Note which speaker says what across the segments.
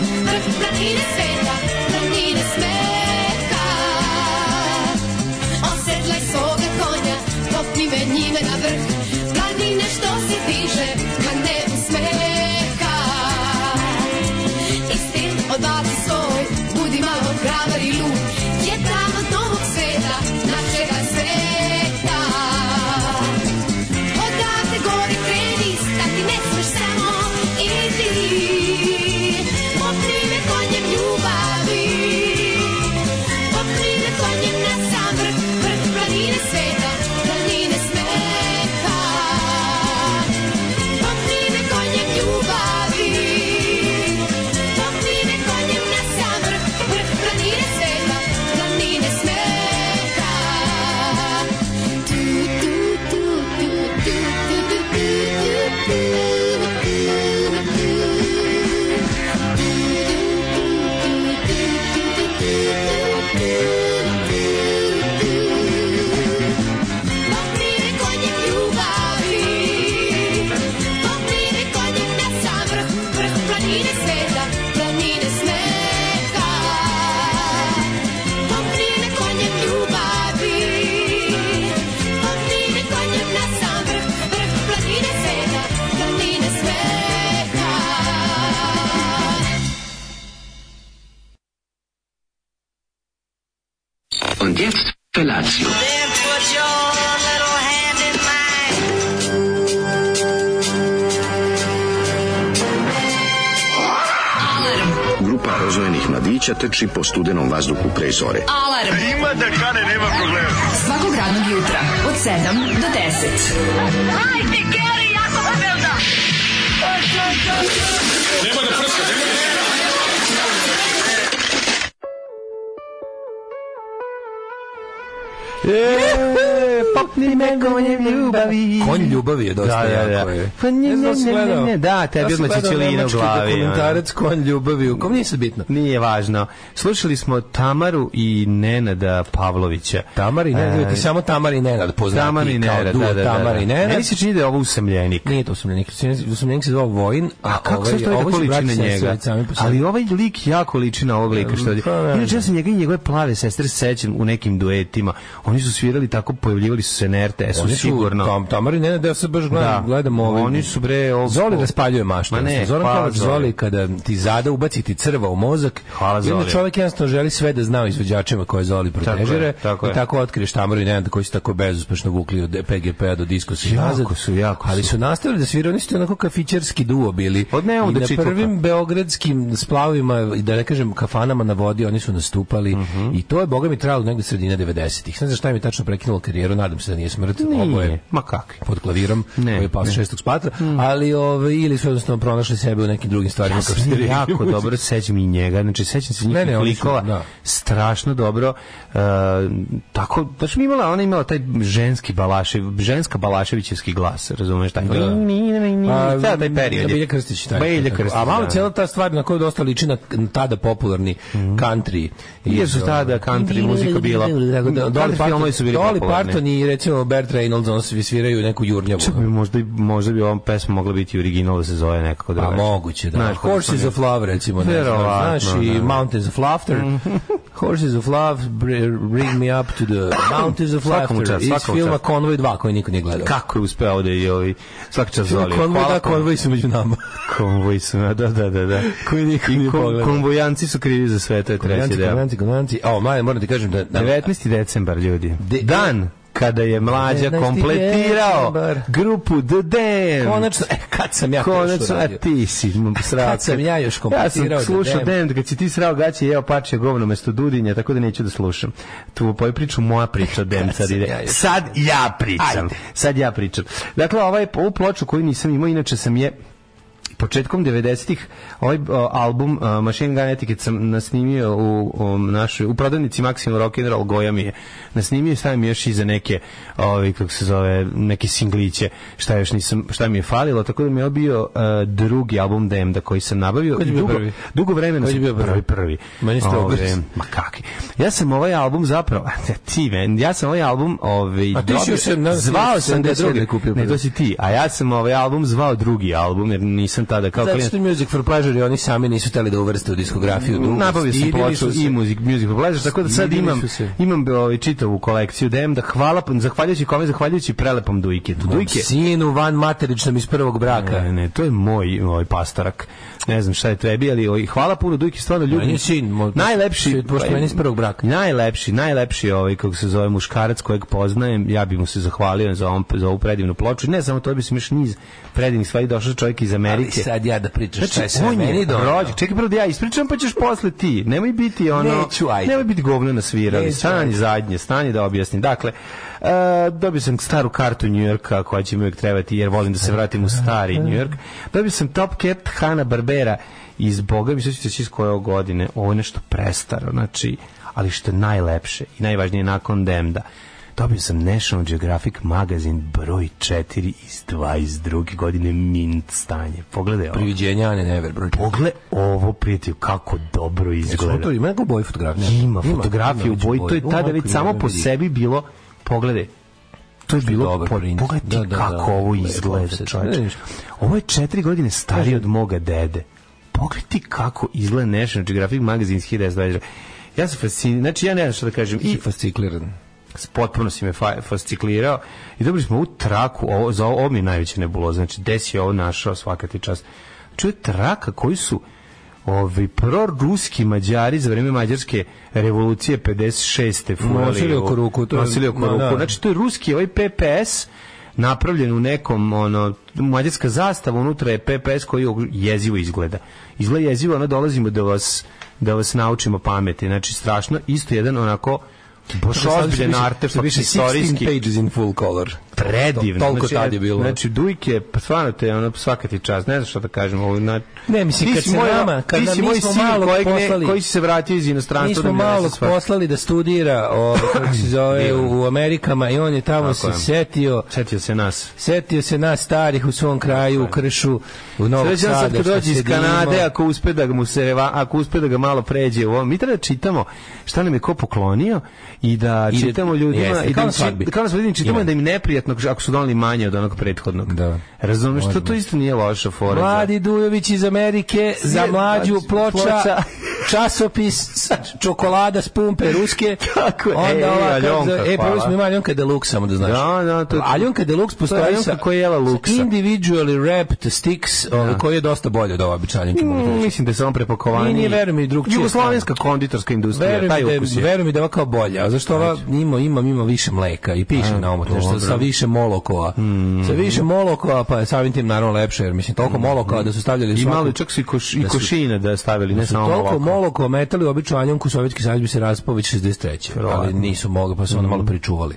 Speaker 1: ni ne smeta, ni ne smeta. Osedlaj svoga konja, popni me njime na vrh, planine što se diže, ma ne usmeka. I stil odbaci svoj, budi malo hrabar i lud, jer tamo od novog sveta, našega sveta. Odavde gore kreni, stati ne smeš samo, idi. Popni me konjem ljubavi, popni me konjem na sam vrh, vrh planine sveta, planine smeka. Popni me konjem ljubavi, popni me konjem na sam vrh, vrh planine sveta, planine smeka. Tu, tu, tu, tu, tu, tu, tu, tu, tu, tu, tu. Popnine konjem ljubavi, popnine konjem na sam vrh, vrh planine sveta, planine smeka. Popnine konjem ljubavi, popnine konjem na sam vrh, vrh planine sveta, planine smeka.
Speaker 2: Und jetzt Felatio.
Speaker 3: Then put your little hand in mine.
Speaker 4: Grupa rozvojenih mladića teči po studenom vazduhu pre zore.
Speaker 5: Alarm. E, Ima da kane, nema problema. Svakog radnog jutra, od 7 do 10. Hajde, Keri, jako se belda.
Speaker 6: popni me konjem ljubavi.
Speaker 7: Konj ljubavi je dosta
Speaker 6: Da, da,
Speaker 7: jako
Speaker 6: da.
Speaker 7: je.
Speaker 6: Pa nje,
Speaker 7: Ja
Speaker 6: nje,
Speaker 7: sam
Speaker 6: nje,
Speaker 7: gledao-
Speaker 6: nje, da, tebi
Speaker 7: sam
Speaker 6: odmah
Speaker 7: gledao
Speaker 6: ćelina u
Speaker 7: nemački
Speaker 6: glavi, ono.
Speaker 7: Dokumentarac konj ljubavi, u kom nije sad bitno.
Speaker 6: Nije važno. Slušali smo Tamaru i Nenada Pavlovića.
Speaker 7: Tamari, ne,
Speaker 6: E,
Speaker 7: ti samo Tamari Nenad poznati.
Speaker 6: Tamar i Nenad,
Speaker 7: duo
Speaker 6: da, da, da.
Speaker 7: Tamar i Nenad.
Speaker 6: Meni se čini da je ovo usamljenik.
Speaker 7: Nije to usamljenik,
Speaker 6: da
Speaker 7: usamljenik se zvao Vojin, a,
Speaker 6: A kako
Speaker 7: ovaj,
Speaker 6: se to
Speaker 7: ovo
Speaker 6: tako
Speaker 7: su
Speaker 6: liči
Speaker 7: braći
Speaker 6: na njega?
Speaker 7: Sesović sami po sebi.
Speaker 6: Ali ovaj lik jako liči na ovog lika što je.
Speaker 7: Pa, ne
Speaker 6: Inače ja sam njega i njegove plave sestre sećam u nekim duetima. Oni su svirali tako, pojavljivali su se na RTS-u
Speaker 7: Oni su
Speaker 6: sigurno.
Speaker 7: Tam, Tamari Nenad, ja se baš gledam,
Speaker 6: Da.
Speaker 7: gledam ovaj.
Speaker 6: Oni su bre ovo-
Speaker 7: Zoli raspaljuje maštu.
Speaker 6: Ma ne,
Speaker 7: jednostavno. Zoran
Speaker 6: hvala
Speaker 7: Kovač
Speaker 6: Zoli.
Speaker 7: Zoli kada ti zada ubaci ti crva u mozak.
Speaker 6: Hvala
Speaker 7: I onda
Speaker 6: Zoli.
Speaker 7: čovjek jednostavno želi sve da zna o izvođačima koje Zoli protežira.
Speaker 6: je, tako
Speaker 7: I
Speaker 6: je.
Speaker 7: tako otkriješ Tamaru i Nenad koji su tako bezuspešno vukli od PGP-a do diskosa i
Speaker 6: Jako
Speaker 7: nazad.
Speaker 6: su, jako su.
Speaker 7: Ali su nastavili da sviraju, oni su ti onako kafićerski duo bili.
Speaker 6: Od Neuma
Speaker 7: I
Speaker 6: do
Speaker 7: na
Speaker 6: Čitluka.
Speaker 7: prvim beogradskim splavima, i da ne kažem kafanama na vodi, oni su nastupali
Speaker 6: Mhm.
Speaker 7: i to je, boga mi, trajalo negde sredina 90-ih. Ne znam šta im je tačno prekinulo karijeru, nadam se da nije smrt, oboje
Speaker 6: Nije, ma kakvi.
Speaker 7: pod klavirom
Speaker 6: Ne, Mm.
Speaker 7: koji je pao sa šestog spatra, ali ove, ili su jednostavno pronašli sebe u nekim drugim stvarima.
Speaker 6: Ja
Speaker 7: kao što
Speaker 6: sam
Speaker 7: ste rekli.
Speaker 6: jako dobro sećam i njega, znači sećam se njihovih
Speaker 7: Ne, ne, oni su,
Speaker 6: likova,
Speaker 7: da.
Speaker 6: strašno dobro. E, tako, baš mi je imala, ona je imala taj ženski Balašev, ženska Balaševićevski glas, razumeš taj? Da.
Speaker 7: A,
Speaker 6: Da, taj period. je.
Speaker 7: Belja Pa, Krstić. Taj,
Speaker 6: Belja
Speaker 7: tako.
Speaker 6: Krstić,
Speaker 7: A malo
Speaker 6: da.
Speaker 7: cijela ta stvar na koju dosta liči na na tada popularni country. ovaj,
Speaker 6: Jer su
Speaker 7: Iz,
Speaker 6: tada
Speaker 7: ono,
Speaker 6: country muzika bila.
Speaker 7: Tako da, Dolly
Speaker 6: Country filmovi
Speaker 7: Parton,
Speaker 6: su bili
Speaker 7: Dolly
Speaker 6: popularni.
Speaker 7: Parton i recimo Bert Reynolds, on svi sviraju neku jurnjavu.
Speaker 6: Čak Pa bi možda, i- možda bi ovom pesma mogla biti original da se zove nekako
Speaker 7: Pa
Speaker 6: drugačije.
Speaker 7: moguće, da.
Speaker 6: Znaš,
Speaker 7: Horses
Speaker 6: odnosno-
Speaker 7: of Love, recimo. ne znam,
Speaker 6: Verovatno,
Speaker 7: Znaš, i
Speaker 6: da. Mhm.
Speaker 7: Mountains of Laughter. Horses of Love, br- Bring Me Up to the Mountains of
Speaker 6: Svakom
Speaker 7: Laughter.
Speaker 6: čast,
Speaker 7: Iz
Speaker 6: svakom
Speaker 7: filma
Speaker 6: čast.
Speaker 7: Convoy 2, koji niko nije gledao.
Speaker 6: Kako je uspeo da je ovi svaki čas zoli.
Speaker 7: Convoy, da, Convoy su među nama.
Speaker 6: Konvoj su, da, da, da. da.
Speaker 7: Koji niko
Speaker 6: I
Speaker 7: nije
Speaker 6: kon,
Speaker 7: pogledao.
Speaker 6: konvojanci su krivi za sve, to je treći
Speaker 7: Konvenci,
Speaker 6: deo.
Speaker 7: konvenci, konvenci. A, mladen, moram ti kažem da... da
Speaker 6: 19. decembar, ljudi.
Speaker 7: De-
Speaker 6: Dan kada je mlađa
Speaker 7: 19.
Speaker 6: kompletirao
Speaker 7: decembar.
Speaker 6: grupu The Damned.
Speaker 7: Konačno, e, kad sam ja
Speaker 6: Konačno,
Speaker 7: konačno
Speaker 6: a
Speaker 7: radio?
Speaker 6: ti si m, srao.
Speaker 7: Kad sam ja još
Speaker 6: Ja sam
Speaker 7: kompletirao The
Speaker 6: slušao
Speaker 7: Damned.
Speaker 6: Damned, kad si ti srao gaće, jeo pačio govno mesto Dudinja, tako da neću da slušam. Tu poju priču, moja priča, Damned sad
Speaker 7: sam
Speaker 6: ide.
Speaker 7: ja još-
Speaker 6: Sad ja pričam. Sad ja pričam. Dakle, ovaj, ovu ploču koju nisam imao, inače sam je početkom 90-ih ovaj o, album o, Machine Gun Etiquette sam nasnimio u, u našoj u prodavnici Maximum Rock and Roll Goja mi je nasnimio i stavio mi još i za neke ovaj kako se zove neke singliće šta još nisam šta mi je falilo tako da mi je ovo bio e, drugi album DM da koji sam nabavio
Speaker 7: Koji je
Speaker 6: I
Speaker 7: bio
Speaker 6: dugo,
Speaker 7: prvi?
Speaker 6: dugo vremena
Speaker 7: Koji je
Speaker 6: sam
Speaker 7: bio
Speaker 6: prvi
Speaker 7: prvi?
Speaker 6: prvi
Speaker 7: Meni ste
Speaker 6: Ovaj,
Speaker 7: obrnuti.
Speaker 6: ma kakvi ja sam ovaj album zapravo ti men ja sam ovaj album ovaj
Speaker 7: A ti si
Speaker 6: dobio-
Speaker 7: još sedamnaest-
Speaker 6: zvao sam ga
Speaker 7: 72
Speaker 6: drugi ne
Speaker 7: kupio prvi.
Speaker 6: to si ti, a ja sam ovaj album zvao drugi album jer nisam sam tada kao
Speaker 7: Zato
Speaker 6: klinac. Mm,
Speaker 7: što je Music for Pleasure i oni sami nisu hteli da uvrste u diskografiju. drugu.
Speaker 6: Nabavio sam
Speaker 7: Stidili
Speaker 6: ploču
Speaker 7: su se.
Speaker 6: i muzik, music for pleasure, tako da sad
Speaker 7: Stidili
Speaker 6: imam,
Speaker 7: su se.
Speaker 6: imam ovaj, čitavu kolekciju DM, da hvala, zahvaljujući kome, zahvaljujući prelepom Dujketu.
Speaker 7: Mom
Speaker 6: Dujke,
Speaker 7: Sinu van materičnom iz prvog braka.
Speaker 6: Ne, ne, to je moj ovaj pastorak. Ne znam šta je tebi, ali ovaj, hvala puno Dujki, stvarno ljubim.
Speaker 7: Meni je sin, mo-
Speaker 6: najlepši,
Speaker 7: pošto meni iz prvog braka.
Speaker 6: Najlepši, najlepši ovaj kako se zove muškarac kojeg poznajem, ja bih mu se zahvalio za ovom, za ovu predivnu ploču. Ne samo to, bi se još niz predivnih stvari došao čovjek iz
Speaker 7: Ali
Speaker 6: Amerike.
Speaker 7: sad ja da pričam šta je
Speaker 6: Znači,
Speaker 7: sve
Speaker 6: on je
Speaker 7: meni donio.
Speaker 6: rođak. Čekaj prvo da ja ispričam, pa ćeš posle ti. Nemoj biti ono...
Speaker 7: Neću, ajde.
Speaker 6: Nemoj biti govno na svirali.
Speaker 7: Neću,
Speaker 6: Stani
Speaker 7: ajde.
Speaker 6: zadnje, stani da objasnim. Dakle, e, dobio sam staru kartu New Yorka koja će mi uvijek trebati jer volim da se vratim u stari New York. Dobio sam Top Cat Hanna Barbera iz Boga, mi se sjećaš iz koje ovo godine. Ovo je nešto prestaro, znači, ali što je najlepše i najvažnije nakon Demda. Dobio sam National Geographic magazin broj 4 iz 22. godine mint stanje. Pogledaj ovo.
Speaker 7: Priviđenja Ane Never, broj.
Speaker 6: Pogle ovo, prijatelju, kako dobro
Speaker 7: Jesmo
Speaker 6: izgleda.
Speaker 7: E, to ima neko boji fotografija.
Speaker 6: Ima fotografije u
Speaker 7: već
Speaker 6: boji, to je
Speaker 7: boju.
Speaker 6: tada
Speaker 7: O,
Speaker 6: već
Speaker 7: kako
Speaker 6: samo
Speaker 7: je,
Speaker 6: po
Speaker 7: vidi.
Speaker 6: sebi bilo, pogledaj, to je bilo,
Speaker 7: dobar
Speaker 6: po-
Speaker 7: print. Da,
Speaker 6: pogledaj ti
Speaker 7: da, da.
Speaker 6: kako ovo
Speaker 7: Lepo
Speaker 6: izgleda,
Speaker 7: offset.
Speaker 6: čovječe.
Speaker 7: Ne, ništa.
Speaker 6: Ovo je četiri godine stariji od moga dede. Pogledaj ti kako izgleda National Geographic magazine iz 1922. Ja sam fasciniran, znači ja ne znam šta da kažem. I
Speaker 7: I fascikliran.
Speaker 6: potpuno si me fa- fasciklirao i dobili smo ovu traku, ovo, za ovo, ovo mi je najveća nebuloza, znači gde si ovo našao svaka ti čast. Znači ovo je traka koju su ovi proruski mađari za vrijeme mađarske revolucije 56. furali
Speaker 7: Nosili
Speaker 6: u-
Speaker 7: oko ruku, to je-
Speaker 6: nosili oko
Speaker 7: ma,
Speaker 6: ruku.
Speaker 7: da.
Speaker 6: Znači to je ruski ovaj PPS napravljen u nekom ono mađarska zastava unutra je PPS koji og- jezivo izgleda. Izgleda jezivo, ono dolazimo da vas da vas naučimo pameti. Znači strašno, isto jedan onako baš ozbiljan
Speaker 7: Što
Speaker 6: artefakt
Speaker 7: piše 16
Speaker 6: istorijski
Speaker 7: pages in full color.
Speaker 6: predivno.
Speaker 7: To- Toliko
Speaker 6: Znači,
Speaker 7: tad je bilo.
Speaker 6: Znači, Dujke, pa stvarno te, ono, svaka ti čast, ne znam šta da kažem. Ovo, na,
Speaker 7: Ne, mislim,
Speaker 6: Ti
Speaker 7: kad
Speaker 6: si
Speaker 7: se
Speaker 6: moj-
Speaker 7: nama- kad
Speaker 6: ti
Speaker 7: nam-
Speaker 6: si
Speaker 7: mi
Speaker 6: moj
Speaker 7: smo
Speaker 6: sin
Speaker 7: malog
Speaker 6: kojeg ne-
Speaker 7: poslali-
Speaker 6: koji se vratio iz inostranstva.
Speaker 7: Mi
Speaker 6: da
Speaker 7: smo
Speaker 6: mi donese
Speaker 7: malog
Speaker 6: sva-
Speaker 7: poslali da studira o, kako se zove, u, u Amerikama i on je tamo
Speaker 6: Tako
Speaker 7: se
Speaker 6: je.
Speaker 7: setio
Speaker 6: Setio se nas.
Speaker 7: Setio se nas starih u svom kraju, u Kršu, u Novom
Speaker 6: Srećan
Speaker 7: Sada.
Speaker 6: sad kad
Speaker 7: šta
Speaker 6: dođe iz
Speaker 7: sedimo.
Speaker 6: Kanade, ako uspe da mu se reva- ako uspe da ga malo pređe u ovom. Mi treba da čitamo šta nam je ko poklonio i da
Speaker 7: I da-
Speaker 6: čitamo ljudima
Speaker 7: jeste,
Speaker 6: i da
Speaker 7: kao
Speaker 6: im
Speaker 7: na
Speaker 6: čit-
Speaker 7: svadbi.
Speaker 6: kao na svadbi čitamo
Speaker 7: Ima.
Speaker 6: da im neprijatno ako su doneli manje od onog prethodnog.
Speaker 7: Da.
Speaker 6: Razumeš, to, to isto nije loša fora. za-
Speaker 7: Mladi Dujović iz Amerike za
Speaker 6: Sjed-
Speaker 7: mlađu
Speaker 6: mlađu
Speaker 7: ploča,
Speaker 6: znači, ploča.
Speaker 7: časopis sa čokolada s pumpe ruske.
Speaker 6: Tako je.
Speaker 7: Onda
Speaker 6: E,
Speaker 7: ova kad
Speaker 6: Aljonka,
Speaker 7: za- e, prvo
Speaker 6: hvala.
Speaker 7: smo imali Aljonka Deluxe, samo da znaš.
Speaker 6: Da, da, to je-
Speaker 7: Aljonka Deluxe postoji
Speaker 6: Aljonka
Speaker 7: sa-
Speaker 6: koja je jela Da. luksa.
Speaker 7: sa Individually wrapped sticks, ovaj, koji je dosta bolje od ova obična Aljonka. mogu ti
Speaker 6: Mm,
Speaker 7: reći.
Speaker 6: mislim da je samo prepakovaniji.
Speaker 7: Nije, nije, verujem i drugčije
Speaker 6: Jugoslovenska konditorska industrija,
Speaker 7: Verujem
Speaker 6: taj
Speaker 7: mi da je,
Speaker 6: ukus je.
Speaker 7: verujem mi da je ova kao bolja, zato što ova ima, ima, ima više mleka i piše na omotnici, što sa više molokova.
Speaker 6: Mm.
Speaker 7: Sa više molokova, pa je samim tim naravno lepše, jer mislim, toliko molokova da su stavljali u
Speaker 6: I
Speaker 7: svaku-
Speaker 6: malo Mm. čak su i, koš, i
Speaker 7: da su-
Speaker 6: košina da stavili, ne samo
Speaker 7: Toliko
Speaker 6: ovako.
Speaker 7: moloko metali u običnu Anjonku, Sovjetski savez bi se raspao već 63. Ali nisu mogli, pa su
Speaker 6: Mhm.
Speaker 7: onda malo pričuvali.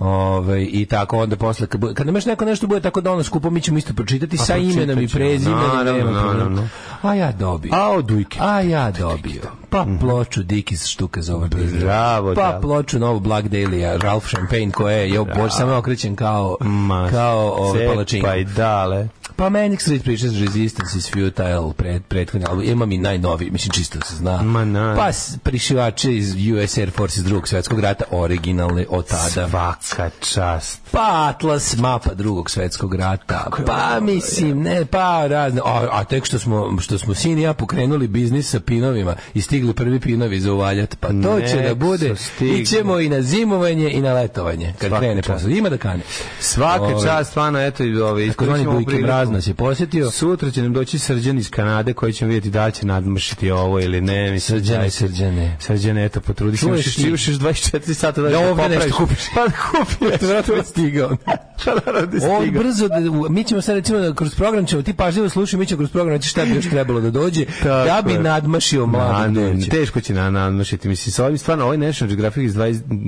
Speaker 7: Ove, I tako onda posle, kad, bu- kad nemaš neko nešto bude tako dono skupo, mi ćemo isto pročitati sa
Speaker 6: pročitat
Speaker 7: imenom i
Speaker 6: ćemo,
Speaker 7: prezimenom.
Speaker 6: naravno,
Speaker 7: nema problema.
Speaker 6: naravno.
Speaker 7: A ja dobio.
Speaker 6: A od ujke.
Speaker 7: A ja dobio. Pa ploču Dickies štuka za ovaj biznis.
Speaker 6: Mhm. Bravo,
Speaker 7: Pa
Speaker 6: da.
Speaker 7: ploču novu Black Daily, Ralph Champagne koje je, jo, bož, samo je okrećen kao,
Speaker 6: Ma,
Speaker 7: kao ove palačinke.
Speaker 6: Pa i dale.
Speaker 7: Pa Manic Street Preachers Resistance is Futile pred, prethodni album. Imam i najnoviji, mislim čisto da se zna.
Speaker 6: Ma, na.
Speaker 7: Pa s- prišivače iz US Air Force iz drugog svetskog rata, originalne od tada.
Speaker 6: Svaka čast.
Speaker 7: Pa Atlas mapa drugog svetskog rata. Pa mislim, ne, pa razne. A, a tek što smo, što smo sin i ja pokrenuli biznis sa pinovima i stigli prvi pinovi za uvaljat, pa to će
Speaker 6: Nek
Speaker 7: da
Speaker 6: su
Speaker 7: bude.
Speaker 6: stigli.
Speaker 7: Ićemo i na zimovanje i na letovanje. Kad
Speaker 6: Svaka
Speaker 7: krene
Speaker 6: čast.
Speaker 7: posao. Ima da kane.
Speaker 6: Svaka
Speaker 7: Ove,
Speaker 6: čast, stvarno, eto, i ove,
Speaker 7: Takozvani
Speaker 6: iskoristimo ovu
Speaker 7: Bujke
Speaker 6: priliku.
Speaker 7: Mraz nas je posjetio.
Speaker 6: Sutra će nam doći srđan iz Kanade koji ćemo vidjeti da li će nadmršiti ovo ili ne. Mislim,
Speaker 7: Srđane,
Speaker 6: daj,
Speaker 7: srđane.
Speaker 6: Srđane, eto, potrudi se.
Speaker 7: Čuješ
Speaker 6: Imaš-
Speaker 7: ti?
Speaker 6: Imaš još 24 sata da,
Speaker 7: Da ovdje
Speaker 6: popraviš.
Speaker 7: nešto kupiš.
Speaker 6: Pa da kupi nešto.
Speaker 7: je stigao.
Speaker 6: Pa naravno, da
Speaker 7: On
Speaker 6: stigao.
Speaker 7: brzo, da, u- mi ćemo sad recimo da kroz program ćemo, ti pažljivo slušaj, mi ćemo kroz program reći šta bi još trebalo da dođe, da
Speaker 6: Tako
Speaker 7: bi
Speaker 6: je.
Speaker 7: nadmašio
Speaker 6: Ma,
Speaker 7: mladog
Speaker 6: ne,
Speaker 7: Dujića.
Speaker 6: teško će na nadmašiti. Mislim, sa ovim stvarno, ovaj National Geographic iz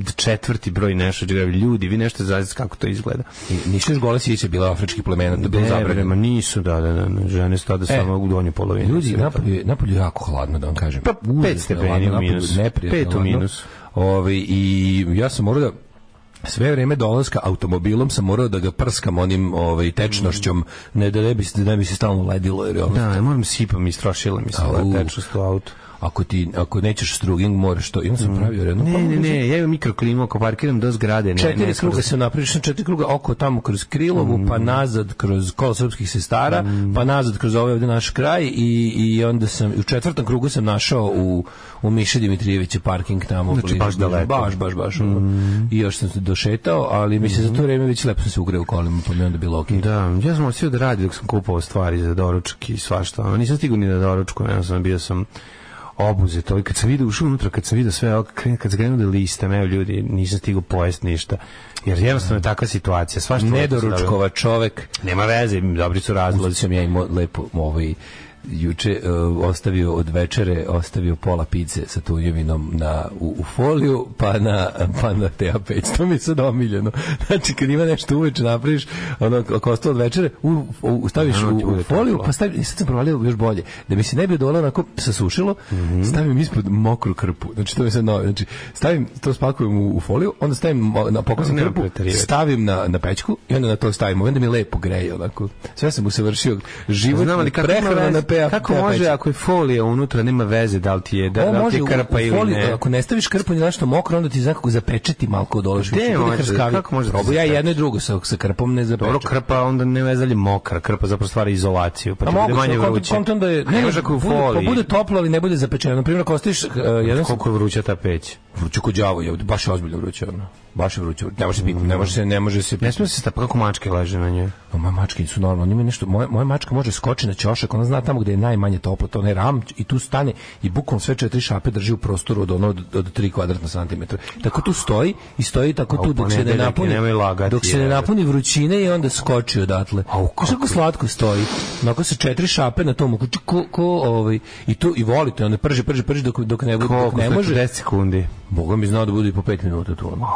Speaker 6: 24. broj National Geographic. Ljudi, vi nešto zazis kako to izgleda.
Speaker 7: I- Nisu još gole sviće bila afrički plemena, to je bilo zabranjeno.
Speaker 6: ma nisu, da, da, da, da, žene su tada samo u donjoj polovini.
Speaker 7: E, Ljudi,
Speaker 6: sveta.
Speaker 7: napolju, je- napolju je jako hladno, da vam kažem.
Speaker 6: Pa,
Speaker 7: Užasno
Speaker 6: pet
Speaker 7: je
Speaker 6: stepeni
Speaker 7: hladno,
Speaker 6: u
Speaker 7: napolju
Speaker 6: minusu.
Speaker 7: neprijatno
Speaker 6: Pet u
Speaker 7: hladno.
Speaker 6: minusu.
Speaker 7: Ovaj, I ja sam morao da sve vrijeme dolaska automobilom sam morao da ga prskam onim ovaj tečnošćom ne da ne bi se da ne bi se stalno ledilo jer je ono
Speaker 6: Da, moram sipam, istrošila mi se
Speaker 7: Au.
Speaker 6: ova tečnost u auto.
Speaker 7: ako ti ako nećeš struging moraš to. I onda sam pravio jedno.
Speaker 6: Mm. Ne,
Speaker 7: pa
Speaker 6: ne,
Speaker 7: mogu da-
Speaker 6: ne, ja imam mikroklimu, ako parkiram do zgrade, ne,
Speaker 7: Četiri
Speaker 6: ne, Mm.
Speaker 7: kruga se napraviš, na četiri kruga oko tamo kroz Krilovu, pa nazad kroz kol srpskih sestara, pa nazad kroz ovaj ovde naš kraj i, i onda sam, u četvrtom krugu sam našao u, u Miše Dimitrijevića parking tamo.
Speaker 6: Znači, baš daleko. Mm.
Speaker 7: Baš, baš, baš. ono. I još sam se došetao, ali mi se za to vreme već lepo sam se ugreo u kolima, pa mi je onda bilo okej.
Speaker 6: Da, ja sam osio da radi dok sam kupovao stvari za doručak i svašta. Ono, Nisam stigao ni da doručku, ja sam bio sam obuzet. Ali kad sam vidio, ušao unutra, kad sam vidio sve, evo, kren- kad sam krenuo da listam, evo ljudi, nisam stigao pojest ništa. Jer jednostavno je takva situacija. Svašta
Speaker 7: Nedoručkova čovek.
Speaker 6: Nema veze, da, dobri su
Speaker 7: razlozi
Speaker 6: razlozi.
Speaker 7: sam ja imao lepo ovaj juče e, ostavio od večere ostavio pola pice sa tunjevinom na u, u foliju pa na pa na TA5 to mi je sad omiljeno znači kad ima nešto uveče napraviš ono ako ostalo od večere u, u staviš u,
Speaker 6: Naravno, da ti bude
Speaker 7: u foliju
Speaker 6: toplo.
Speaker 7: pa stavi i sad sam provalio još bolje da mi se ne bi odolalo onako sasušilo
Speaker 6: Mhm.
Speaker 7: stavim ispod mokru krpu znači to je sad novo znači stavim to spakujem u, u foliju onda stavim mo- na pokosim
Speaker 6: Nemoj
Speaker 7: krpu
Speaker 6: preterivati.
Speaker 7: stavim na, na pećku i onda na to stavimo. Onda mi lepo greje onako. Sve sam usavršio život
Speaker 6: Znam ali kako, ima
Speaker 7: prehrana
Speaker 6: veze-
Speaker 7: na PA.
Speaker 6: kako može ako je folija unutra, nema veze da li ti je, da,
Speaker 7: da
Speaker 6: da li ti
Speaker 7: može
Speaker 6: je krpa
Speaker 7: u, u
Speaker 6: ili
Speaker 7: foliju,
Speaker 6: ne.
Speaker 7: ako ne staviš krpu ni nešto mokro, onda ti nekako zapečeti malko dolaš.
Speaker 6: Gde može, kako može da
Speaker 7: Probu ja
Speaker 6: zapeče?
Speaker 7: jedno i drugo sa, sa krpom ne zapečem.
Speaker 6: Dobro, krpa onda ne veze li mokra, krpa zapravo stvara izolaciju, pa
Speaker 7: A
Speaker 6: ti bude
Speaker 7: moguće,
Speaker 6: manje
Speaker 7: kontam-
Speaker 6: vruće.
Speaker 7: kontam da je,
Speaker 6: ne, ne može ako je u
Speaker 7: bude, pa
Speaker 6: foliji.
Speaker 7: bude toplo, ali ne bude zapečeno. Na primjer, ako ostaviš uh, jedan
Speaker 6: Koliko je vruća ta peć?
Speaker 7: vruće kod đavo, je baš je ozbiljno vruće ono. Baš je vruće. Ne može se piti, ne može se, ne može se
Speaker 6: Ne smije se stapa kako mačke leže na njoj.
Speaker 7: Pa moje mačke su normalno, njima je nešto, moja, moja mačka može skoči na ćošak, ona zna tamo gde je najmanje toplo, to ne ram i tu stane i bukom sve četiri šape drži u prostoru od ono od, od 3 kvadratna santimetra. Tako tu stoji i stoji tako
Speaker 6: A u
Speaker 7: tu dok se ne
Speaker 6: ponedeljak je,
Speaker 7: napuni.
Speaker 6: nemoj lagati,
Speaker 7: dok se ne
Speaker 6: jebote.
Speaker 7: napuni vrućine i onda skoči odatle.
Speaker 6: A u
Speaker 7: Znaš kako slatko stoji. Onako se četiri šape na tom, ko, ko, ko ovaj, i tu i volite, onda prže, prže, prže dok, dok ne, bude- dok
Speaker 6: Koliko?
Speaker 7: ne može.
Speaker 6: 10 sekundi.
Speaker 7: Boga mi znao da bude i po 5 minuta tu. ono.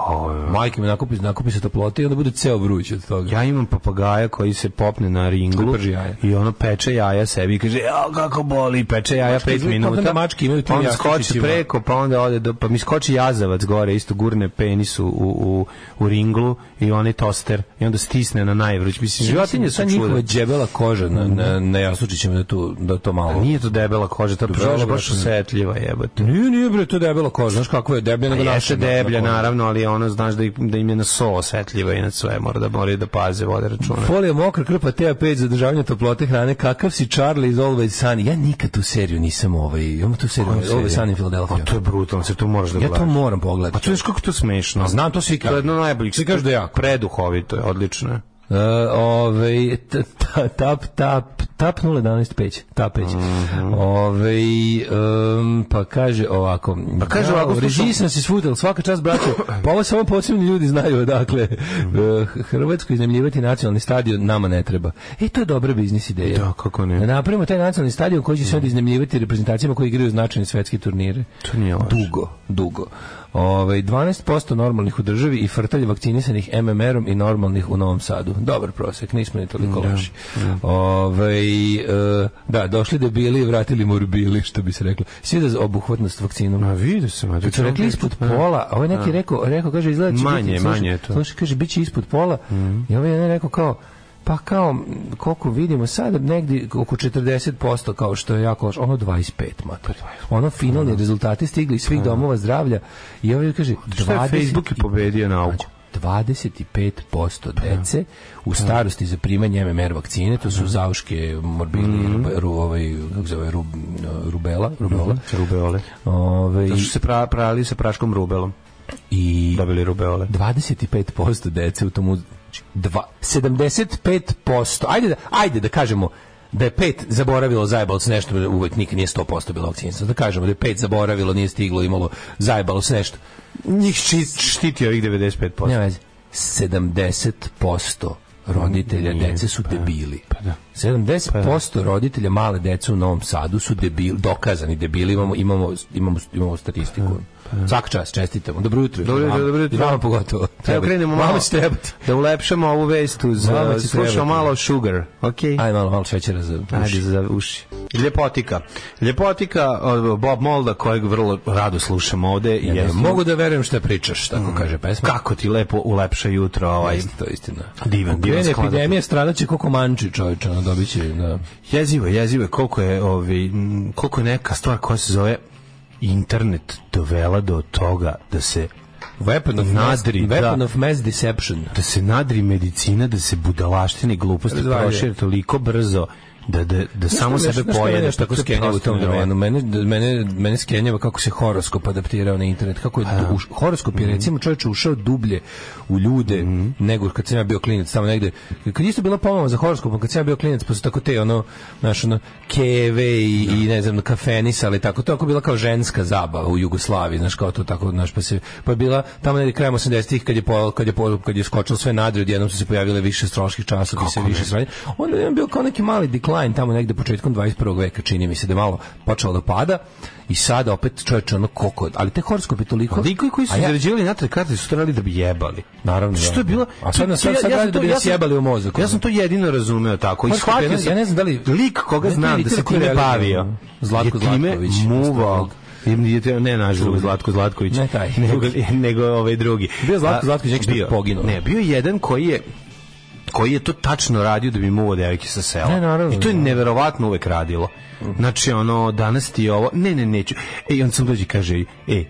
Speaker 7: Majke mi nakupi, nakupi se toplote i onda bude ceo vruć od toga.
Speaker 6: Ja imam papagaja koji se popne na ringlu
Speaker 7: Koji prži jaja.
Speaker 6: i ono peče jaja sebi i kaže, "Ja kako boli, peče jaja
Speaker 7: Mačke
Speaker 6: 5
Speaker 7: izgledaju kao
Speaker 6: minuta."
Speaker 7: da mačke imaju tim
Speaker 6: Pa onda
Speaker 7: jastučićima.
Speaker 6: skoči preko, pa onda ode do, pa mi skoči jazavac gore, isto gurne penis u, u, u ringlu i onaj toster i onda stisne na najvruć. Mislim, životinje su
Speaker 7: Ta njihova
Speaker 6: čuda.
Speaker 7: džebela koža na, na, na jasučićima da, tu, da to malo...
Speaker 6: Nije to debela koža, to je
Speaker 7: Dobro,
Speaker 6: baš- baš
Speaker 7: brate.
Speaker 6: osetljiva jebote.
Speaker 7: Nije, nije bre, to je debela koža, znaš kakva je deblja nego
Speaker 6: Pa
Speaker 7: naša. da,
Speaker 6: Jeste da,
Speaker 7: naša
Speaker 6: deblja,
Speaker 7: koža.
Speaker 6: naravno, ali ono, znaš da, ih- da im je na so osetljiva i na sve, mora da, moraju da paze, vode računa.
Speaker 7: Folija mokra krpa TA5 za održavanje toplote hrane. Kakav si Charlie iz Always Sunny? Ja nikad tu seriju nisam ovaj. Imam tu seriju
Speaker 6: Koju seriju?
Speaker 7: Always Sunny Philadelphia.
Speaker 6: A to je brutalno, se to moraš da
Speaker 7: ja
Speaker 6: gledaš.
Speaker 7: to moram
Speaker 6: Pa
Speaker 7: pogledati.
Speaker 6: to je kako to smešno.
Speaker 7: Znam, to svi
Speaker 6: To
Speaker 7: kažu.
Speaker 6: je jedno najboljih.
Speaker 7: Svi kažu da je jako.
Speaker 6: Preduhovito je, odlično je.
Speaker 7: Uh, ovaj t- ta- tap tap tap 011 peć tap peć.
Speaker 6: Mhm.
Speaker 7: Ovaj em, pa kaže ovako. Pa
Speaker 6: kaže ovako, slušam-
Speaker 7: režiji sam se svutel, svaka čast braćo. Pa ovo samo posebni ljudi znaju odakle.
Speaker 6: Mhm.
Speaker 7: E, Hrvatsko iznajmljivati nacionalni stadion nama ne treba. E to je dobra biznis ideja.
Speaker 6: Da, kako ne. Mhm.
Speaker 7: Da napravimo taj nacionalni stadion koji će se onda iznajmljivati reprezentacijama koji igraju značajne svetske turnire.
Speaker 6: To nije loše.
Speaker 7: Dugo, dugo. Ovaj 12% normalnih u državi i frtalj vakcinisanih MMR-om i normalnih u Novom Sadu. Dobar prosek, nismo ni toliko loši. Ovaj, e, da, došli debili i vratili morbili, što bi se reklo. Svi da za obuhvatnost vakcinom.
Speaker 6: Ma vidi se, ma.
Speaker 7: Kad Pa su rekli ispod pola, a ovaj neki je rekao, rekao kaže izgleda da će
Speaker 6: pa. Manje,
Speaker 7: biti, slušaj,
Speaker 6: manje je to. Mhm.
Speaker 7: Slušaj, kaže biće ispod pola. I ovaj jedan je rekao kao pa kao m, koliko vidimo sada negdje oko 40% kao što je jako loš, ono 25 mater.
Speaker 6: Pa
Speaker 7: Ono
Speaker 6: da.
Speaker 7: finalni rezultati stigli iz svih domova zdravlja i ovaj kaže
Speaker 6: Pa
Speaker 7: Znači,
Speaker 6: Šta je
Speaker 7: 20
Speaker 6: Facebook je pobedio nauku? Pa.
Speaker 7: 25% dece u starosti za primanje MMR vakcine, to
Speaker 6: Pa.
Speaker 7: su zauške, morbili,
Speaker 6: Mhm.
Speaker 7: rube- ru, ovaj, kako se zove, rub, rubela, rubeola.
Speaker 6: Rubeole.
Speaker 7: Ovaj,
Speaker 6: Zato što da se pra, prali sa praškom rubelom. Da
Speaker 7: i
Speaker 6: Dobili rubeole.
Speaker 7: 25% dece u tomu znači, dva, 75% ajde da, ajde da kažemo da je pet zaboravilo zajebalo se nešto uvek nikad nije 100% bilo vakcinisano da kažemo da je pet zaboravilo nije stiglo imalo zajebalo se nešto
Speaker 6: Njih štit, štiti ovih 95%.
Speaker 7: nema veze 70% roditelja dece su debili. Pa
Speaker 6: da. Pa
Speaker 7: 70% roditelja male dece u Novom Sadu su debili, dokazani debili, imamo imamo imamo imamo statistiku. Svaka čast, čestitamo. Dobro jutro.
Speaker 6: Pa, da. Dobro jutro,
Speaker 7: Vama-
Speaker 6: dobro jutro.
Speaker 7: i Vama pogotovo.
Speaker 6: Evo krenemo malo.
Speaker 7: Vama će trebati.
Speaker 6: Da ulepšamo ovu vestu.
Speaker 7: Vama
Speaker 6: Za,
Speaker 7: će
Speaker 6: slušamo
Speaker 7: trebati.
Speaker 6: malo sugar. Okej.
Speaker 7: Ajde malo, malo šećera za uši.
Speaker 6: Ajde za uši. Ljepotika. Ljepotika od Bob Molda kojeg vrlo rado slušam ovde. i
Speaker 7: Ja
Speaker 6: jeste- Mm.
Speaker 7: mogu da verujem šta pričaš, tako kaže pesma.
Speaker 6: Kako ti lepo ulepša jutro ovaj.
Speaker 7: Jeste, to je istina.
Speaker 6: Divan, divan
Speaker 7: Krene
Speaker 6: skladac.
Speaker 7: epidemija stradaće koliko manči čovječe, ono dobit će, da.
Speaker 6: Jezivo, je, jezivo je koliko je, ovi, m, koliko je neka stvar koja se zove internet dovela do toga da se
Speaker 7: Weapon of,
Speaker 6: Nadri,
Speaker 7: mass,
Speaker 6: da.
Speaker 7: weapon of mass deception.
Speaker 6: da se nadri medicina, da se budalaštine i gluposti
Speaker 7: Razvaljuje.
Speaker 6: prošire toliko brzo da, da, da samo sebe pojede.
Speaker 7: tako skenjava u tom domenu. Mene, mene, mene skenjava kako se horoskop adaptirao na internet. Kako je, du- uš- horoskop je recimo čovječe ušao dublje u ljude nego kad sam ja bio klinac tamo negde. Kad je isto bila pomama za horoskopom, kad sam ja bio klinac, pa su tako te ono, znaš, ono, keve i, i ne znam, kafenis, ali tako. To je ako bila kao ženska zabava u Jugoslaviji, znaš, kao to tako, znaš, pa se, pa je bila tamo negde krajem 80-ih kad je po, kad je po, kad je skočilo sve nadri, odjednom su se pojavile više astroloških časopisa, i više sranje. Onda je on bio kao neki mali decline tamo negde početkom 21. veka, čini mi se da je malo počelo da pada i sada opet čoveče ono koliko, ali te horoskopi toliko...
Speaker 6: Likovi koji su
Speaker 7: A ja-
Speaker 6: izrađivali natrag karte su trali da bi jebali.
Speaker 7: Naravno, da.
Speaker 6: Što je bilo?
Speaker 7: A sad nas
Speaker 6: to- to
Speaker 7: sad, sad
Speaker 6: ja- ja sam
Speaker 7: radi da
Speaker 6: to-
Speaker 7: bi
Speaker 6: ja
Speaker 7: nas
Speaker 6: sam-
Speaker 7: jebali u mozak.
Speaker 6: Ja sam to jedino razumeo tako. I
Speaker 7: Pa,
Speaker 6: shvatio
Speaker 7: ja-
Speaker 6: sam,
Speaker 7: ja ne znam da li-
Speaker 6: Lik koga
Speaker 7: Ne znam da
Speaker 6: znam
Speaker 7: li
Speaker 6: da se
Speaker 7: Litko
Speaker 6: time
Speaker 7: Relja-
Speaker 6: bavio.
Speaker 7: Zlatko
Speaker 6: je time
Speaker 7: Zlatković,
Speaker 6: muvao.
Speaker 7: isto
Speaker 6: Im je te- ne naš drug Zlatko Zlatković.
Speaker 7: Ne taj.
Speaker 6: Nego, nego ovaj drugi.
Speaker 7: Bio Zlatko
Speaker 6: A,
Speaker 7: Zlatković neki što je
Speaker 6: bio.
Speaker 7: poginuo.
Speaker 6: Ne, bio je jedan koji je koji je to tačno radio da bi muvao devojke sa sela.
Speaker 7: Ne, naravno,
Speaker 6: I to je
Speaker 7: da.
Speaker 6: neverovatno uvek radilo. Znači, ono, danas ti je ovo... Ne, ne, neću. E, on sam dođe i kaže, e,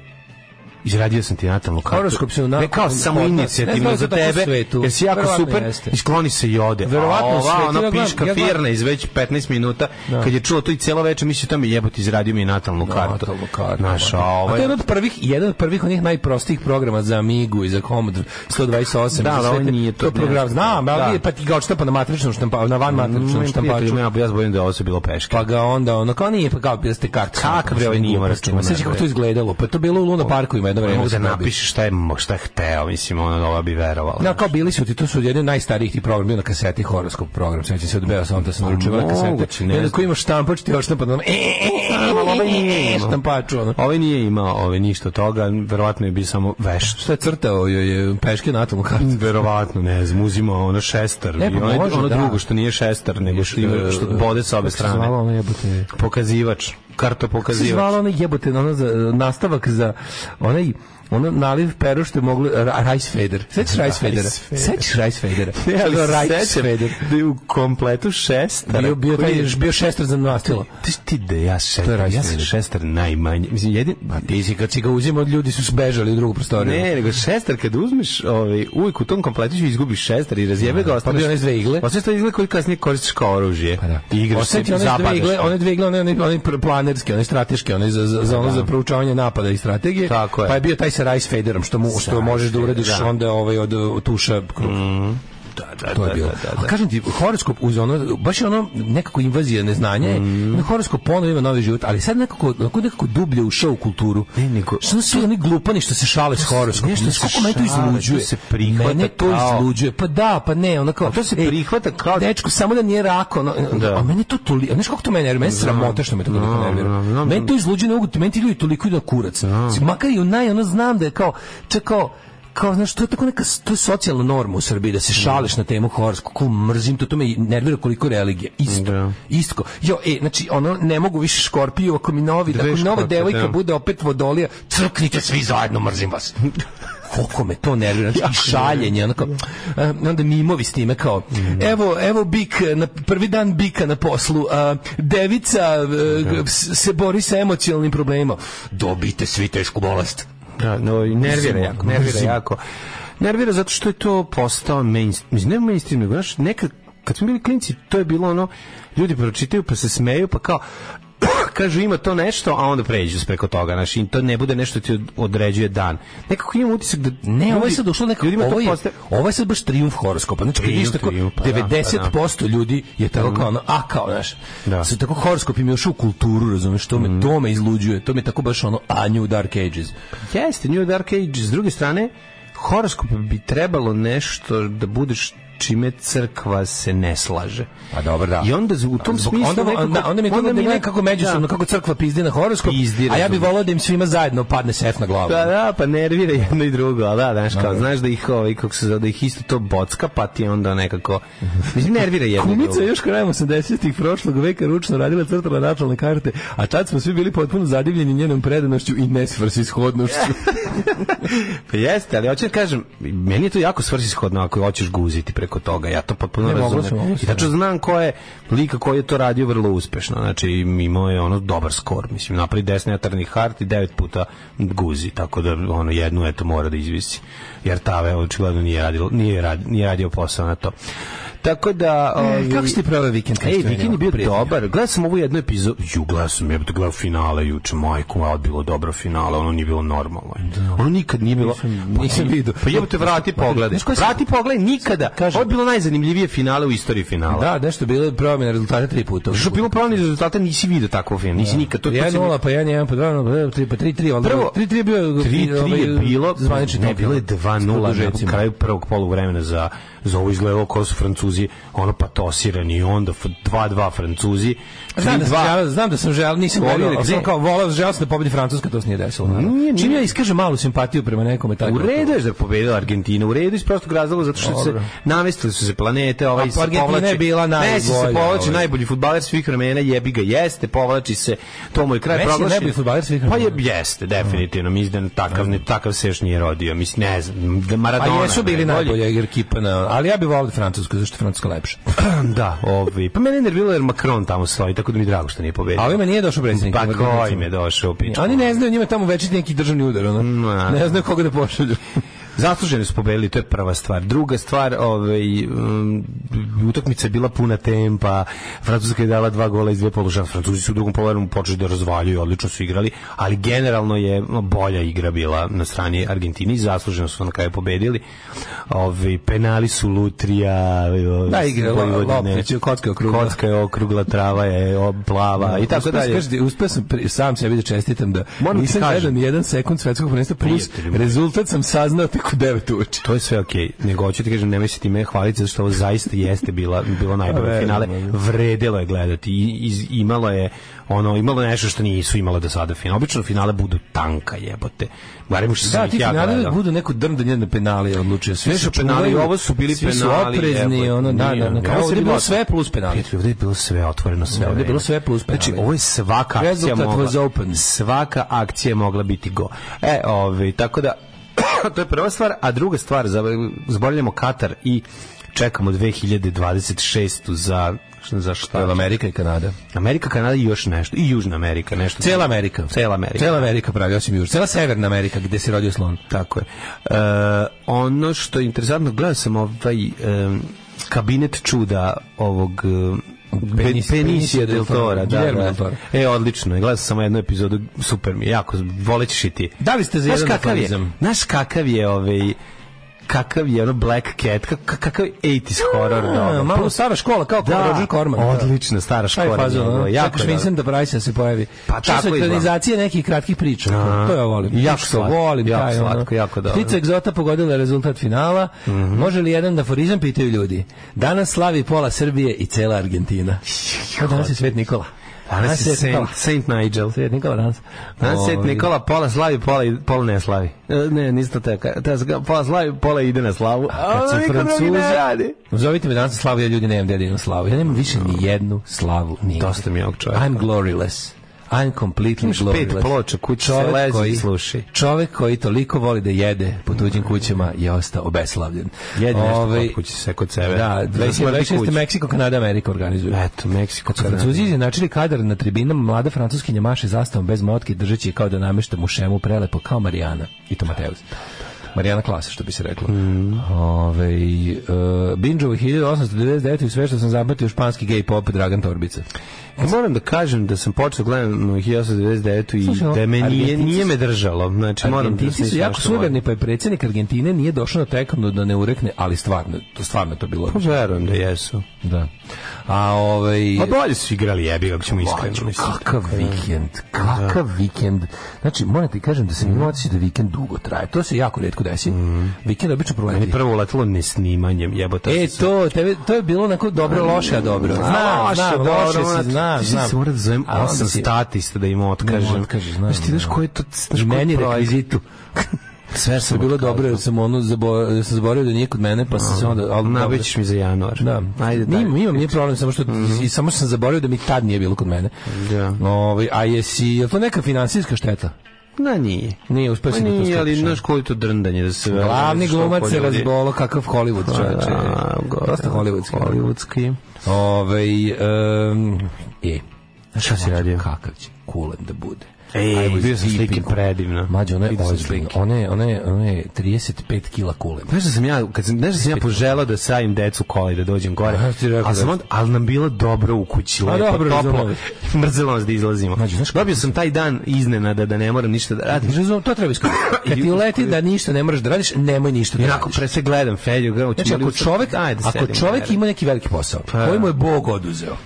Speaker 6: izradio sam ti natalnu kartu.
Speaker 7: Horoskop se onako-
Speaker 6: Ne, kao samo
Speaker 7: Ne, ne,
Speaker 6: inicijativno
Speaker 7: ne,
Speaker 6: za
Speaker 7: to tako u
Speaker 6: tebe,
Speaker 7: svetu.
Speaker 6: jer si jako
Speaker 7: Verovatno
Speaker 6: super,
Speaker 7: jeste.
Speaker 6: i skloni se i ode.
Speaker 7: Verovatno
Speaker 6: A
Speaker 7: u
Speaker 6: ova,
Speaker 7: svetu,
Speaker 6: ona
Speaker 7: ja gledam-
Speaker 6: piška
Speaker 7: ja gledam- Da.
Speaker 6: firna iz već 15 minuta, kad je čuo to i cijelo večer, mislio tamo jebote, izradio mi je natalnu kartu.
Speaker 7: Natalnu kartu. da.
Speaker 6: Znaš, a
Speaker 7: A to je
Speaker 6: ovaj...
Speaker 7: jedan od prvih, jedan od prvih onih najprostijih programa za Amigu i za Commodore 128.
Speaker 6: Da,
Speaker 7: za
Speaker 6: ali
Speaker 7: sve
Speaker 6: ovo
Speaker 7: te-
Speaker 6: nije to,
Speaker 7: je program.
Speaker 6: ne.
Speaker 7: Znam,
Speaker 6: Da. Mm,
Speaker 7: ali je, pa ti ga odštapa na matričnom štampaču, na van matričnom
Speaker 6: Mojim
Speaker 7: štampaču.
Speaker 6: prijateljima, ja- ja se bojim da je ovo sve bilo peške.
Speaker 7: Pa ga onda, ono, kao nije, pa kao bili ste kartu.
Speaker 6: Kakav bre, ovaj nije imao računa,
Speaker 7: Sveći kako
Speaker 6: bre.
Speaker 7: to izgledalo. Pa to je bilo u Luna Parku ima jedno
Speaker 6: ne
Speaker 7: vreme.
Speaker 6: mogu da
Speaker 7: sam dobio.
Speaker 6: napišeš šta je, mo- šta je hteo, mislim, ono, ova bi verovala.
Speaker 7: Da, kao bili su ti, to su jedni od najstarijih ti program, bio na kaseti horoskop program, sveći se odbeo sam, to sam naručio na kasete.
Speaker 6: moguće, ne
Speaker 7: Jedan
Speaker 6: znam.
Speaker 7: koji ima štampač, ti odštampa na e, e,
Speaker 6: ovaj
Speaker 7: e,
Speaker 6: nije
Speaker 7: e,
Speaker 6: imao.
Speaker 7: štampaču, ono.
Speaker 6: Ovaj nije imao ovaj, ništa od toga, verovatno je bio samo vešt.
Speaker 7: Šta je crtao, joj je peške na atomu kartu.
Speaker 6: Verovatno, ne znam, uzimao ono šestar.
Speaker 7: E, pa
Speaker 6: i ono,
Speaker 7: može,
Speaker 6: ono
Speaker 7: da.
Speaker 6: drugo što nije šestar, nego što, ima, što bode sa obe strane.
Speaker 7: Zvala ono jebote.
Speaker 6: Pokazivač, karta
Speaker 7: Kako se zvala
Speaker 6: pokazivač.
Speaker 7: ono jebote, ono za, nastavak za onaj ono naliv peru što je moglo, ra- rice fader. Sećaš Da, rice fadera? Sećaš rice fadera?
Speaker 6: Ne, ali
Speaker 7: Ono rice
Speaker 6: sećam
Speaker 7: fader.
Speaker 6: da je u kompletu šestar.
Speaker 7: Bio, bio, taj, bio šestor za nastilo.
Speaker 6: Ti ti da ja
Speaker 7: To je
Speaker 6: šestar,
Speaker 7: rice
Speaker 6: ja sam
Speaker 7: fader.
Speaker 6: šestar najmanje. Mislim, jedin...
Speaker 7: A ti si kad si ga uzimao, od ljudi su bežali u drugu prostoriju.
Speaker 6: Ne, nego šestar, kad uzmeš, ovaj, uvijek u tom kompletiću izgubiš šestar i razjebe ga, ostaneš...
Speaker 7: bio Da, pa one s dve igle.
Speaker 6: Ostaneš to igle koji kasnije koristiš kao oružje.
Speaker 7: Pa da.
Speaker 6: I igraš se, da.
Speaker 7: Osjeti one dve
Speaker 6: zapadaš.
Speaker 7: igle, one dve igle, one, one, one pr- planerske, one strateške, one za, za, za, ono za proučavanje napada i strategije.
Speaker 6: Da. Tako je.
Speaker 7: Pa je bio taj sa Rice Faderom, što, mu, što možeš da uradiš
Speaker 6: da.
Speaker 7: onda ovaj, od, od tuša krug.
Speaker 6: Da, da,
Speaker 7: to je
Speaker 6: da,
Speaker 7: bilo.
Speaker 6: da, da,
Speaker 7: A kažem ti, horoskop uz ono, baš je ono nekako invazija neznanja,
Speaker 6: Mhm.
Speaker 7: mm. horoskop ponovo ima novi život, ali sad nekako, onako nekako dublje ušao u kulturu.
Speaker 6: Ne, nego-
Speaker 7: Što su oni glupani što se šale s horoskopom?
Speaker 6: nešto
Speaker 7: Nešto
Speaker 6: se
Speaker 7: kako me to
Speaker 6: šale,
Speaker 7: izluđuje.
Speaker 6: to se prihvata
Speaker 7: Mene to
Speaker 6: kao-
Speaker 7: izluđuje. Pa da, pa ne, ono kao...
Speaker 6: to se
Speaker 7: ej,
Speaker 6: prihvata kao-
Speaker 7: Dečko, samo da nije rak, ono,
Speaker 6: Da.
Speaker 7: a meni to toliko... Znaš kako to mene nervira? Mene je sramota što me to toliko nervira.
Speaker 6: znam, znam,
Speaker 7: Meni to izluđuje, ne mogu ti- meni ti ljudi toliko idu na kurac. Makar i onaj, ono, znam da je kao, čak kao, kao, znaš, to je tako neka, to je socijalna norma u Srbiji, da se šališ na temu horoskopa, kako mrzim to, to me i nervira koliko religija, isto,
Speaker 6: Da.
Speaker 7: isto, kao, jo, e, znači, ono, ne mogu više škorpiju, ako mi novi, ako mi nova
Speaker 6: škorpe,
Speaker 7: devojka
Speaker 6: da.
Speaker 7: bude opet vodolija, crknite svi zajedno, mrzim vas. Koliko me to nervira, znači, i šaljenje, ono kao, e, onda mimovi s time, kao, evo, evo bik, na, prvi dan bika na poslu, a, devica e, g- s- se bori sa emocionalnim problemima, dobite svi tešku bolest.
Speaker 6: Da, no, i nervira
Speaker 7: Mrzimo,
Speaker 6: jako, nervira
Speaker 7: mrzimo.
Speaker 6: jako. Nervira zato što je to postao mainstream, mislim, ne mainstream, nego, znaš, nekad, kad smo bili klinci, to je bilo ono, ljudi pročitaju pa se smeju, pa kao, kažu ima to nešto, a onda pređu preko toga, znaš, i to ne bude nešto ti od- određuje dan. Nekako imam utisak da...
Speaker 7: Ne, ovo je
Speaker 6: ljudi-
Speaker 7: sad došlo nekako,
Speaker 6: ljudima to
Speaker 7: ovo je,
Speaker 6: postaje-
Speaker 7: ovo je sad baš trijumf horoskopa. Znači, kad
Speaker 6: Trijumf,
Speaker 7: vidiš tako,
Speaker 6: trijumf, pa da,
Speaker 7: 90% ljudi je tako kao ono, a kao, znaš,
Speaker 6: Da.
Speaker 7: su tako horoskop im je ušao u kulturu, razumeš, to me, to me izluđuje, to me tako baš ono, a new dark ages.
Speaker 6: Jeste, New Dark Age, s druge strane, horoskop bi trebalo nešto da budeš čime crkva se ne slaže.
Speaker 7: Pa dobro, da.
Speaker 6: I onda u tom
Speaker 7: Zbog-
Speaker 6: smislu
Speaker 7: onda,
Speaker 6: nekako-
Speaker 7: onda, onda mi je to da mi
Speaker 6: ne-
Speaker 7: nekako međusobno,
Speaker 6: da.
Speaker 7: kako crkva pizdi na horoskop,
Speaker 6: Pizdi,
Speaker 7: a ja bih
Speaker 6: razumem.
Speaker 7: volao da im svima zajedno padne sef na glavu.
Speaker 6: Pa da, pa nervira jedno i drugo, ali da, znaš, kao, znaš da ih, ovaj, kako se zove, da ih isto to bocka, pa ti je onda nekako, mislim, nervira jedno i drugo.
Speaker 7: Kumica je još krajem 80-ih prošlog veka ručno radila crtala načalne karte, a tad smo svi bili potpuno zadivljeni njenom predanošću i nesvrsishodnošću.
Speaker 6: Pa jeste, ali hoću da kažem, meni je to jako svrsishodno ako hoćeš guziti preko toga, ja to potpuno
Speaker 7: Ne, moglo
Speaker 6: razumem.
Speaker 7: se, moglo se,
Speaker 6: I tačno
Speaker 7: da.
Speaker 6: Znači, znam ko je lika koji je to radio vrlo uspešno, znači imao je ono dobar skor, mislim, napravi desni atarni hart i devet puta guzi, tako da ono jednu eto mora da izvisi, jer tave očigledno nije radio, nije radio, nije radio posao na to. Tako da... ovi-
Speaker 7: E, kako si ti proveo vikend? kad
Speaker 6: Ej,
Speaker 7: si
Speaker 6: vikend je
Speaker 7: trenirao?
Speaker 6: bio
Speaker 7: Prijatno.
Speaker 6: dobar. Gledao sam ovu jednu epizodu. Ju, gledao sam, je gledao finale juče, majku, moja odbilo dobro finale, ono nije bilo normalno. Ono nikad nije bilo. Pa
Speaker 7: Da. nisam
Speaker 6: ti-
Speaker 7: vidio.
Speaker 6: Pa jebote, vrati pogledaj.
Speaker 7: Znaš koja se-
Speaker 6: Vrati pogledaj, nikada.
Speaker 7: Kažem-
Speaker 6: Ovo je bilo najzanimljivije finale u istoriji finala.
Speaker 7: Da, nešto je bilo promjena rezultata tri puta.
Speaker 6: Što je bilo pravni rezultate, nisi vidio takvo film,
Speaker 7: Da.
Speaker 6: nisi nikad. To, to se-
Speaker 7: 1-0, pa 1-1, pa 2-0, pa 3-3, pa 3-3, ali
Speaker 6: Prvo-
Speaker 7: 3-3 je bio...
Speaker 6: 3-3 je
Speaker 7: ovaj,
Speaker 6: bilo,
Speaker 7: zvanični
Speaker 6: ne,
Speaker 7: topil.
Speaker 6: bilo je
Speaker 7: S
Speaker 6: 2-0 na
Speaker 7: produžecima.
Speaker 6: kraju prvog poluvremena za, za ovo izgledalo kao su Francuzi, ono patosirani, i onda f- 2-2 Francuzi,
Speaker 7: Znam da, sam
Speaker 6: 3-2
Speaker 7: želeo, znam da sam želeo, nisam
Speaker 6: Volio,
Speaker 7: volio, ali
Speaker 6: gde?
Speaker 7: sam kao volao, želeo sam da pobedi Francuska, to se nije desilo. naravno.
Speaker 6: Nije,
Speaker 7: Čim
Speaker 6: nije.
Speaker 7: ja iskažem malu simpatiju prema nekome, tako
Speaker 6: U redu je da je pobedila Argentina, u redu je iz prostog razloga zato što
Speaker 7: Dobro.
Speaker 6: se namestili su se planete,
Speaker 7: A
Speaker 6: ovaj
Speaker 7: pa
Speaker 6: se
Speaker 7: Argentina
Speaker 6: povlači.
Speaker 7: je bila najbolja,
Speaker 6: Messi se povlači
Speaker 7: ovaj.
Speaker 6: najbolji fudbaler svih vremena, jebi ga jeste, povlači se. To mu je kraj
Speaker 7: Messi je
Speaker 6: proglašen.
Speaker 7: najbolji fudbaler svih
Speaker 6: Pa je
Speaker 7: vremena.
Speaker 6: jeste, definitivno, mislim da takav ne takav se još nije rodio. Mislim ne znam, da
Speaker 7: Pa
Speaker 6: Maradona.
Speaker 7: jesu bili
Speaker 6: najbolji.
Speaker 7: najbolja ekipa na, ali ja bih volao da Francuska, zašto je Francuska lepša.
Speaker 6: da, ovi. Pa mene je nerviralo jer Macron tamo stoji, tako da mi je drago što nije pobedio.
Speaker 7: A ovima nije došao predsjednik.
Speaker 6: Pa
Speaker 7: Vrhovnog
Speaker 6: koji
Speaker 7: suda.
Speaker 6: me došao u pičku.
Speaker 7: Oni ne znaju, njima je tamo večiti neki državni udar, ono.
Speaker 6: Ma.
Speaker 7: Ne znaju koga da pošalju.
Speaker 6: Zasluženo su pobedili, to je prva stvar. Druga stvar, ovaj, um, utakmica je bila puna tempa, Francuska je dala dva gola iz dve položaja, Francuzi su u drugom polovremenu počeli da razvaljuju, odlično su igrali, ali generalno je bolja igra bila na strani Argentini, zasluženo su na kraju pobedili. Ovaj, penali su Lutrija, ovaj,
Speaker 7: Da, igra Lo-
Speaker 6: Vojvodine.
Speaker 7: Loptić je kocka okrugla. Da,
Speaker 6: Kocka je okrugla, trava je o, plava Pa, i tako
Speaker 7: Pa, Uspeo sam,
Speaker 6: dalje.
Speaker 7: kaži ti, uspeo sam, pri- sam sebi da čestitam da
Speaker 6: Moram ti
Speaker 7: nisam
Speaker 6: kažem.
Speaker 7: gledao ni jedan sekund svetskog prvenstva, plus
Speaker 6: Prijatelju moj.
Speaker 7: rezultat sam saznao tek u 9 uveče.
Speaker 6: To je sve okej, nego hoću ti kažem, nemoj se ti me hvaliti, zato što ovo zaista jeste bila, bilo najbolje
Speaker 7: Verujem,
Speaker 6: finale.
Speaker 7: verujem.
Speaker 6: Vredelo je gledati, I, iz- imalo je ono, imalo je nešto što nisu imala do sada finale. Obično finale budu tanka jebote. Barem što
Speaker 7: Da,
Speaker 6: sam
Speaker 7: ti
Speaker 6: ih ja
Speaker 7: finale uvek
Speaker 6: gledao.
Speaker 7: budu neko drndanje na penali odlučio. Sve
Speaker 6: Sve
Speaker 7: su
Speaker 6: su penali,
Speaker 7: čuvaju,
Speaker 6: ovo su bili
Speaker 7: svi
Speaker 6: penali,
Speaker 7: Su oprezni,
Speaker 6: jebote,
Speaker 7: ono, da, da,
Speaker 6: nije,
Speaker 7: na
Speaker 6: ne,
Speaker 7: kraju
Speaker 6: ovo
Speaker 7: ovde
Speaker 6: je
Speaker 7: je bilo
Speaker 6: bilo
Speaker 7: sve plus penali.
Speaker 6: Prijatelji, ovde je bilo sve otvoreno sve.
Speaker 7: Da, ovde je
Speaker 6: vreme.
Speaker 7: bilo sve plus penali.
Speaker 6: Znači, ovo je svaka akcija
Speaker 7: Rezultat
Speaker 6: mogla.
Speaker 7: was open.
Speaker 6: Svaka akcija je mogla biti go. E, ovaj, tako da to je prva stvar, a druga stvar, zav- zaboravljamo Katar i čekamo 2026. za za
Speaker 7: Pa,
Speaker 6: šta?
Speaker 7: Amerika i Kanada.
Speaker 6: Amerika, Kanada i još nešto. I Južna Amerika, nešto.
Speaker 7: Cela Amerika.
Speaker 6: Cela Amerika.
Speaker 7: Cela Amerika pravi, osim Južna. Cela Severna Amerika, gde se rodio slon.
Speaker 6: Tako je. E, ono što je interesantno, gledao sam ovaj em, kabinet čuda ovog
Speaker 7: Penis-
Speaker 6: Penis, Penisija del Tora. Da,
Speaker 7: Guillermo del
Speaker 6: da.
Speaker 7: Toro.
Speaker 6: E, odlično. je. Gledao sam samo jednu epizodu, super mi je, jako, volećeš i ti.
Speaker 7: Da li ste za
Speaker 6: Znaš
Speaker 7: jedan
Speaker 6: kakav je,
Speaker 7: aforizam?
Speaker 6: znaš kakav je ovaj, kakav je ono Black Cat, kak- kakav je 80s horror.
Speaker 7: A,
Speaker 6: ono.
Speaker 7: Malo stara škola, kao da, Roger Corman. da.
Speaker 6: odlično, stara
Speaker 7: Taj
Speaker 6: škola.
Speaker 7: fazon,
Speaker 6: njegova,
Speaker 7: ono,
Speaker 6: jako
Speaker 7: čekaš
Speaker 6: dobro.
Speaker 7: Vincenta Price da se pojavi.
Speaker 6: Pa
Speaker 7: To su
Speaker 6: tako izgleda.
Speaker 7: ekranizacije nekih kratkih priča.
Speaker 6: Aha.
Speaker 7: To ja volim.
Speaker 6: Jako
Speaker 7: to
Speaker 6: slatko,
Speaker 7: volim.
Speaker 6: jako
Speaker 7: taj,
Speaker 6: slatko, jako dobro. Mhm.
Speaker 7: Ptica egzota pogodila je rezultat finala. Može li jedan da forizam pitaju ljudi? Danas slavi pola Srbije i cela Argentina. Kao danas je Svet Nikola.
Speaker 6: Danas je Saint, Saint Nigel.
Speaker 7: Svet Nikola danas.
Speaker 6: Danas je
Speaker 7: Ovi.
Speaker 6: Nikola pola slavi, pola, id- pola ne slavi. E, Ne, niste te, pola slavi, pola ide na slavu. A
Speaker 7: kad su
Speaker 6: niko drugi
Speaker 7: Francuzi-
Speaker 6: ne radi.
Speaker 7: Zovite me danas na slavu, ja ljudi nemam gde da idem na slavu. Ja nemam više ni jednu slavu. Nigde.
Speaker 6: Dosta mi je ovog čoveka.
Speaker 7: I'm gloryless. I'm completely
Speaker 6: Imaš pet
Speaker 7: gloryless.
Speaker 6: ploča kući,
Speaker 7: Čovek
Speaker 6: lezi i
Speaker 7: koji-
Speaker 6: slušaj.
Speaker 7: Čovek koji toliko voli da jede po tuđim kućama je ostao obeslavljen.
Speaker 6: Jedi nešto
Speaker 7: Ovaj,
Speaker 6: kod kuće sve kod sebe.
Speaker 7: Da,
Speaker 6: Da smrdi
Speaker 7: 26.
Speaker 6: kuću. E,
Speaker 7: Meksiko, Kanada, Amerika organizuju.
Speaker 6: Eto, Meksiko.
Speaker 7: Kad su Francuzi izjednačili kadar na tribinama, mlada francuskinja maše zastavom bez motke, držeći je kao da namešta mu šemu prelepo, kao Marijana. I to Mateus.
Speaker 6: Da,
Speaker 7: Marijana Klasa, što bi se reklo.
Speaker 6: Mhm.
Speaker 7: Ove, uh, Binđovo 1899. i sve što sam zapatio španski gay pop Dragan Torbica.
Speaker 6: Ja moram da kažem da sam počeo gledam 1899
Speaker 7: Slušaj,
Speaker 6: i
Speaker 7: ono,
Speaker 6: da me nije,
Speaker 7: Argentinci
Speaker 6: nije
Speaker 7: su-
Speaker 6: me držalo. Znači, moram da
Speaker 7: Argentinci su
Speaker 6: smislim
Speaker 7: jako
Speaker 6: nešto moram.
Speaker 7: suverni, pa je predsjednik Argentine nije došao na teknu da ne urekne, ali stvarno, to stvarno je to bilo.
Speaker 6: Pa verujem da jesu.
Speaker 7: Da. A ovaj...
Speaker 6: Pa bolje su igrali jebi, ako ćemo iskreno. mislim.
Speaker 7: Kakav vikend, kakav vikend. Znači, moram ti kažem da sam imao osjećaj da vikend dugo da traje. To se jako redko tako desi. Mm. Vikend obično
Speaker 6: Meni
Speaker 7: proleti.
Speaker 6: prvo uletilo ne snimanjem, jebote.
Speaker 7: E, to, tebe, to je bilo onako
Speaker 6: Mm.
Speaker 7: dobro, loše, a dobro. Znam, znam, loše si, znam,
Speaker 6: Ti
Speaker 7: znam.
Speaker 6: se mora da zovem
Speaker 7: A onda
Speaker 6: osam
Speaker 7: si-
Speaker 6: statista da im otkažem.
Speaker 7: Da mu otkažeš, znam,
Speaker 6: Znaš ti znaš
Speaker 7: znam.
Speaker 6: koji je to, znaš koji
Speaker 7: Meni
Speaker 6: projekt?
Speaker 7: rekvizitu.
Speaker 6: Sve sam
Speaker 7: To je bilo
Speaker 6: otkazao.
Speaker 7: dobro, jer sam ono zaboravio, sam zaboravio da nije kod mene, pa sam se onda... ali dobro.
Speaker 6: Nabićeš mi za januar.
Speaker 7: Da.
Speaker 6: Ajde,
Speaker 7: Nije-
Speaker 6: dalje.
Speaker 7: imam, nije problem, samo što i samo sam zaboravio da mi tad nije bilo kod mene.
Speaker 6: Da.
Speaker 7: Ovaj, a jesi, je to neka finansijska šteta?
Speaker 6: Na nije.
Speaker 7: Nije, uspeo
Speaker 6: Pa
Speaker 7: sam da to
Speaker 6: nije, ali
Speaker 7: skočiš,
Speaker 6: znaš koji je to drndanje da se...
Speaker 7: Glavni
Speaker 6: što
Speaker 7: glumac se
Speaker 6: poljubi.
Speaker 7: razbolo kakav Hollywood čoveče.
Speaker 6: Da,
Speaker 7: Dosta hollywoodski.
Speaker 6: Hollywoodski.
Speaker 7: Ove, um, e,
Speaker 6: Šta si radio?
Speaker 7: kakav će kulen da bude.
Speaker 6: Ej,
Speaker 7: I was
Speaker 6: bio sam
Speaker 7: deep
Speaker 6: slike
Speaker 7: in-
Speaker 6: predivno.
Speaker 7: Mlađe, ona je
Speaker 6: Vidio sam
Speaker 7: ozbiljna.
Speaker 6: slike.
Speaker 7: Ona je, ona je, ona je 35 kila kulen.
Speaker 6: Znaš da sam ja, kad sam, znaš da sam ja poželao da savim decu kola i da dođem gore.
Speaker 7: A, ja ti rekao
Speaker 6: ali, sam
Speaker 7: da- Pa
Speaker 6: onda, ali nam bilo dobro u kući, lepo,
Speaker 7: dobro,
Speaker 6: toplo.
Speaker 7: razumem.
Speaker 6: Mrzelo nas da izlazimo.
Speaker 7: Mlađe, znaš kako-
Speaker 6: Dobio sam taj dan iznenada da ne moram ništa da radim.
Speaker 7: Razumem, to treba iskoristiti. Kad ti
Speaker 6: pa
Speaker 7: uleti da ništa ne moraš da radiš, nemoj ništa da
Speaker 6: Inako
Speaker 7: radiš.
Speaker 6: pre sve gledam Felju, gledam,
Speaker 7: Znači, ako čovek,
Speaker 6: ajde,
Speaker 7: ako čovek ima neki veliki posao,
Speaker 6: Pa.
Speaker 7: koji mu je Bog oduzeo,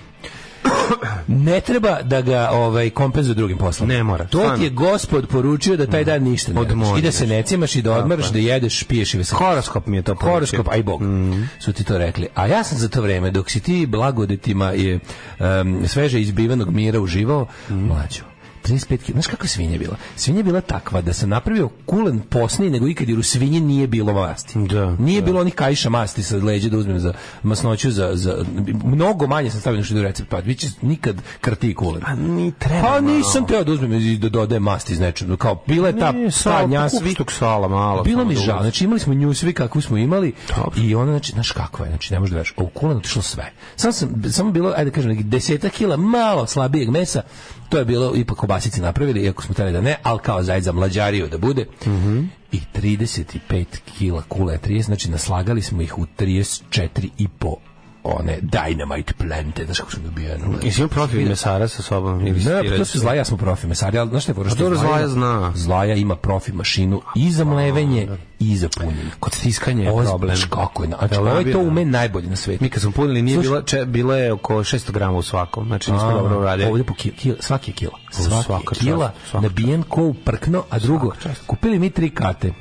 Speaker 7: ne treba da ga ovaj kompenzuje drugim poslom.
Speaker 6: Ne mora,
Speaker 7: To ti
Speaker 6: stvarno.
Speaker 7: je gospod poručio da taj dan ništa ne
Speaker 6: Odmori,
Speaker 7: radiš. I da se
Speaker 6: znaš.
Speaker 7: ne cimaš i da odmaraš, da jedeš, piješ i veseliš.
Speaker 6: Horoskop mi je to poručio.
Speaker 7: Horoskop, aj Bog,
Speaker 6: Mhm.
Speaker 7: su ti to rekli. A ja sam za to vreme, dok si ti blagodetima i em, sveže izbivanog mira uživao,
Speaker 6: Mhm.
Speaker 7: mlađo, 35 kila. Znaš kakva svinja je bila? Svinja je bila takva da sam napravio kulen posniji nego ikad jer u svinji nije bilo masti.
Speaker 6: Da,
Speaker 7: nije bilo onih kajša masti sa leđa da uzmem za masnoću. Za, za, mnogo manje sam stavio nešto do recept. Pa biće nikad krti kulen.
Speaker 6: Pa ni treba. malo.
Speaker 7: Pa nisam teo da uzmem i da dodajem masti iz nečega. Kao bila je ta
Speaker 6: Pa, Nije, sala,
Speaker 7: padnja svi
Speaker 6: kupštog sala malo.
Speaker 7: bilo
Speaker 6: samo
Speaker 7: mi
Speaker 6: da
Speaker 7: žao,
Speaker 6: uzmem.
Speaker 7: znači imali smo nju svi kakvu smo imali
Speaker 6: Dobro.
Speaker 7: i ona, znači, znaš kakva je, znači ne možeš da veš, u kulen otišlo sve. Sam sam, samo bilo, ajde da kažem, nekih deseta kila malo slabijeg mesa, to je bilo, ipak obasici napravili, iako smo tali da ne, ali kao zajedno za mlađariju da bude.
Speaker 6: Mhm.
Speaker 7: I 35 kila kula je 30, znači naslagali smo ih u 34 i po one dynamite plante, znaš kako sam dobio
Speaker 6: Jesi imao protiv mesara sa sobom? Ili si
Speaker 7: ne,
Speaker 6: ti
Speaker 7: pa to su
Speaker 6: recimo?
Speaker 7: zlaja smo profi mesari, ali znaš šta je fora, što
Speaker 6: dobro,
Speaker 7: ima-
Speaker 6: zlaja zna. pa, da.
Speaker 7: Zlaja ima profi mašinu i za mlevenje i za punjenje.
Speaker 6: Kod stiskanja je
Speaker 7: Ozbiljno,
Speaker 6: problem.
Speaker 7: znaš kako je, znači,
Speaker 6: Jel
Speaker 7: ovaj to
Speaker 6: nabira?
Speaker 7: ume najbolje na svetu.
Speaker 6: Mi kad smo punili, nije
Speaker 7: Slušaj.
Speaker 6: bila, če, bila je oko 600 grama u svakom. Znači nismo dobro uradili.
Speaker 7: Ovdje po kila, kila, svaki je kila. Svaki
Speaker 6: svaka
Speaker 7: svaka
Speaker 6: čast,
Speaker 7: kila
Speaker 6: svaka
Speaker 7: nabijen ko u prkno, a drugo, kupili mi tri kate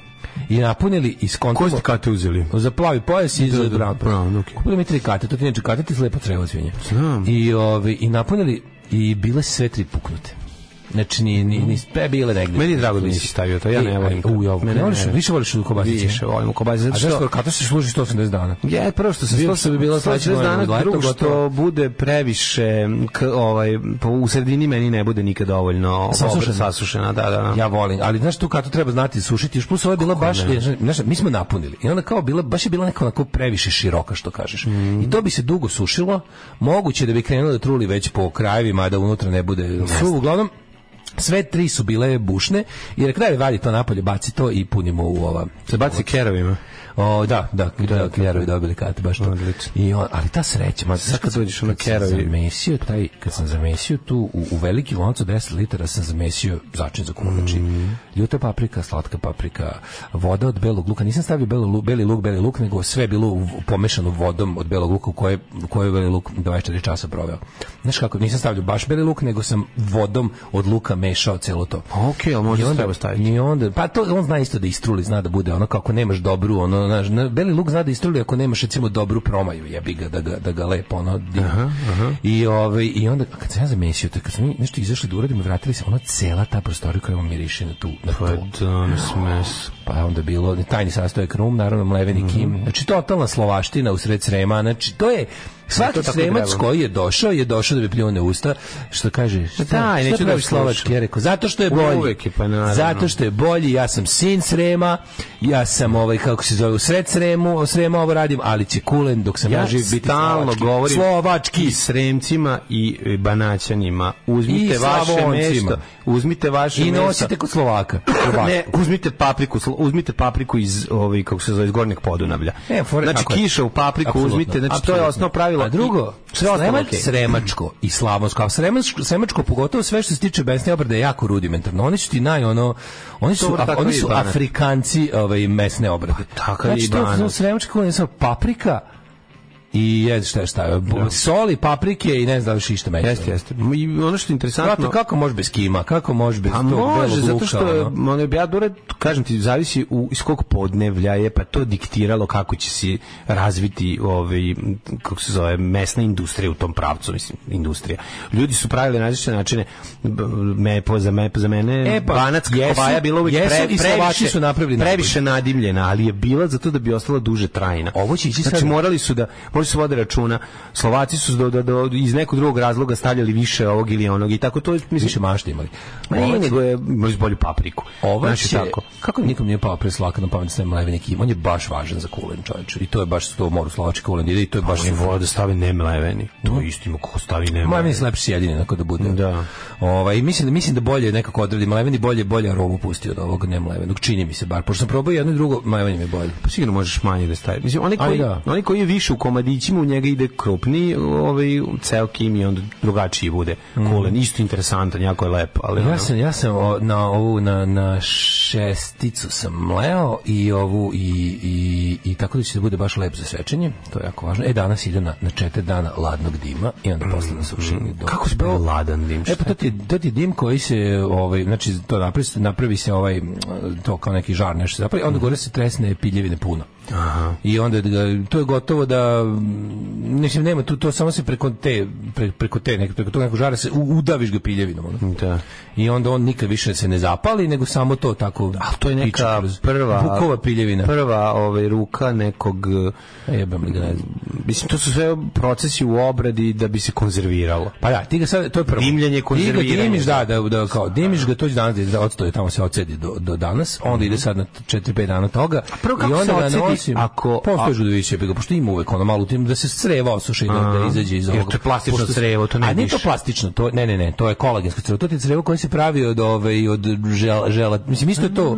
Speaker 7: i napunili iz
Speaker 6: Koji
Speaker 7: kontamo.
Speaker 6: ste kate uzeli?
Speaker 7: Za plavi pojas i za
Speaker 6: da,
Speaker 7: brown
Speaker 6: brown, okej.
Speaker 7: Kupili mi tri kate, to ti neče kate, ti se lepo treba svinje.
Speaker 6: Znam.
Speaker 7: I, ove, I napunili i bile su sve tri puknute. Znači, ni, ni, ni, sve bile negdje.
Speaker 6: Meni je drago da nisi stavio to, ja ne
Speaker 7: E,
Speaker 6: volim.
Speaker 7: aj,
Speaker 6: to.
Speaker 7: U, ja,
Speaker 6: Mene
Speaker 7: ne voliš, više voliš u kobasici.
Speaker 6: Više volim u kobasici, zato
Speaker 7: A znaš
Speaker 6: što-
Speaker 7: što, kada se služi 180 dana?
Speaker 6: Ja, prvo što se
Speaker 7: Bio
Speaker 6: sto
Speaker 7: što bi
Speaker 6: se
Speaker 7: bila
Speaker 6: bilo
Speaker 7: sledeća
Speaker 6: sledeće
Speaker 7: godina,
Speaker 6: dana,
Speaker 7: leto
Speaker 6: drugo
Speaker 7: gotovo.
Speaker 6: što bude previše k, ovaj po u sredini meni ne bude nikad dovoljno
Speaker 7: Sasušena.
Speaker 6: obra- sasušena, da, da.
Speaker 7: Ja volim, ali znaš tu katu treba znati sušiti, još plus ovo je bila baš, znaš, mi smo napunili. I onda kao bila, baš je bila neka onako previše široka što kažeš. I to bi se dugo sušilo, moguće da bi krenulo da truli već po krajevima, a da unutra ne bude su, uglavnom, sve tri su bile bušne, jer kraj valji to napolje, baci to i punimo u ova.
Speaker 6: se baci kerovima.
Speaker 7: O, da, da, da, Kljarovi dobili karte, baš to.
Speaker 6: Odlično.
Speaker 7: I on, ali ta sreća, ma,
Speaker 6: Sad kad dođeš ono
Speaker 7: sam
Speaker 6: kerovi.
Speaker 7: zamesio taj, kad sam zamesio tu, u, u veliki lonac od 10 litara sam zamesio začin za kumu, znači
Speaker 6: Mm.
Speaker 7: ljuta paprika, slatka paprika, voda od belog luka, nisam stavio belo, lu- beli luk, beli luk, nego sve je bilo u- pomešano vodom od belog luka u koje, u kojoj je beli luk 24 časa proveo. Znaš kako, nisam stavio baš beli luk, nego sam vodom od luka mešao celo to.
Speaker 6: Okej, al možda
Speaker 7: I onda-
Speaker 6: treba staviti.
Speaker 7: I onda, pa to on zna isto da istruli, zna da bude ono kako nemaš dobru, ono, znaš, na- beli luk zna da istruli ako nemaš recimo dobru promaju, jebi ga da ga da ga lepo ono. di- I ovaj i onda kad sam ja zamesio, to kad smo mi nešto izašli da uradimo, vratili se, ona cela ta prostorija koja vam miriše na tu na
Speaker 6: Pa
Speaker 7: to.
Speaker 6: da, ne smes.
Speaker 7: Pa je onda bilo tajni sastojak rum, naravno mleveni kim. Znači totalna slovaština u sred Srema, znači to je Svaki
Speaker 6: Mhm. to tako i
Speaker 7: sremac
Speaker 6: treba.
Speaker 7: koji je došao je došao da bi pljune usta, što kaže, šta,
Speaker 6: daj, neću da
Speaker 7: praviš
Speaker 6: slušam.
Speaker 7: slovački, ja rekao, zato što je bolji.
Speaker 6: Uvek je, pa naravno.
Speaker 7: Zato što je bolji, ja sam sin Srema, ja sam ovaj, kako se zove, u sred Sremu, Srema ovo radim, ali će kulen dok sam
Speaker 6: Ja
Speaker 7: živ biti
Speaker 6: stalno
Speaker 7: slovački.
Speaker 6: govorim
Speaker 7: Slovački!
Speaker 6: i sremcima i e, banaćanima. Uzmite
Speaker 7: I
Speaker 6: vaše
Speaker 7: Slavoncima.
Speaker 6: mesto, uzmite vaše
Speaker 7: I
Speaker 6: mesto.
Speaker 7: nosite kod Slovaka.
Speaker 6: Ne, uzmite papriku, sl- uzmite papriku iz ovaj kako se zove iz Gornjeg Podunavlja.
Speaker 7: E, fore,
Speaker 6: znači
Speaker 7: tako je.
Speaker 6: kiša u papriku
Speaker 7: Apsolutno,
Speaker 6: uzmite, znači to
Speaker 7: apsolutno.
Speaker 6: je osnovno pravilo.
Speaker 7: A drugo,
Speaker 6: I sve ostalo
Speaker 7: Sremač-
Speaker 6: okej.
Speaker 7: sremačko i slavonsko, a sremačko, sremačko pogotovo sve što se tiče besne obrade je jako rudimentarno. Oni su ti naj ono, oni su
Speaker 6: Dobro,
Speaker 7: a-
Speaker 6: tako
Speaker 7: oni
Speaker 6: je i
Speaker 7: su
Speaker 6: banan.
Speaker 7: Afrikanci, ovaj mesne obrade.
Speaker 6: Pa, tako je i
Speaker 7: znači to
Speaker 6: banan.
Speaker 7: je sremačko, ne znam, paprika i je šta šta soli paprike i ne znam da više šta meso
Speaker 6: Da. Jeste, jeste. I ono što je interesantno...
Speaker 7: Brate, kako može bez kima kako može bez
Speaker 6: A
Speaker 7: tog
Speaker 6: Pa može,
Speaker 7: belog
Speaker 6: zato
Speaker 7: luka,
Speaker 6: što
Speaker 7: ono?
Speaker 6: ono? ono Bjadure, kažem ti, zavisi u, iz kog podnevlja je, pa to diktiralo kako će se razviti ovaj, m, kako se zove, mesna industrija u tom pravcu, mislim, industrija. Ljudi su pravili na različite načine, b- me, po, za, me, za mene,
Speaker 7: E, pa,
Speaker 6: banac
Speaker 7: jesu-
Speaker 6: kobaja bila uvijek
Speaker 7: jesu
Speaker 6: pre,
Speaker 7: i Slovaci
Speaker 6: previše,
Speaker 7: su napravili
Speaker 6: previše nadimljena, ali je bila zato da bi ostala duže trajna.
Speaker 7: Ovo će ići
Speaker 6: znači,
Speaker 7: sad-
Speaker 6: morali su da, morali su vode računa, Slovaci su do, do, do, iz nekog drugog razloga stavljali više ovog ili onog i tako to, je, mislim, ovaj-
Speaker 7: više mašte imali
Speaker 6: Ma nije,
Speaker 7: Ovo-
Speaker 6: nego je imali bolju papriku.
Speaker 7: Ovo
Speaker 6: Znaš, i
Speaker 7: će,
Speaker 6: Znači tako.
Speaker 7: kako nikom nije pao pre slaka na pamet da stavim mleveni kim, on je baš važan za kulen čovječe. I to je baš to moru slovački kulen ide i to je baš...
Speaker 6: Oni vole da stavi nemleveni. To je istimo kako stavi
Speaker 7: Moja
Speaker 6: nemleveni.
Speaker 7: mislim lepši jedini onako da bude.
Speaker 6: Da.
Speaker 7: Ovaj, mislim, mislim da bolje nekako odredi mleveni, bolje, bolje aromu pusti od ovog nemlevenog. Čini mi se bar. Pošto sam probao jedno i drugo, mleveni mi je bolje.
Speaker 6: Pa sigurno možeš manje da stavi. Mislim, onaj koji,
Speaker 7: Ali da.
Speaker 6: onaj koji je više u komadićima, u njega ide krupni, ovaj, ceo kim i onda drugačiji bude. Kulen, isto interesantan, jako je lep. Ali, ono,
Speaker 7: Ja sam, ja sam o, na ovu, na, na šesticu sam mleo i ovu i, i, i tako da će da bude baš lep za svečanje, to je jako važno. E, danas ide na, na četiri dana ladnog dima i onda posle na sušenje. do-
Speaker 6: Mm, Kako se bio ladan dim?
Speaker 7: E pa to ti, je- to ti je dim koji se ovaj znači to napravi, se- napravi se ovaj m, to kao neki žar nešto se napravi,
Speaker 6: Mm.
Speaker 7: onda gore se tresne piljevine puno. Aha. I onda ga- to je gotovo da m, mislim nema tu to samo se preko te pre- preko te neke preko tog nekog žara se u- udaviš ga piljevinom ono.
Speaker 6: Da.
Speaker 7: I onda on nikad više se ne zapali, nego samo to tako.
Speaker 6: A to je
Speaker 7: piče
Speaker 6: neka
Speaker 7: kroz-
Speaker 6: prva...
Speaker 7: Vukova piljevina.
Speaker 6: Prva ovaj, ruka nekog...
Speaker 7: E, Jebem li ga, ne znam.
Speaker 6: Mislim, to su sve procesi u obradi da bi se konzerviralo.
Speaker 7: Pa da, ti ga sad, to je prvo.
Speaker 6: Dimljenje,
Speaker 7: Ti ga
Speaker 6: konzerviranje.
Speaker 7: dimiš, da, da, da, kao, dimiš ga, to će danas da odstoje, tamo se ocedi do, do danas, onda ide sad na 4-5 dana toga.
Speaker 6: prvo kako
Speaker 7: I onda
Speaker 6: se
Speaker 7: ga Pa
Speaker 6: ocedi
Speaker 7: nosim,
Speaker 6: ako-
Speaker 7: Postoje žudoviće, bi ga, pošto ima uvek ono malo u tim, da se creva osuši, da, da izađe iz
Speaker 6: Jer
Speaker 7: ovoga.
Speaker 6: to je plastično
Speaker 7: Pošto se-
Speaker 6: crevo, to ne
Speaker 7: A nije to
Speaker 6: diše.
Speaker 7: plastično, to, ne, ne, ne, to je kolagensko crevo. To ti je crevo koje se pravi od, ove, od žel, žela, mislim, isto je to,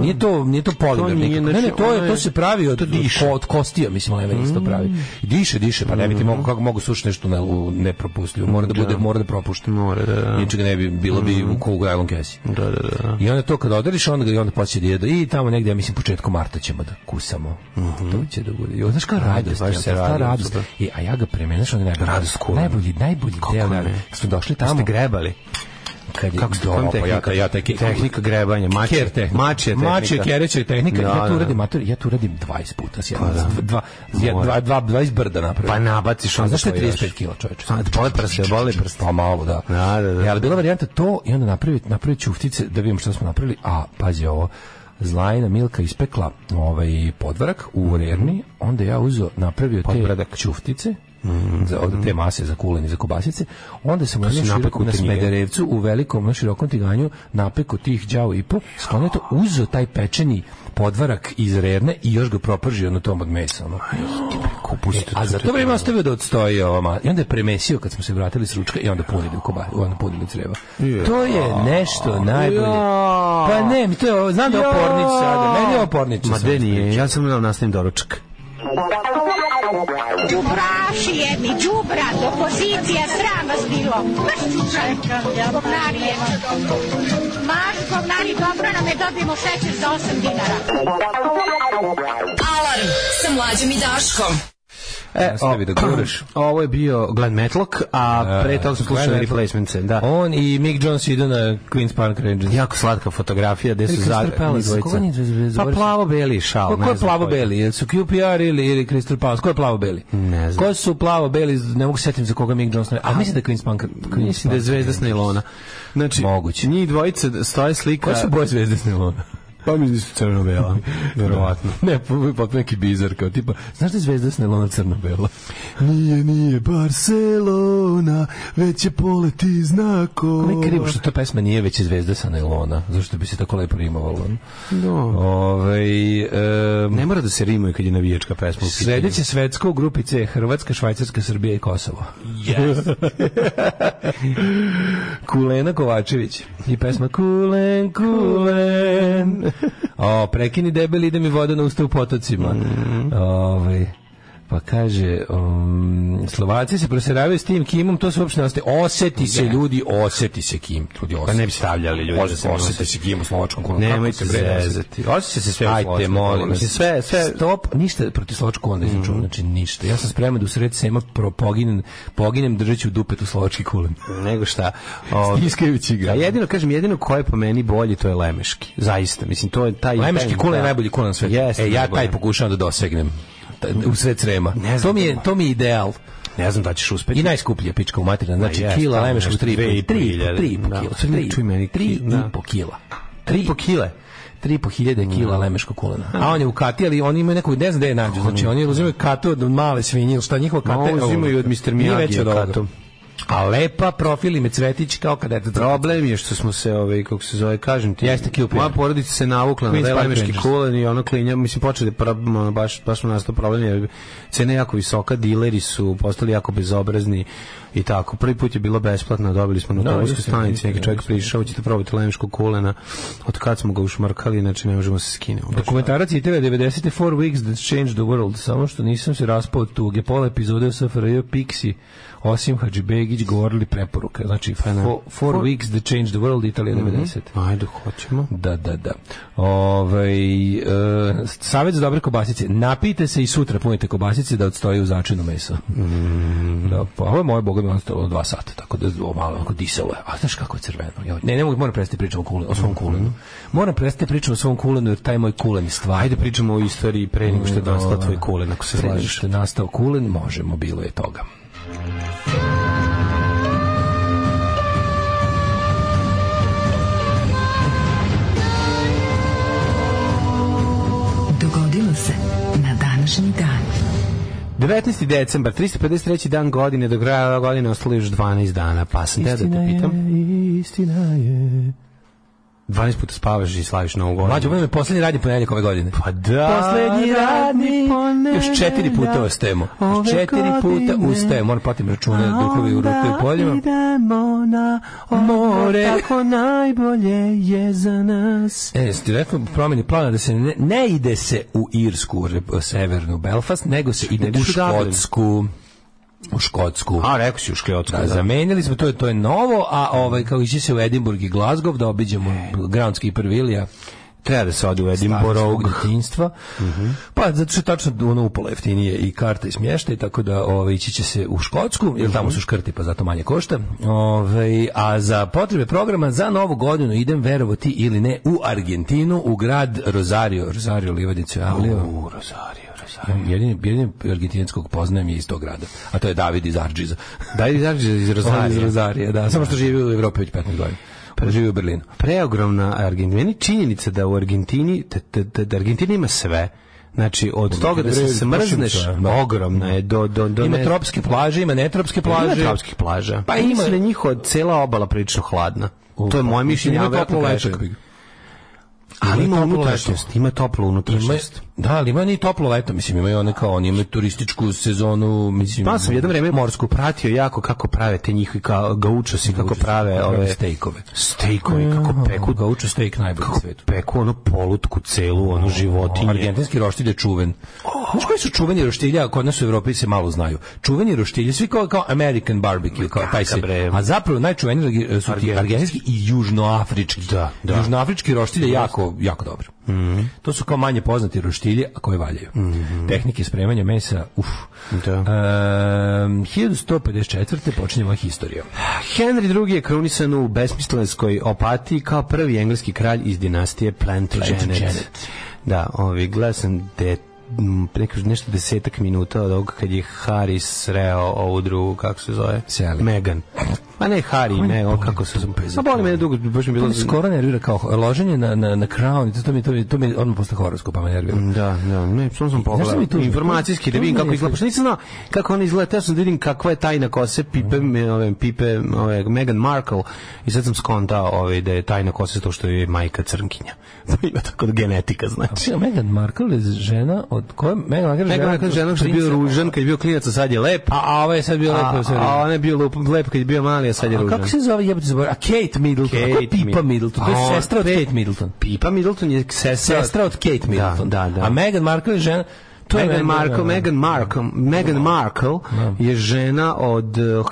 Speaker 7: nije to, nije to
Speaker 6: Mm.
Speaker 7: polimer.
Speaker 6: To nije,
Speaker 7: nikako. ne,
Speaker 6: znači,
Speaker 7: ne, to,
Speaker 6: ono
Speaker 7: je,
Speaker 6: je-
Speaker 7: to se pravi od,
Speaker 6: To diše. Mm.
Speaker 7: od kostija, mislim, Levenis isto pravi. Diše, diše, pa ne bi ti mogu, kako mogu sušiti nešto ne, ne mora da bude, mora da propušta.
Speaker 6: Mora, da, da.
Speaker 7: Ničega ne bi, bilo bi u kogu nylon kesi.
Speaker 6: Da, da, da.
Speaker 7: I onda to kad odariš, onda ga i onda počne da jedu. I tamo negdje, ja mislim, početkom marta ćemo da kusamo. To će da bude. I onda, znaš kao radost,
Speaker 6: Mhm. baš da. se
Speaker 7: jel, ta
Speaker 6: radim,
Speaker 7: radost.
Speaker 6: super.
Speaker 7: I, E, a ja ga premenim, znaš, onda je najbolji,
Speaker 6: Radost kulam.
Speaker 7: najbolji, najbolji deo.
Speaker 6: ne?
Speaker 7: naravno. Kad smo došli
Speaker 6: Tamo.
Speaker 7: tamo,
Speaker 6: grebali?
Speaker 7: kad je,
Speaker 6: Kako ste, kojom
Speaker 7: Do, pa ja,
Speaker 6: tehnika?
Speaker 7: taj- ja, taj-
Speaker 6: Tehnika grebanja, mače.
Speaker 7: Ker tehnika.
Speaker 6: Mače je tehnika.
Speaker 7: Mače, kereće je tehnika.
Speaker 6: Da,
Speaker 7: ja
Speaker 6: da.
Speaker 7: to uradim, mater, ja to uradim 20 puta. s jednom-
Speaker 6: Pa da.
Speaker 7: s dva, s jed-
Speaker 6: Mora.
Speaker 7: dva, dva, 20 brda napravim.
Speaker 6: Pa nabaciš onda
Speaker 7: A znaš što je
Speaker 6: to još?
Speaker 7: 35 kila, čoveče?
Speaker 6: A, bole prste, bole prste.
Speaker 7: Pa malo, da.
Speaker 6: Da, da, da.
Speaker 7: E, ali bila varijanta to i onda napraviti napravit ćuftice da vidimo što smo napravili. A, pazi ovo, Zlajna Milka ispekla ovaj podvarak u rerni, onda ja uzo napravio te
Speaker 6: Podbradak.
Speaker 7: ćuftice, za od te mase za kulen i za kobasice onda sam ja
Speaker 6: si
Speaker 7: široko
Speaker 6: napekao
Speaker 7: na
Speaker 6: u tinjige.
Speaker 7: Smederevcu u velikom na širokom tiganju napeko tih đavo i po sklonio to uzo taj pečeni podvarak iz rerne i još ga propržio na tom od mesa ono.
Speaker 6: Kupustite.
Speaker 7: A za to vrijeme ostavio da odstoji ova ma- I onda je premesio kad smo se vratili s ručka i onda punili u koba, onda punili creva. To je nešto najbolje. Pa ne, mi to je, ovo- znam da je opornič sada, meni je opornič.
Speaker 6: Ma
Speaker 7: sad.
Speaker 6: de nije, ja sam gledao nastavim doručak.
Speaker 5: Đubraši jedni, đubra, opozicija, sram vas bilo. Maš čučaj, govnarije. Maš govnari, dobro nam je, dobijemo šećer za 8 dinara.
Speaker 1: Alarm sa mlađom i Daškom.
Speaker 6: E,
Speaker 7: Nastavi da guraš.
Speaker 6: Ovo je bio Glenn Matlock, a pre toga smo slušali
Speaker 7: Glenn Matlock.
Speaker 6: Replacements. Da.
Speaker 7: On i Mick Jones idu na Queen's Park Rangers.
Speaker 6: Jako slatka fotografija gde su
Speaker 7: Crystal
Speaker 6: za
Speaker 7: Palace, koga njih dvojica?
Speaker 6: Pa plavo-beli šal.
Speaker 7: Ko,
Speaker 6: ne
Speaker 7: ko je
Speaker 6: znam
Speaker 7: plavo-beli? Jel su QPR ili, ili Crystal Palace? Ko je plavo-beli?
Speaker 6: Ne znam.
Speaker 7: Ko su plavo-beli? Ne mogu se setim za koga Mick Jones. ne- A mislim da je Queen's Park Queen's
Speaker 6: Mislim da je
Speaker 7: Park
Speaker 6: zvezda s
Speaker 7: Rangers.
Speaker 6: nailona. Znači,
Speaker 7: Moguće.
Speaker 6: njih dvojica stoje slika...
Speaker 7: Ko su boje zvezde s nailona?
Speaker 6: Pa mi nisu crno-bela, verovatno.
Speaker 7: Ne, pa, pa neki bizar kao tipa, znaš da je zvezda Snelona crno-bela? Nije, nije Barcelona, već je poleti znako. Kako mi je krivo što ta pesma nije već je zvezda sa Nelona, zašto bi se tako lepo rimovalo?
Speaker 6: No.
Speaker 7: Ovaj em,
Speaker 6: Ne mora da se rimuje kad je navijačka pesma u pitanju.
Speaker 7: Sledeće svetsko u grupi C Hrvatska, Švajcarska, Srbija i Kosovo. Kulena Kovačević i pesma Kulen,
Speaker 6: Mm.
Speaker 7: Kulen. O, prekini debeli ide mi voda na usta u potocima. Ovaj, Pa kaže, um, Slovaci se proseravaju s tim kimom, to se uopšte nastaje. Oseti se ljudi, oseti se kim. Ljudi, oseti.
Speaker 6: pa ne bi stavljali ljudi da
Speaker 7: Oseti,
Speaker 6: se ne
Speaker 7: oseti
Speaker 6: oseti.
Speaker 7: se kim u slovačkom konu.
Speaker 6: Nemojte
Speaker 7: Kako bre
Speaker 6: zezati. Osjeća se sve u
Speaker 7: Ajte,
Speaker 6: Slovačkom
Speaker 7: molim.
Speaker 6: konu.
Speaker 7: Mislim, sve, sve... Stop, ništa protiv slovačkog kona
Speaker 6: Mhm.
Speaker 7: nisam čuo, znači ništa. Ja sam spreman da u sred sema pro, poginem, poginem držeći u dupetu slovački kulen.
Speaker 6: nego šta. O,
Speaker 7: Stiskajući ga.
Speaker 6: a jedino, kažem, jedino ko je po meni bolji, to je Lemeški. Zaista, mislim, to je taj...
Speaker 7: Lajmaški
Speaker 6: taj-
Speaker 7: kulen je
Speaker 6: da.
Speaker 7: najbolji kulen na svetu.
Speaker 6: Jeste,
Speaker 7: e, ja
Speaker 6: najbolji.
Speaker 7: taj pokušavam da dosegnem. Taj- U sred srema.
Speaker 6: Ne znam
Speaker 7: to, mi je,
Speaker 6: kako.
Speaker 7: to mi je ideal.
Speaker 6: Ne znam da ćeš uspeti.
Speaker 7: I najskuplja pička u materina. Znači,
Speaker 6: jest,
Speaker 7: kila
Speaker 6: tamo
Speaker 7: lajmeškog
Speaker 6: nešto
Speaker 7: 3,5
Speaker 6: dve i po hiljade. Da.
Speaker 7: kila.
Speaker 6: Sve čuj meni,
Speaker 7: 3,5
Speaker 6: da.
Speaker 7: kila.
Speaker 6: Tri po kile.
Speaker 7: 3,5 hiljade
Speaker 6: Da.
Speaker 7: kila lemeškog kulena. A on je u kati, ali oni imaju neku, ne znam gde je nađu. Znači, oni uzimaju katu od male svinje, ili šta njihova
Speaker 6: Ma,
Speaker 7: kata je-
Speaker 6: uzimaju od Mr.
Speaker 7: Nije
Speaker 6: Miyagi
Speaker 7: veća od ovoga.
Speaker 6: katu.
Speaker 7: A lepa, profil ime cvetić kao kada je
Speaker 6: Problem je što smo se, ovaj, kako se zove, kažem ti.
Speaker 7: Jeste, Kill Pill.
Speaker 6: Moja porodica se navukla na
Speaker 7: Queen's
Speaker 6: taj
Speaker 7: Park
Speaker 6: lemeški
Speaker 7: Rangers.
Speaker 6: kulen i ono klinja, mislim, počeli da pra- ono, baš, baš mu nastao problem, jer cena je jako visoka, dileri su postali jako bezobrazni i tako. Prvi put je bilo besplatno, dobili smo na
Speaker 7: Da,
Speaker 6: autobuskoj
Speaker 7: jeste,
Speaker 6: stanici,
Speaker 7: jeste,
Speaker 6: neki čovjek prišao, ćete probati lemeškog kulena, od kad smo ga ušmrkali, inače ne možemo se skinemo.
Speaker 7: Dokumentarac citira 90. Four Weeks That Changed the World, samo što nisam se raspao od tuge. Pola epizode u SFRJ Pixi, osim Hadžibegić, govorili preporuka. Znači,
Speaker 6: Pa
Speaker 7: Four, four Weeks That Changed the World, Italija 90.
Speaker 6: Hm? Ajde, hoćemo.
Speaker 7: Da, da, da. Ove, e, savjet za dobre kobasice. Napijte se i sutra punite kobasice da odstoji u začinu mesa.
Speaker 6: Mm.
Speaker 7: Da, pa ovo je moje, boga mi ostalo dva sata, tako da ovo malo ako disalo je. A znaš kako je crveno? joj. Ne, ne mogu, moram prestati pričati o, kulenu, o svom kulenu. Moram prestati pričati o svom kulenu jer taj moj kulen je stvar.
Speaker 6: Ajde pričamo o istoriji pre nego što je nastao tvoj kulen, ako se
Speaker 7: Pre nego
Speaker 6: slažeš.
Speaker 7: što je nastao kulen, možemo, bilo je toga.
Speaker 8: Dogodilo se na današnji dan.
Speaker 6: 19. decembar, 353. dan godine, do kraja ove godine ostalo je još 12 dana, pa sam te da te pitam.
Speaker 7: je, istina je.
Speaker 6: 12 puta spavaš i slaviš novu godinu.
Speaker 7: Mlađo, budem poslednji radni ponedjeljak ove godine.
Speaker 6: pa da.
Speaker 7: Poslednji radni
Speaker 6: ponedjeljak.
Speaker 7: Još četiri puta ostajemo. Još
Speaker 6: Ove
Speaker 7: četiri puta
Speaker 6: godine.
Speaker 7: ustajemo. Moram platim račune,
Speaker 6: A
Speaker 7: duhovi u ruke
Speaker 6: onda
Speaker 7: i poljima.
Speaker 6: idemo na
Speaker 7: More.
Speaker 6: Tako najbolje je za nas.
Speaker 7: E, jesi ti rekao promeni plana da se ne, ne ide se u Irsku, re- severnu Belfast, nego se ide
Speaker 6: Nego
Speaker 7: u
Speaker 6: u Dublin.
Speaker 7: Škotsku. U Škotsku.
Speaker 6: A, rekao si u škljotku.
Speaker 7: Da, zamenili smo, to je, to je novo, a ovaj, kao ići se u Edinburgh i Glasgow da obiđemo Groundskeeper Vilija.
Speaker 6: Treba da se ode u
Speaker 7: Edinburgh
Speaker 6: Edinburgh.
Speaker 7: djetinjstva. Pa zato što je tačno ono upola jeftinije i karta i smještaj, tako da ovaj, ići će se u Škotsku, jer tamo su škrti, pa zato manje košta. Ovaj, a za potrebe programa za novu godinu idem verovo ti ili ne u Argentinu, u grad Rosario, Rosario Livadicu, ja,
Speaker 6: U, Rosario, Rosario.
Speaker 7: Pa, Jedini, jedini argentinskog poznajem je iz tog grada, a to je David iz Arđiza.
Speaker 6: Daj izađe iz
Speaker 7: On je iz
Speaker 6: Rosarija.
Speaker 7: Rosarija, da, samo što živi u Evropi već 15 godina. Pa živi u Berlinu.
Speaker 6: preogromna Argentina. Meni je činjenica da u Argentini, da, da, da, da Argentina ima sve. Znači, od toga da se
Speaker 7: bre,
Speaker 6: smrzneš,
Speaker 7: košnica, da.
Speaker 6: ogromna je, do, do, do
Speaker 7: Ima
Speaker 6: ne-
Speaker 7: tropske plaže, ima netropske plaže.
Speaker 6: Ima tropskih plaža.
Speaker 7: Pa
Speaker 6: Pa ima.
Speaker 7: ima.
Speaker 6: Mislim da je njihova cela obala prilično hladna. to je moje mišljenje,
Speaker 7: Ima
Speaker 6: ali
Speaker 7: toplo
Speaker 6: verovatno
Speaker 7: leto.
Speaker 6: greška. Ali ima
Speaker 7: Ima toplo
Speaker 6: unutrašnjost, ima toplo
Speaker 7: Ima,
Speaker 6: unutrašnjost.
Speaker 7: da, ali ima ni toplo leto, mislim, imaju one kao, oni imaju turističku sezonu, mislim...
Speaker 6: Pa sam jedno vreme morsku pratio jako kako prave te njihovi kao gaučosi, kako prave ove
Speaker 7: stejkove.
Speaker 6: stejkovi, kako peku,
Speaker 7: gaučo stejk najbolji na
Speaker 6: kako
Speaker 7: svetu.
Speaker 6: peku ono polutku celu, ono životinje.
Speaker 7: Argentinski roštilj je čuven. Znaš koji su čuveni roštilji, a kod nas u Evropi se malo znaju. Čuveni roštilji, svi kao, kao American barbecue, kao taj se.
Speaker 6: bre.
Speaker 7: A zapravo najčuveni eh, su ti
Speaker 6: Argentinski.
Speaker 7: argentinski i južnoafrički.
Speaker 6: Da, da. Mhm.
Speaker 7: Južnoafrički roštilj je jako, jako dobro. To su kao manje poznati roštilji, a koje valjaju. Tehnike spremanja mesa, uf.
Speaker 6: Da.
Speaker 7: Ehm, 1154. počinje moja historija.
Speaker 6: Henry II je krunisan u besmislenskoj opatiji kao prvi engleski kralj iz dinastije Plantagenet.
Speaker 7: Plantagenet.
Speaker 6: Da, ovi, gledao sam de, m, preko nešto desetak minuta od ovoga kad je Harry sreo ovu drugu, kako se zove?
Speaker 7: Sally.
Speaker 6: Megan. Ma ne Harry, ne, o, kako se zove? Ma boli me dugo, baš mi je
Speaker 7: To
Speaker 6: bilo...
Speaker 7: me skoro nervira kao loženje na, na, na crown, to, to mi, to mi, to mi odmah posle horoskopa me nervira.
Speaker 6: Da, da, ne, samo sam
Speaker 7: Znaš
Speaker 6: pogledao.
Speaker 7: šta mi je tužno?
Speaker 6: Informacijski da vidim
Speaker 7: Tužno
Speaker 6: kako
Speaker 7: mi je
Speaker 6: izgleda. Pošto nisam znao kako ona izgleda, ja sam da vidim kakva je tajna kose Pipe, me- ove, Pipe, ove, Meghan Markle i sad sam skontao ove, da je tajna kose to što je majka crnkinja. Ima tako da genetika, znači.
Speaker 7: Čekaj, Meghan Markle je žena od koje Meghan Markle je
Speaker 6: Meghan Markle je žena što je bio
Speaker 7: princa-
Speaker 6: ružan, kad je bio klinac, a sad je lep.
Speaker 7: A, a ovo je sad da bio
Speaker 6: A,
Speaker 7: lepo sve.
Speaker 6: a
Speaker 7: A,
Speaker 6: ona je bio lep, lep kad je bio mali, a sad je ružan.
Speaker 7: kako se zove jebote zaboravio? A Kate Middleton. Kate
Speaker 6: Kate
Speaker 7: je Pipa
Speaker 6: Mid-
Speaker 7: Middleton? To
Speaker 6: A
Speaker 7: je
Speaker 6: on-
Speaker 7: sestra od Kate Middleton.
Speaker 6: Pipa Middleton je sestra,
Speaker 7: Sestra od Kate Middleton.
Speaker 6: Da, da, da.
Speaker 7: A Meghan Markle je žena to je
Speaker 6: Meghan
Speaker 7: meni,
Speaker 6: Markle,
Speaker 7: da, da.
Speaker 6: Meghan Markle, Meghan Markle je žena od uh,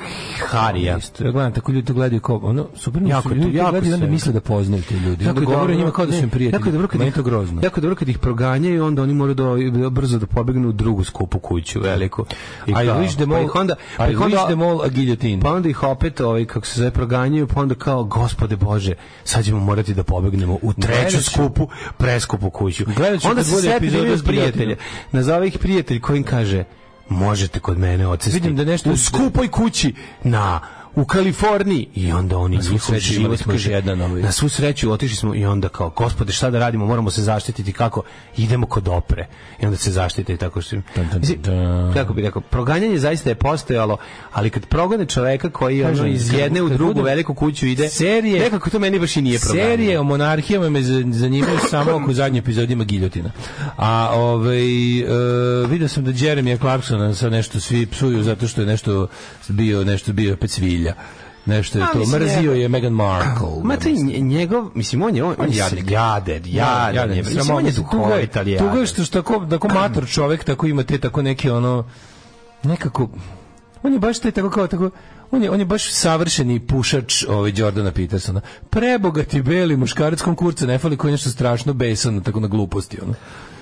Speaker 6: Harija.
Speaker 7: Isto, ja gledam, tako ljudi to gledaju kao, ono, super,
Speaker 6: Jako
Speaker 7: jako,
Speaker 6: je to-
Speaker 7: ljudi to
Speaker 6: jako
Speaker 7: gledaju i onda
Speaker 6: se-
Speaker 7: misle da poznaju te ljudi. Onda govore o njima kao da su im prijatelji.
Speaker 6: Jako je dobro kad
Speaker 7: Meni
Speaker 6: ih,
Speaker 7: to grozno.
Speaker 6: Jako je dobro kad ih proganjaju, onda oni moraju da, da brzo da pobegnu u drugu skupu kuću, veliku. I
Speaker 7: I
Speaker 6: kao,
Speaker 7: wish them
Speaker 6: pa
Speaker 7: all,
Speaker 6: ih onda, pa
Speaker 7: I
Speaker 6: ih onda,
Speaker 7: wish them all a guillotine.
Speaker 6: pa onda ih opet, ovaj, kako se zove, proganjaju, pa onda kao, gospode Bože, sad ćemo morati da pobegnemo u
Speaker 7: Gledat
Speaker 6: treću
Speaker 7: ću-
Speaker 6: skupu, preskupu kuću.
Speaker 7: Gledat ću
Speaker 6: Onda
Speaker 7: kad
Speaker 6: se
Speaker 7: bude
Speaker 6: seti
Speaker 7: epizoda
Speaker 6: divljeg
Speaker 7: s giljotinom.
Speaker 6: prijatelja. Nazove ih prijatelj koji im kaže, možete kod mene odsesti.
Speaker 7: Vidim da nešto-
Speaker 6: U skupoj kući, na u Kaliforniji i onda oni
Speaker 7: svu
Speaker 6: njihov
Speaker 7: sreću imali
Speaker 6: život
Speaker 7: smo još
Speaker 6: kaže,
Speaker 7: jedan, ovaj.
Speaker 6: na svu sreću otišli smo i onda kao gospode šta da radimo moramo se zaštititi kako idemo kod opre i onda se zaštite i tako što
Speaker 7: dun,
Speaker 6: Mislim,
Speaker 7: dun.
Speaker 6: kako bi rekao proganjanje zaista je postojalo ali kad progone čoveka koji ono,
Speaker 7: Kažem,
Speaker 6: iz
Speaker 7: kad-
Speaker 6: jedne u
Speaker 7: kad
Speaker 6: drugu
Speaker 7: budem-
Speaker 6: veliku kuću ide
Speaker 7: Serije-
Speaker 6: nekako to meni baš i nije proganjanje
Speaker 7: Serije o monarhijama me za- zanimaju samo ako u zadnjoj epizodi ima giljotina. A ovaj, e, vidio sam da Jeremy Clarksona sa nešto svi psuju zato što je nešto bio, nešto bio opet svilja. Nešto je
Speaker 6: A,
Speaker 7: to.
Speaker 6: mislim,
Speaker 7: Mrzio je Meghan Markle.
Speaker 6: Ma to je nje- njegov, mislim, on je, on, on je
Speaker 7: jadnik.
Speaker 6: jader, jader,
Speaker 7: jadan
Speaker 6: je,
Speaker 7: je,
Speaker 6: mislim,
Speaker 7: sramota.
Speaker 6: on je
Speaker 7: Tuga je-
Speaker 6: duhovit, ali jader.
Speaker 7: Tuga je što, što tako, tako mator čovek, tako ima te tako neke ono, nekako, on je baš taj tako kao tako, On je, on je baš savršeni pušač ovaj Jordana Petersona. Prebogati beli muškarac kom kurca ne fali koji je nešto strašno besan tako na gluposti ono.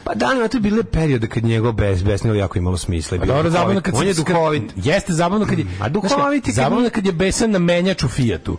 Speaker 6: Pa da, ali to je bile periode kad njegov bes, besnilo jako imalo smisla. i bio
Speaker 7: Dobro,
Speaker 6: duhovit.
Speaker 7: zabavno kad
Speaker 6: on
Speaker 7: se-
Speaker 6: je duhovit.
Speaker 7: kad- Jeste zabavno kad je.
Speaker 6: a duhovit je kad
Speaker 7: znaš, zabavno
Speaker 6: nije-
Speaker 7: kad je besan na menjaču Fijatu.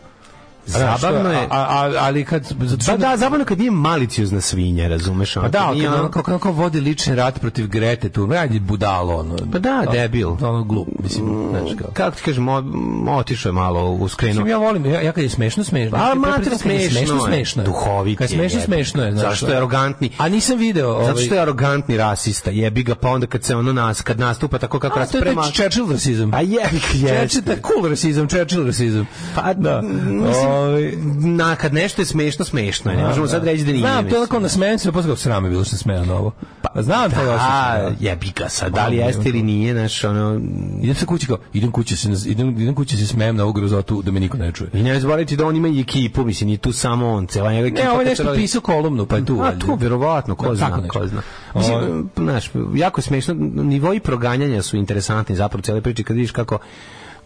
Speaker 7: Znaš,
Speaker 6: Zabavno je-
Speaker 7: a, a, ali kad zato što
Speaker 6: Pa da, zabavno kad nije maliciozna svinja, razumeš? ono,
Speaker 7: Pa da,
Speaker 6: kad
Speaker 7: ali
Speaker 6: nije
Speaker 7: kad
Speaker 6: ono-
Speaker 7: ono kako, kako vodi lični rat protiv Grete, tu radi budalo ono.
Speaker 6: Pa da, debil.
Speaker 7: Ono glup, mislim, znaš kao.
Speaker 6: kako ti kažem, o- m, otišao je malo u skrenu.
Speaker 7: Mislim, ja volim, ja, ja kad je smešno, smešno.
Speaker 6: Pa,
Speaker 7: Ja kad
Speaker 6: mater,
Speaker 7: pretpostavljam kad je
Speaker 6: smešno
Speaker 7: smešno,
Speaker 6: je.
Speaker 7: smešno je.
Speaker 6: Duhovit
Speaker 7: Kad je
Speaker 6: je,
Speaker 7: smešno,
Speaker 6: jebe.
Speaker 7: smešno je. znaš,
Speaker 6: Zašto je
Speaker 7: ono.
Speaker 6: arogantni?
Speaker 7: A nisam video. Ovaj,
Speaker 6: Zato što je arogantni rasista, jebi ga, pa onda kad se ono nas, kad nastupa tako kako
Speaker 7: A, to je
Speaker 6: rasprema...
Speaker 7: taj Churchill rasizam.
Speaker 6: A jebi ga,
Speaker 7: Churchill,
Speaker 6: jeste.
Speaker 7: da, cool rasizam, Churchill rasizam.
Speaker 6: Pa,
Speaker 7: da.
Speaker 6: Mislim,
Speaker 7: Ovaj,
Speaker 6: na, kad nešto je smešno, smešno je. Ne
Speaker 7: da,
Speaker 6: možemo
Speaker 7: da.
Speaker 6: sad reći da nije.
Speaker 7: Znam, to je
Speaker 6: mislim. da,
Speaker 7: onako na smenu se, posle kao srame bilo što je smejano ovo. Pa, znam taj
Speaker 6: A,
Speaker 7: osjećaj. da.
Speaker 6: jebi ga sad, da li jeste ili nije, znaš, ono...
Speaker 7: Idem se kući kao, idem kući se, idem, idem kući se smejem na ovu grozotu da me niko ne čuje.
Speaker 6: I ne zaboraviti da on ima i ekipu, mislim, nije tu samo on, cela njega ekipa.
Speaker 7: Ne, ovo je
Speaker 6: kad
Speaker 7: nešto
Speaker 6: radi-
Speaker 7: pisao kolumnu, pa je tu.
Speaker 6: A
Speaker 7: valjda.
Speaker 6: tu verovatno, ko
Speaker 7: Da, tako
Speaker 6: zna,
Speaker 7: nešto.
Speaker 6: ko zna.
Speaker 7: Ovo-
Speaker 6: Mislim, znaš, jako je smešno, nivoi proganjanja su interesantni zapravo cele priče kad vidiš kako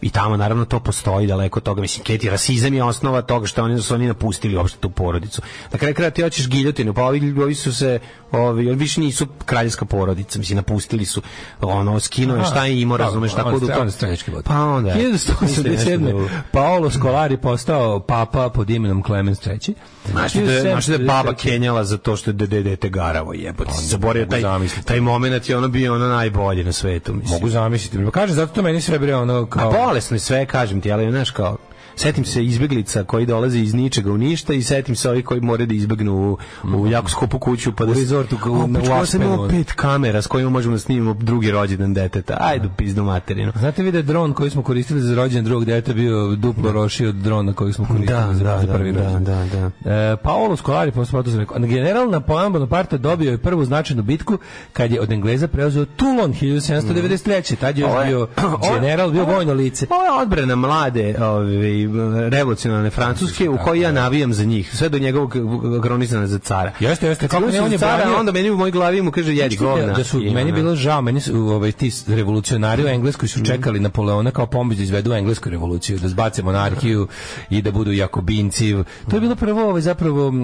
Speaker 6: i tamo naravno to postoji daleko od toga mislim Keti rasizam je osnova toga što oni su oni napustili uopšte tu porodicu na kraju kraja ti hoćeš giljotinu pa ovi, ovi su se ovi oni više nisu kraljevska porodica mislim napustili su ono skinuo je
Speaker 7: Aha.
Speaker 6: šta je imao
Speaker 7: Pa,
Speaker 6: razumeš
Speaker 7: on
Speaker 6: tako
Speaker 7: je
Speaker 6: da u
Speaker 7: stra-
Speaker 6: to-
Speaker 7: on je streljački vod.
Speaker 6: pa onda je. Mislim, da nešto
Speaker 7: 1187.
Speaker 6: drugo.
Speaker 7: Paolo Scolari postao papa pod imenom Clemens III.
Speaker 6: Znaš da, je- znaš da je baba
Speaker 7: 1793.
Speaker 6: kenjala za to što je dede dete garavo jebote. Si zaboravio
Speaker 7: mogu
Speaker 6: taj,
Speaker 7: zamisliti.
Speaker 6: taj moment je ono bio ono najbolje na svetu. Mislim.
Speaker 7: Mogu zamisliti. Pa Kaže, zato to meni sve bre ono
Speaker 6: A pa-
Speaker 7: kao...
Speaker 6: bolesno je sve, kažem ti, ali znaš kao, setim se izbeglica koji dolaze iz ničega u ništa i setim se ovih koji moraju da izbegnu u, u jako skupu kuću pa da...
Speaker 7: U
Speaker 6: s-
Speaker 7: resortu, u-
Speaker 6: O,
Speaker 7: na- u
Speaker 6: pička, ja sam
Speaker 7: Aspenu.
Speaker 6: imao pet kamera s kojima možemo da snimimo drugi rođendan deteta. Ajde, pizdu materinu.
Speaker 7: Znate vi da je dron koji smo koristili za rođendan drugog deta bio duplo roši od drona koji smo koristili
Speaker 6: Da,
Speaker 7: za,
Speaker 6: da,
Speaker 7: za prvi
Speaker 6: da,
Speaker 7: rođendan.
Speaker 6: da, da,
Speaker 7: E, Paolo Scolari posle Partizan rekao, general Napoleon Bonaparte dobio je prvu značajnu bitku kad je od Engleza preuzeo Toulon 1793. Tad je još
Speaker 6: Mhm. Ovo je-
Speaker 7: bio
Speaker 6: ovo je-
Speaker 7: general, bio vojno lice.
Speaker 6: Pa Ovo je odbrana mlade ovaj, revolucionalne Francuske u kojoj ja navijam za njih. Sve do njegovog agronizana za cara.
Speaker 7: Jeste, jeste,
Speaker 6: Kako ne, on je cara,
Speaker 7: branio-
Speaker 6: onda meni u mojoj glavi mu kaže jedi
Speaker 7: Znaš ti
Speaker 6: govna.
Speaker 7: Da, da su,
Speaker 6: I
Speaker 7: meni je
Speaker 6: ono-
Speaker 7: bilo žao, meni su ovaj, ti revolucionari u Engleskoj
Speaker 6: Mhm.
Speaker 7: su čekali Napoleona kao pomoć da izvedu Englesku revoluciju, da zbace monarhiju i da budu jakobinci. To je bilo prvo ovaj, zapravo uh,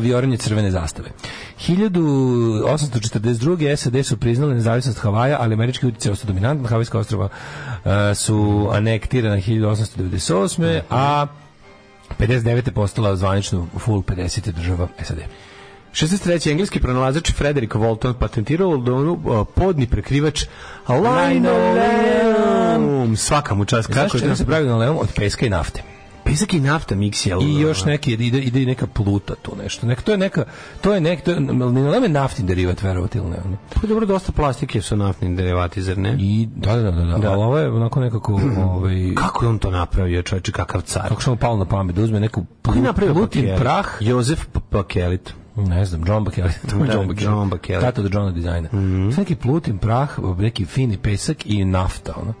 Speaker 7: vijoranje crvene zastave. 1842. SAD su priznali nezavisnost Havaja, ali američki utjecaj je ostao dominantan. Havajska ostrava uh, su anektirana 1898. a 59. je postala zvanično full 50. država SAD.
Speaker 6: 63. da. engleski pronalazač Frederick Walton patentirao u Londonu a, podni prekrivač linoleum. Svaka mu čast
Speaker 7: Znaš
Speaker 6: kako je
Speaker 7: čega se
Speaker 6: to.
Speaker 7: pravi na levom? Od peska i nafte.
Speaker 6: Pesak i nafta miksija.
Speaker 7: i još neki ide ide i neka pluta tu nešto. Nek to je neka to je nek to je, ne ne naftni derivat verovati ili ne. ono.
Speaker 6: Pa dobro, dosta plastike su naftni derivati, zar ne?
Speaker 7: I da da da da. da. Ali ovo je onako nekako ovaj
Speaker 6: Kako je on to napravio, čovječe, kakav car?
Speaker 7: kako što mu palo na pamet da uzme neku
Speaker 6: Ko je napravio
Speaker 7: plutin
Speaker 6: Pakelit?
Speaker 7: prah
Speaker 6: Jozef P- Pakelit.
Speaker 7: Ne znam, John Bakelli. To je
Speaker 6: Da,
Speaker 7: John Bakelli.
Speaker 6: John Bakelli.
Speaker 7: Tata od Johna dizajna. Mm -hmm. Neki plutin prah, neki fini pesak i nafta. Ono.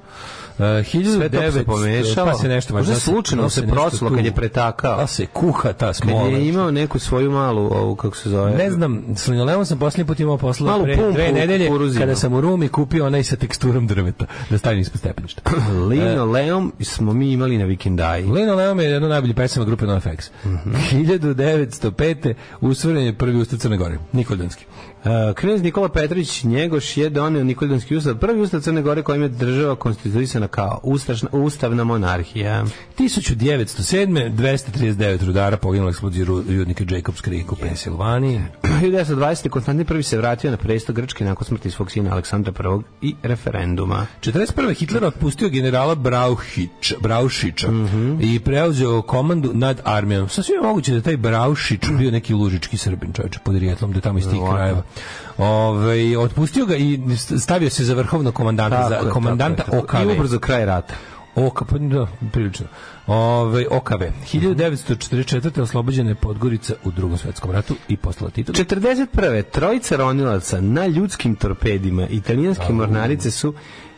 Speaker 7: Uh, 1900,
Speaker 6: Sve to se pomešalo.
Speaker 7: Pa se nešto
Speaker 6: Možda
Speaker 7: da
Speaker 6: slučajno
Speaker 7: da
Speaker 6: se
Speaker 7: nešto
Speaker 6: proslo kad
Speaker 7: tu-
Speaker 6: je pretakao.
Speaker 7: Da se kuha ta smola.
Speaker 6: Kad je imao neku svoju malu, ovu, kako se zove?
Speaker 7: Ne znam, s linoleumom sam posljednji put imao posla
Speaker 6: Pa, Malu
Speaker 7: pre
Speaker 6: pumpu
Speaker 7: dve nedelje,
Speaker 6: kukuruzinu.
Speaker 7: kada sam u Rumi kupio onaj sa teksturom drveta, da stavim ispod stepeništa.
Speaker 6: Linoleum smo mi imali na vikendaji.
Speaker 7: Linoleum je jedna od najboljih pesama grupe NoFX. 1905. usvoren je prvi ustav Crne Gore, Nikoljanski.
Speaker 6: E, Knez Nikola Petrović Njegoš je doneo Nikoljanski ustav, prvi ustav Crne Gore kojim je država konstituisana kao ustašna, ustavna monarhija.
Speaker 7: 1907. 239 rudara poginulo eksploziju ru- rudnika Jacobs Creek u Pensilvaniji.
Speaker 6: 1920. Konstantin I se vratio na presto Grčke nakon smrti svog sina Aleksandra I i referenduma.
Speaker 7: 41. Hitler otpustio generala Brauhić, Braušića
Speaker 6: Mhm.
Speaker 7: i preuzeo komandu nad armijom. Sasvim je moguće da je taj Braušić bio neki lužički srbin čovječe pod rijetlom, da je tamo iz tih krajeva. Ove, otpustio ga i stavio se za vrhovnog komandanta, za komandanta
Speaker 6: tako je.
Speaker 7: OKV.
Speaker 6: I ubrzo kraj rata.
Speaker 7: Oka, pa da, prilično. Ovaj, Ove, Okave. 1944. oslobođena je Podgorica u drugom svjetskom ratu i postala titul.
Speaker 6: 41. Trojica ronilaca na ljudskim torpedima italijanske mornarice su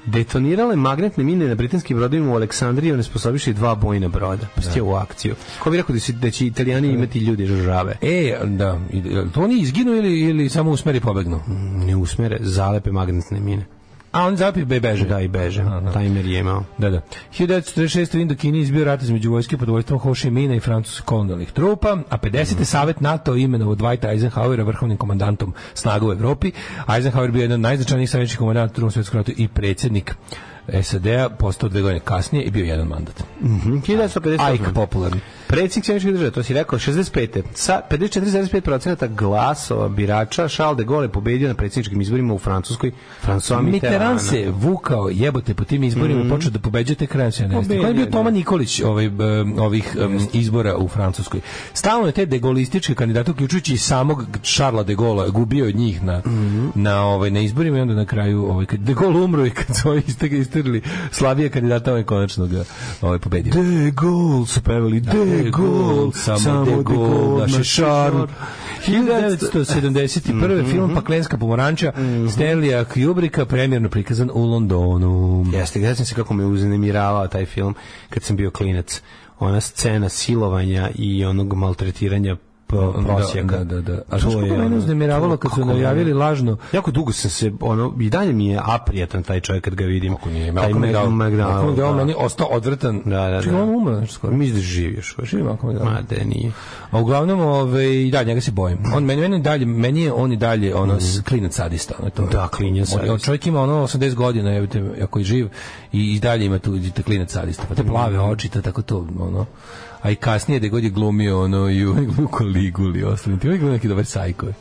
Speaker 6: detonirale magnetne mine na britanskim brodovima u Aleksandriji onesposobiše dva bojna broda. Pustio u akciju. Ko bi rekao da, su, da će italijani imati ljudi žabe?
Speaker 7: E, da, i- jel to oni izginu ili, ili samo usmeri pobegnu?
Speaker 6: Ne usmere, zalepe magnetne mine.
Speaker 7: A oni zapi be beže.
Speaker 6: Da i beže.
Speaker 7: Aha, da.
Speaker 6: Timer je imao.
Speaker 7: Da, da. 1946. u Indokini izbio rat između vojske pod vojstvom Ho Chi Mina i francuskih kolonijalnih trupa, a 50. savet NATO imenovao Dwighta Eisenhowera vrhovnim komandantom snaga u Evropi. Eisenhower bio jedan od najznačajnijih savjetnih komandanta u drugom svjetskom ratu i predsjednik SAD-a, postao dve godine kasnije i bio jedan mandat.
Speaker 6: Mhm, 1958.
Speaker 7: Ajk popularni.
Speaker 6: Predsjednik Sjemičkih država, to si rekao, 65. Sa 54,5% glasova birača, Charles de Gaulle je pobedio na predsjedničkim izborima u Francuskoj. François
Speaker 7: Mitterrand
Speaker 6: Mitterrand.
Speaker 7: se vukao jebote po tim izborima i počeo da pobeđuje te krajem 70.
Speaker 6: Mhm. Pobedio,
Speaker 7: Kada je bio
Speaker 6: da.
Speaker 7: Toma Nikolić ovaj, em, ovih em, izbora u Francuskoj. Stalno je te degolističke kandidate, uključujući i samog Šarla de Gola, gubio od njih na,
Speaker 6: Mhm.
Speaker 7: na, ovaj, na izborima i onda na kraju ovaj, kad de Gaulle umro i kad su ovi istek- istirili slabije kandidata, on je konačno ga ovaj, pobedio.
Speaker 6: De Gaulle su pevali, Da, de Gaulle, samo de Gaulle, da, naš je Charles.
Speaker 7: 1971.
Speaker 6: Mhm,
Speaker 7: film Paklenska pomoranča Stanleya Kubricka premjerno prikazan u Londonu.
Speaker 6: Jeste, gledam se kako me uznemiravao taj film kad sam bio klinac. Ona scena silovanja i onog maltretiranja po- prosjaka.
Speaker 7: Da, da, da.
Speaker 6: To
Speaker 7: A što je
Speaker 6: je
Speaker 7: mene
Speaker 6: ono-
Speaker 7: uznemiravalo
Speaker 6: to-
Speaker 7: kad su
Speaker 6: kako
Speaker 7: najavili lažno
Speaker 6: Jako dugo sam se, ono, i dalje mi je aprijetan taj čovjek kad ga vidim.
Speaker 7: Kako nije,
Speaker 6: taj
Speaker 7: Malcolm McDowell.
Speaker 6: Mac-
Speaker 7: Malcolm McDowell
Speaker 6: da.
Speaker 7: meni ostao odvrtan.
Speaker 6: Da, da, da.
Speaker 7: Čekaj, on umro nešto skoro.
Speaker 6: Mislim da živi još.
Speaker 7: Živi Malcolm McDowell.
Speaker 6: Ma, da nije.
Speaker 7: A uglavnom, ovaj, da, njega se bojim. On meni, meni dalje, meni je on i dalje ono s- klinac sadista, ono to.
Speaker 6: Mhm. Da, klinac
Speaker 7: On- on-
Speaker 6: sadista.
Speaker 7: Čovjek ima ono 80 godina, jebite, ako je živ i, i dalje ima tu i te klinac sadista. Pa te
Speaker 6: Mhm.
Speaker 7: plave oči, to tako to, ono. A i kasnije da god je glumio ono i u glumio Koliguli i ostalim. Ti uvijek glumio neki dobar sajko. A,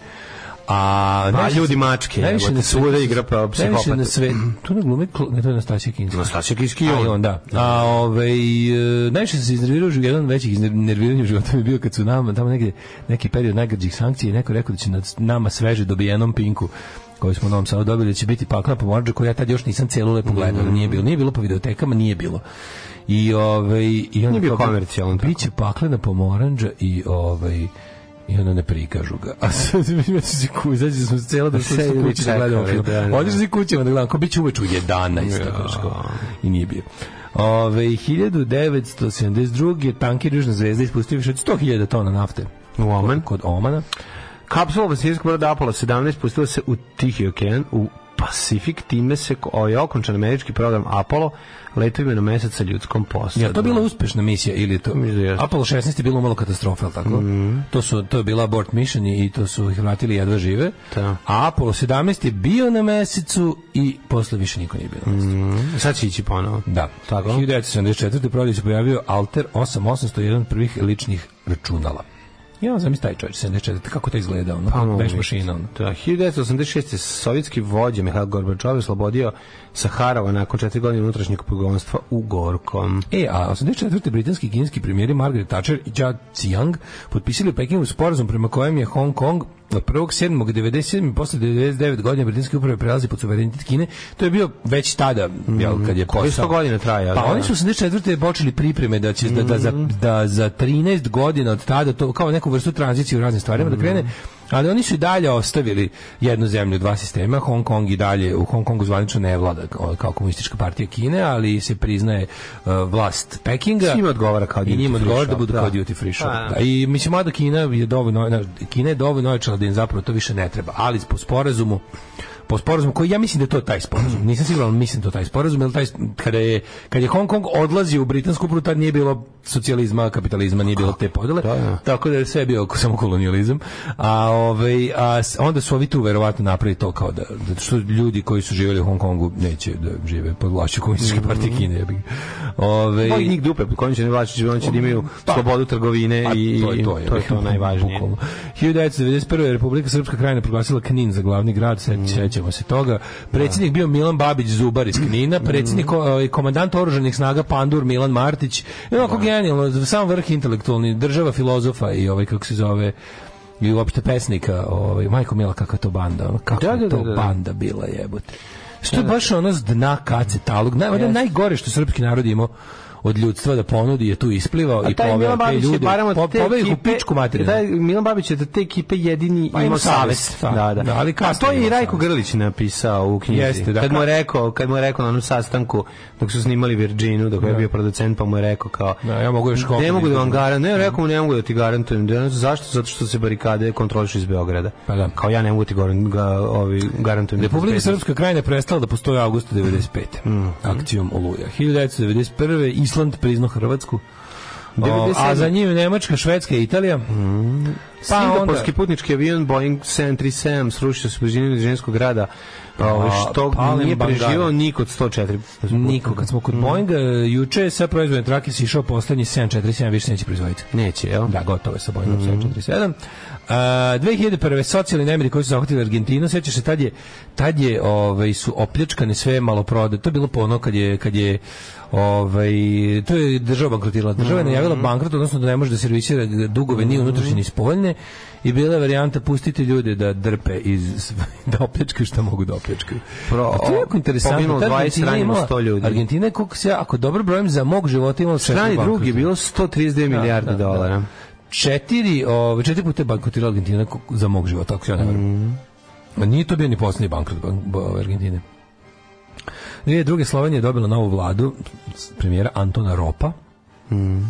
Speaker 6: A
Speaker 7: najviše-
Speaker 6: Pa, ljudi mačke,
Speaker 7: najviše
Speaker 6: jebote,
Speaker 7: na svetu-
Speaker 6: svuda igra pa
Speaker 7: Najviše
Speaker 6: psihopata.
Speaker 7: na sve, tu ne glumi, Kl- ne, to je Nastasija Kinski.
Speaker 6: Nastasija Kinski i
Speaker 7: A,
Speaker 6: on.
Speaker 7: i on, da. A, ovaj, e, najviše sam se iznervirao, živ- jedan od većih iznerviranja u životu mi je bio kad su nama, tamo negdje, neki period najgrđih sankcija i neko rekao da će nad nama sveže dobijenom pinku koju smo u Novom Sadu dobili, da će biti pakla pomorđa koju ja tad još nisam celu lepo gledao,
Speaker 6: Mm.
Speaker 7: nije bilo, nije bilo po videotekama, nije bilo. I ovaj i on
Speaker 6: Nije bio komercijalan, tako.
Speaker 7: Biće paklena pomoranđa i ovaj i onda ne prikažu ga. A sad mi ja se kući, izađe smo s cela da se
Speaker 6: Sedeli
Speaker 7: kući da gledamo
Speaker 6: čekali,
Speaker 7: film.
Speaker 6: da, da.
Speaker 7: Odeš se kućama da gledam, ko biće uveč u 11, tako nešto kao. I nije bio. Ove, 1972. je tanker Južna zvezda ispustio više od 100.000 tona nafte
Speaker 6: U Oman.
Speaker 7: kod Omana.
Speaker 6: Kapsula vasilijskog broda Apollo 17 pustila se u Tihi okean, u Pacific, time se ko- je okončan američki program Apollo letovima na mesec sa ljudskom posadom.
Speaker 7: Ja, to bila uspešna misija ili je to?
Speaker 6: Mislim da jeste. Mhm.
Speaker 7: Apollo 16 je bilo malo katastrofa, jel tako? To, su, to je bila abort mission i to su ih vratili jedva žive.
Speaker 6: Da.
Speaker 7: A Apollo 17 je bio na mesecu i posle više niko nije bio na mesecu.
Speaker 6: Mhm, Sad će ići ponovo.
Speaker 7: Da.
Speaker 6: Tako.
Speaker 7: 1974. prodaj se pojavio Alter 8801 prvih ličnih računala. Ja sam taj čovječ 74. Kako to izgleda? Ono,
Speaker 6: Pa, mogu
Speaker 7: veš
Speaker 6: mi.
Speaker 7: mašina. Ono.
Speaker 6: Da, 1986. je sovjetski vođa Mihail Gorbačov je slobodio Saharova nakon četiri godine unutrašnjeg pogonstva u Gorkom.
Speaker 7: E, a 84. britanski i kineski premijeri Margaret Thatcher i Jia Jiang potpisali u Pekingu sporazum prema kojem je Hong Kong od 1.7.97 i posle 99 godina britanske uprave prelazi pod suverenitet Kine. To je bio već tada, jel, kad je
Speaker 6: Koji
Speaker 7: posao-
Speaker 6: 100 godina traja?
Speaker 7: Pa oni su 84. počeli pripreme da
Speaker 6: Mhm. Mhm.
Speaker 7: će da, da, za, da za 13 godina od tada to kao neku vrstu tranzicije u raznim stvarima da krene Ali oni su i dalje ostavili jednu zemlju, dva sistema. Hong Kong i dalje, u Hong Kongu zvanično ne vlada kao- kao komunistička partija Kine, ali se priznaje uh, vlast Pekinga.
Speaker 6: Svima odgovara kao
Speaker 7: I
Speaker 6: duty
Speaker 7: njima
Speaker 6: free
Speaker 7: odgovara da
Speaker 6: shop,
Speaker 7: budu
Speaker 6: da.
Speaker 7: kao duty free shop.
Speaker 6: Pa,
Speaker 7: Da. I mislim, mada Kina je dovoljno, znaš, Kina je dovoljno ojačala da im zapravo to više ne treba. Ali po sporazumu po sporazumu koji ja mislim da je to taj sporazum. Nisam siguran, ali mislim da je to taj sporazum, jer taj kada je kad je Hong Kong odlazio u britansku upravu, tad nije bilo socijalizma, kapitalizma, nije bilo te podele. Tako da je sve bio samo kolonijalizam. A ovaj a s- onda su ovi tu verovatno napravili to kao da zato što ljudi koji su živjeli u Hong Kongu neće da žive pod vlašću komunističke partije Kine. jebi ga. Ovaj
Speaker 6: Pa i njih dupe, kojim će ne vlačići, oni će da imaju slobodu trgovine
Speaker 7: pa,
Speaker 6: i
Speaker 7: to je to, je,
Speaker 6: to, je to najvažnije.
Speaker 7: Bukvalno. 1991. je Republika Srpska krajina proglasila Knin za glavni grad, se- sećamo se toga. Predsjednik bio Milan Babić Zubar iz Knina, predsjednik ko- i komandant oružanih snaga Pandur Milan Martić. I onako genijalno, sam vrh intelektualni, država filozofa i ovaj kako se zove i uopšte pesnika, ovaj, majko Mila, kakva je to banda, ono, kakva
Speaker 6: Da, da,
Speaker 7: je to
Speaker 6: da, da, da.
Speaker 7: banda bila jebote. Što je baš ono s dna kace talog, naj, ono najgore što srpski narod je imao od ljudstva da ponudi je tu isplivao
Speaker 6: A
Speaker 7: i
Speaker 6: taj
Speaker 7: poveo
Speaker 6: Milan
Speaker 7: te
Speaker 6: Babić je
Speaker 7: ljude.
Speaker 6: barem
Speaker 7: Po,
Speaker 6: od te
Speaker 7: poveo ih u
Speaker 6: ekipe,
Speaker 7: pičku materinu.
Speaker 6: da, Milan Babić je da te ekipe jedini
Speaker 7: Pa
Speaker 6: imao
Speaker 7: imao savest,
Speaker 6: savest.
Speaker 7: da. Da, ali
Speaker 6: A
Speaker 7: kasno
Speaker 6: to je i
Speaker 7: imao
Speaker 6: Rajko
Speaker 7: savest.
Speaker 6: Grlić napisao u knjizi.
Speaker 7: Jeste, da.
Speaker 6: Kad mu je rekao, kad mu je rekao na onom sastanku dok su snimali Virginu, dok je bio producent, pa mu je rekao kao
Speaker 7: Da, ja mogu još koliko
Speaker 6: Ne
Speaker 7: da
Speaker 6: mogu da vam
Speaker 7: izgubim."
Speaker 6: garantujem. Ne, rekao mu ne mogu da ti garantujem. Da, ne znam zašto? Zato što se barikade kontrolišu iz Beograda.
Speaker 7: Pa da.
Speaker 6: Kao ja ne mogu ti garan- ga- ovi, garantujem. da
Speaker 7: Republika
Speaker 6: bezbednost.
Speaker 7: Srpska krajina je prestala da postoji u augustu 95.
Speaker 6: Mm.
Speaker 7: Akcijom Oluja. 1991. Island priznao Hrvatsku. O,
Speaker 6: 97..
Speaker 7: a za njim Nemačka, Švedska i Italija. Pa
Speaker 6: Mm. Singapurski putnički avion Boeing 737 srušio se u blizini nizinskog grada,
Speaker 7: Pa,
Speaker 6: ovaj, što
Speaker 7: Palem
Speaker 6: nije
Speaker 7: Bangara.
Speaker 6: preživao niko od 104.
Speaker 7: Niko, kad smo kod
Speaker 6: Mm.
Speaker 7: Boeinga, juče je sa proizvodne trake sišao poslednji 747, više neće proizvoditi.
Speaker 6: Neće, jel? Mm.
Speaker 7: Da, gotovo je sa Boeingom 747. A, 2001. socijalni nemiri koji su zahvatili Argentinu, sećaš se, tad je, tad je ovaj, su opljačkane sve maloprodaje. To je bilo po ono kad je, kad je ovaj, to je država bankrotirala. Država je
Speaker 6: Mm.
Speaker 7: najavila bankrot, odnosno da ne može da servisira dugove ni unutrašnje ni spoljne i bila je varijanta pustiti ljude da drpe iz, da opljačkaju šta mogu da opljačkaju.
Speaker 6: Pro-
Speaker 7: A to je jako interesantno.
Speaker 6: poginulo
Speaker 7: Ta
Speaker 6: 20,
Speaker 7: Argentina je
Speaker 6: ranjeno
Speaker 7: imala-
Speaker 6: 100 ljudi.
Speaker 7: Argentina je, koliko se, ja- ako dobro brojim, za mog života imala četiri
Speaker 6: Strani
Speaker 7: bankrota.
Speaker 6: drugi je bilo 132 milijarde
Speaker 7: da, da.
Speaker 6: dolara.
Speaker 7: četiri, ovaj, četiri puta je bankrotirala Argentina ko- za mog života, ako se ja ne varam.
Speaker 6: Mhm.
Speaker 7: Ma Nije to bio ni posljednji bankrot ban- ba- Argentine. Dvije druge Slovenija je dobila novu vladu s- premijera Antona Ropa.
Speaker 6: Mhm.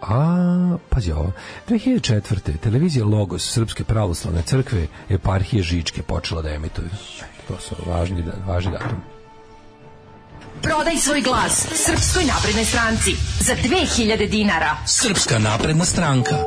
Speaker 7: A, pazi ovo, 2004. televizija Logos Srpske pravoslavne crkve eparhije Žičke počela da emituje. To su važni, da- važni datum.
Speaker 8: Prodaj svoj glas Srpskoj naprednoj stranci za 2000 dinara.
Speaker 7: Srpska napredna stranka.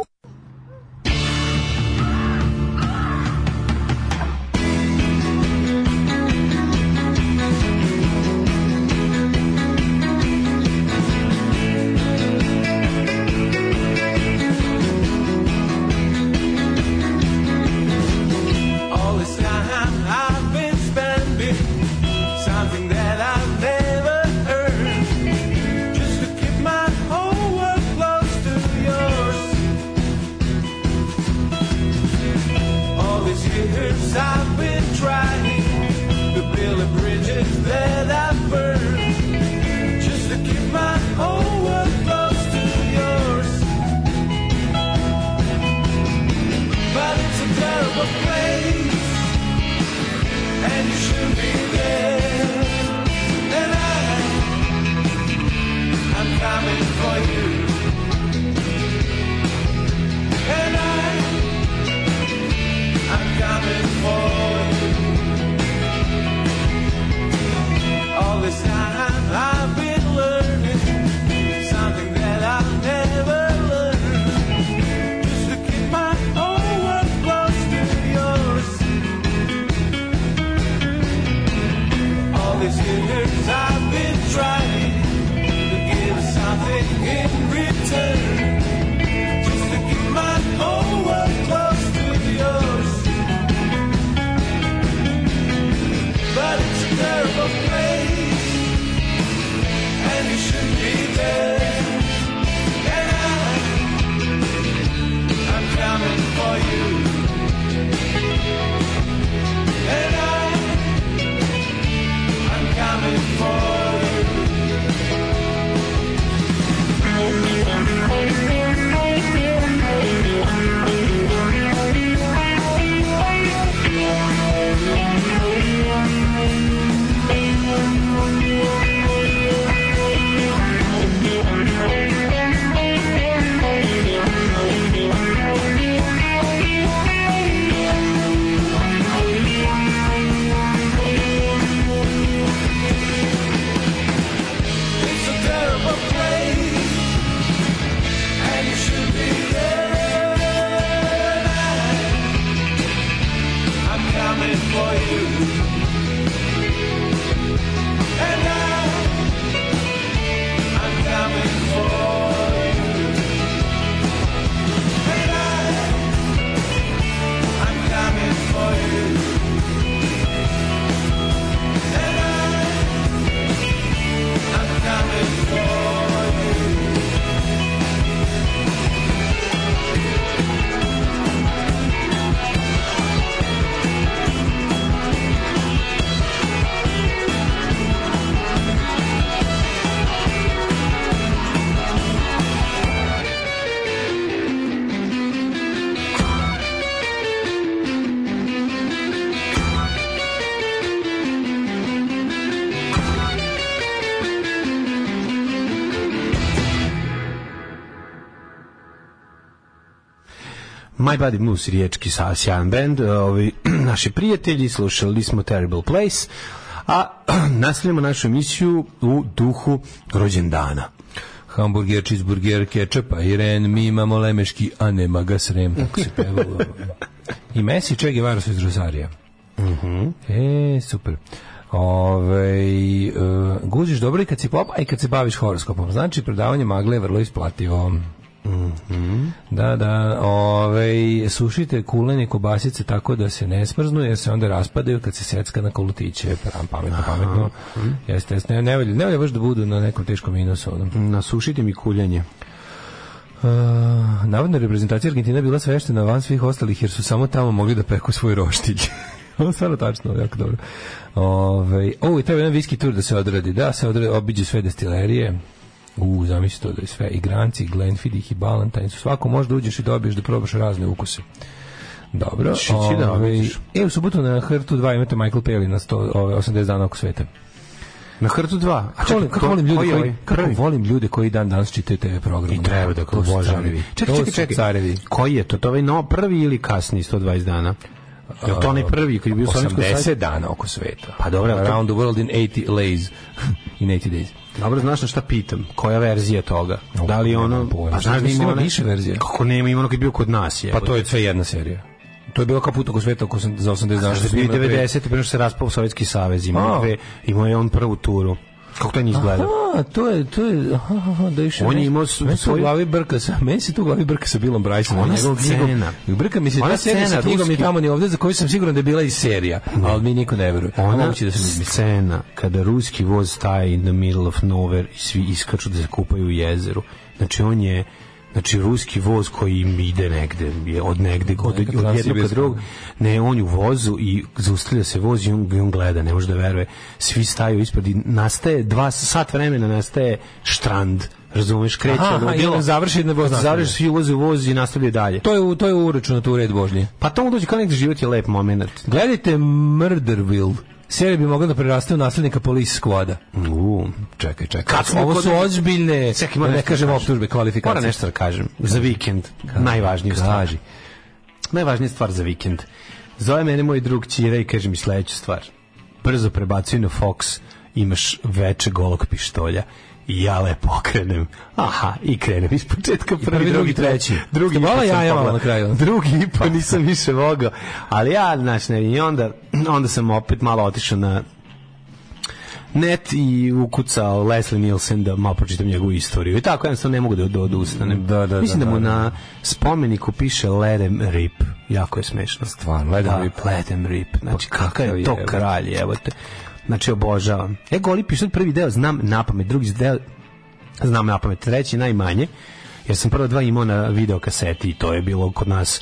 Speaker 9: All this time I've been spending something that I've never earned just to keep my whole world close to yours. All these years I've been trying to build the bridges that I've burned just to keep my whole world close to yours. but it's a terrible place, and you should be there. And I, I'm coming for you. And I, I'm coming for you. All this time I've been learning something that I've never learned just to keep my whole world close to yours. All these years I've been trying to give something in return, just to keep my whole world close to yours. But it's a terrible place, and you should be there. And I I'm coming for you. And I, I'm coming for coming for you. And I, I'm coming for you. And I, I'm coming for you. And I, I'm coming for you.
Speaker 6: My Body Blues, riječki sa sjajan band, e, ovi, naši prijatelji, slušali smo Terrible Place, a nastavljamo našu emisiju u duhu rođendana.
Speaker 7: Hamburger, cheeseburger, kečapa i ren, mi imamo lemeški, a nema ga srem, tako se pevalo. I Messi, Che Guevara su iz Rosarija.
Speaker 6: Mhm.
Speaker 7: E, super. Ove, guziš dobro i kad si pop, a i kad se baviš horoskopom. Znači, predavanje magle je vrlo isplativo.
Speaker 6: Mhm.
Speaker 7: Da, da, ovaj, sušite kulene kobasice tako da se ne smrznu, jer se onda raspadaju kad se secka na kolutiće, pam, pametno, pametno.
Speaker 6: Mhm.
Speaker 7: Jeste, jeste, ne, ne valja, ne valja baš da budu na nekom teškom minusu. Ono.
Speaker 6: Nasušite mi kuljanje.
Speaker 7: Uh, navodno reprezentacija Argentina je bila sveštena van svih ostalih jer su samo tamo mogli da peku svoj roštilj. Ovo stvarno tačno, jako dobro. Ove, o, i treba jedan viski tur da se odradi. Da, se odradi, obiđu sve destilerije. U, zamisli to da je sve. I Granci, i Glenfiddich, i Ballantines. U Svako možda uđeš i dobiješ da probaš razne ukuse. Dobro.
Speaker 6: Šići da
Speaker 7: ovaj,
Speaker 6: obiđeš.
Speaker 7: e, u subotu na Hrtu 2 imate Michael Palin na 100, ove, 80 dana oko sveta.
Speaker 6: Na hrtu dva. A
Speaker 7: Kako volim, kako volim ljude koji, kako
Speaker 6: ovaj prvi?
Speaker 7: volim ljude koji dan danas čitaju TV program.
Speaker 6: I treba da
Speaker 7: To su
Speaker 6: obožavam.
Speaker 7: carevi.
Speaker 6: Čekaj,
Speaker 7: To
Speaker 6: čekaj,
Speaker 7: su
Speaker 6: čekaj.
Speaker 7: carevi.
Speaker 6: Koji je to? To je ovaj no, prvi ili kasni 120 dana? Je li to onaj prvi koji je bio u Sovjetskom
Speaker 7: 80
Speaker 6: savezu?
Speaker 7: dana oko sveta.
Speaker 6: Pa dobro, ali to-
Speaker 7: Around the world in 80 lays. in 80 days.
Speaker 6: Dobro, znaš na šta pitam? Koja verzija toga? Da li je ono...
Speaker 7: nemam pojma.
Speaker 6: Pa znaš da
Speaker 7: Mislim,
Speaker 6: ima
Speaker 7: ima
Speaker 6: ona...
Speaker 7: više verzija.
Speaker 6: Kako nema, ima ono kad je bio kod nas. Je,
Speaker 7: Pa to je sve jedna serija. To je bilo kao put oko sveta oko, sam- za 80 dana.
Speaker 6: Znaš da je bio 90. pre nego što se raspao Sovjetski savez. Imao,
Speaker 7: A.
Speaker 6: dve, imao je on prvu turu. Kako to je izgleda?
Speaker 7: A, to je, to je, aha, aha, da više.
Speaker 6: da. On je
Speaker 7: meni-
Speaker 6: imao s-
Speaker 7: meni se u
Speaker 6: svoju-
Speaker 7: glavi brka sa, meni se tu u glavi brka sa Billom Brysonom.
Speaker 6: Ona
Speaker 7: njegovom
Speaker 6: scena.
Speaker 7: knjigom. Brka mi se
Speaker 6: Ona
Speaker 7: ta serija sa
Speaker 6: scena,
Speaker 7: knjigom ni
Speaker 6: ruski.
Speaker 7: tamo ni ovde, za koju sam siguran da je bila i serija. Ali mi niko ne veruje. Ona,
Speaker 6: Ona
Speaker 7: Moguće da sam izmislio.
Speaker 6: scena kada ruski voz staje in the middle of nowhere i svi iskaču da se kupaju u jezeru. Znači on je znači ruski voz koji im ide negde, je od negde, od, od
Speaker 7: Da, Neka
Speaker 6: jednog ka
Speaker 7: transsibirska.
Speaker 6: drugog. Ne, on je u vozu i zaustavlja se voz i on, i on gleda, ne može da veruje. Svi staju ispred i nastaje dva sat vremena nastaje štrand. Razumeš, kreće
Speaker 7: Aha, aha, i
Speaker 6: ludilo.
Speaker 7: onda završi na voz
Speaker 6: Završi,
Speaker 7: nastavlja.
Speaker 6: svi ulaze u voz i nastavlja dalje.
Speaker 7: To je, u- to je uračunato u red vožnje.
Speaker 6: Pa to mu dođe kao neki život je lep moment.
Speaker 7: Gledajte Murderville. Serija bi mogla da preraste u naslednika Police Squada.
Speaker 6: U.
Speaker 7: Čekaj, čekaj.
Speaker 6: Kad smo
Speaker 7: Ovo
Speaker 6: kod-
Speaker 7: su ozbiljne,
Speaker 6: Čekaj,
Speaker 7: da
Speaker 6: moram
Speaker 7: ne
Speaker 6: nešto da
Speaker 7: kažem
Speaker 6: kažem.
Speaker 7: optužbe, kvalifikacije.
Speaker 6: Moram nešto da kažem. Za vikend. Najvažniju stvar.
Speaker 7: Kaži.
Speaker 6: Najvažnija stvar za vikend. Zove mene moj drug Ćira i kaže mi sledeću stvar. Brzo prebacuj na Fox, imaš veče golog pištolja. I ja lepo okrenem. Aha, i krenem iz početka prvi,
Speaker 7: prvi, drugi, treći.
Speaker 6: Drugi
Speaker 7: Ste
Speaker 6: ipak
Speaker 7: mala
Speaker 6: sam
Speaker 7: jaja malo
Speaker 6: pogledao.
Speaker 7: na kraju.
Speaker 6: Drugi ipa nisam više mogao. Ali ja, znaš, ne, i onda, onda sam opet malo otišao na, net i ukucao Leslie Nielsen da malo pročitam njegovu istoriju. I tako jednostavno ne mogu da, da odustanem.
Speaker 7: Da, da,
Speaker 6: Mislim
Speaker 7: da,
Speaker 6: da, mu
Speaker 7: da, da.
Speaker 6: na spomeniku piše Let 'em rip. Jako je smešno.
Speaker 7: Stvarno, let 'em
Speaker 6: Da,
Speaker 7: rip.
Speaker 6: Let 'em rip. Znači,
Speaker 7: Pa
Speaker 6: kakav
Speaker 7: kakav
Speaker 6: je
Speaker 7: je,
Speaker 6: to
Speaker 7: evo.
Speaker 6: kralj, evo te. Znači, obožavam. Ja goli pišem prvi deo, znam na pamet, drugi deo znam na pamet, treći najmanje. Jer sam prvo dva imao na videokaseti i to je bilo kod nas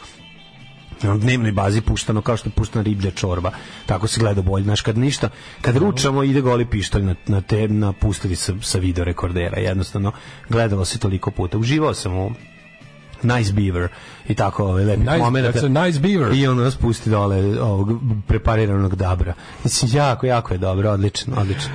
Speaker 6: na dnevnoj bazi puštano kao što je puštena riblja čorba. Tako se gleda bolje, znaš, kad ništa, kad
Speaker 7: Mhm.
Speaker 6: ručamo ide goli pištolj na, na te na pustili sa, sa videorekordera, jednostavno gledalo se toliko puta. Uživao sam u Nice Beaver i tako ove lepi
Speaker 7: Nice- that's a nice beaver.
Speaker 6: I on nas pusti dole ovog prepariranog dabra. Mislim, jako, jako je dobro, odlično, odlično.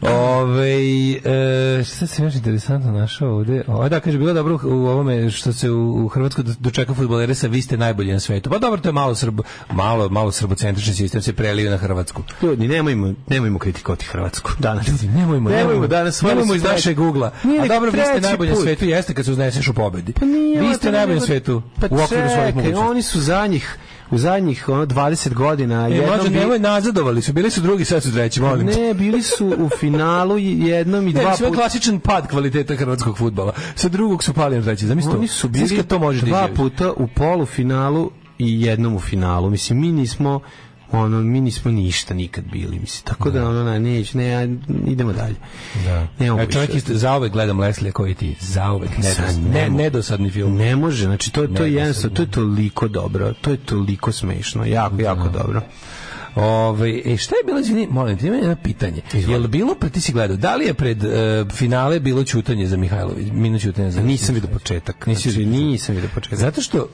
Speaker 7: Ove, e, šta sam još interesantno našao ovde? O, da, kaže, bilo dobro u ovome što se u, u Hrvatskoj do- dočeka futbolere sa vi ste najbolji na svetu. Pa dobro, to je malo, srbo, malo, malo srbocentrični sistem se prelio na Hrvatsku.
Speaker 6: Ljudi, nemojmo, nemojmo kritikovati Hrvatsku danas.
Speaker 7: Ljudi, nemojmo,
Speaker 6: nemojmo danas.
Speaker 7: nemojmo iz našeg ugla. A dobro, vi ste najbolji na
Speaker 6: svijetu.
Speaker 7: svetu, jeste kad se uzneseš u pobedi.
Speaker 6: Pa nije,
Speaker 7: vi
Speaker 6: ono,
Speaker 7: ste
Speaker 6: to
Speaker 7: najbolji
Speaker 6: nema-
Speaker 7: na svetu
Speaker 6: pa
Speaker 7: u okviru svojih
Speaker 6: čekaj,
Speaker 7: mogućnosti.
Speaker 6: oni su za njih u zadnjih ono, 20 godina
Speaker 7: E,
Speaker 6: jednom
Speaker 7: mlađe,
Speaker 6: bi-
Speaker 7: nemoj, nazadovali su, bili su drugi, sad su treći, molim. te.
Speaker 6: ne, bili su u finalu jednom i
Speaker 7: Ne,
Speaker 6: dva
Speaker 7: mislim, ovo je
Speaker 6: puta.
Speaker 7: klasičan pad kvaliteta hrvatskog fudbala. Sa drugog su pali na treći. Zamisli to.
Speaker 6: Oni su
Speaker 7: Znaš
Speaker 6: bili
Speaker 7: kad to može da
Speaker 6: dva
Speaker 7: izjaviš?
Speaker 6: puta u polufinalu i jednom u finalu. Mislim, mi nismo ono, mi nismo ništa nikad bili, mislim. Tako da, ono, ne, neću, ne, aj, idemo dalje.
Speaker 7: Da.
Speaker 6: Nemamo
Speaker 7: E, čovjek
Speaker 6: više.
Speaker 7: isto, zauvek gledam Leslie koji ti, zauvek, nedos,
Speaker 6: Sad
Speaker 7: ne,
Speaker 6: nemo-
Speaker 7: nedosadni film.
Speaker 6: Ne može, znači, to, to je
Speaker 7: Ne,
Speaker 6: jednostavno, to je toliko dobro, to je toliko smešno,
Speaker 7: Da.
Speaker 6: jako, jako dobro.
Speaker 7: Ove, e, šta je bilo, izvini, molim ti, imam jedno pitanje. Je li bilo, pre- ti si gledao, da li je pred e, finale bilo čutanje za Mihajlović, minu čutanje za
Speaker 6: Nisam vidio početak,
Speaker 7: Nisi
Speaker 6: znači,
Speaker 7: vidio
Speaker 6: nisam vidio početak.
Speaker 7: Zato što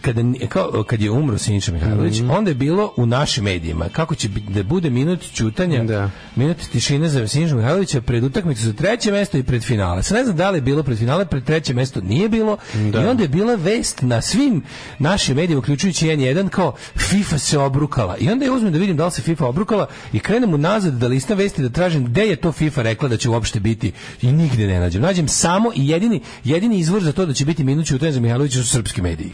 Speaker 7: kada ni- kao, kad je umro Siniša Mihajlović,
Speaker 6: Mhm.
Speaker 7: onda je bilo u našim medijima kako će biti- da bude minut ćutanja,
Speaker 6: Da.
Speaker 7: minut tišine za Siniša Mihajlovića pred utakmicu za treće mesto i pred finale. Sad ne znam da li je bilo pred finale, pred treće mesto nije bilo.
Speaker 6: Da.
Speaker 7: I onda je bila vest na svim našim medijima uključujući N1 kao FIFA se obrukala. I onda je uzmem da vidim da li se FIFA obrukala i krenem unazad da listam vesti da tražim gde je to FIFA rekla da će uopšte biti i nigde ne nađem. Nađem samo i jedini jedini izvor za to da će biti minut ćutanja za Mihajlovića su srpski mediji.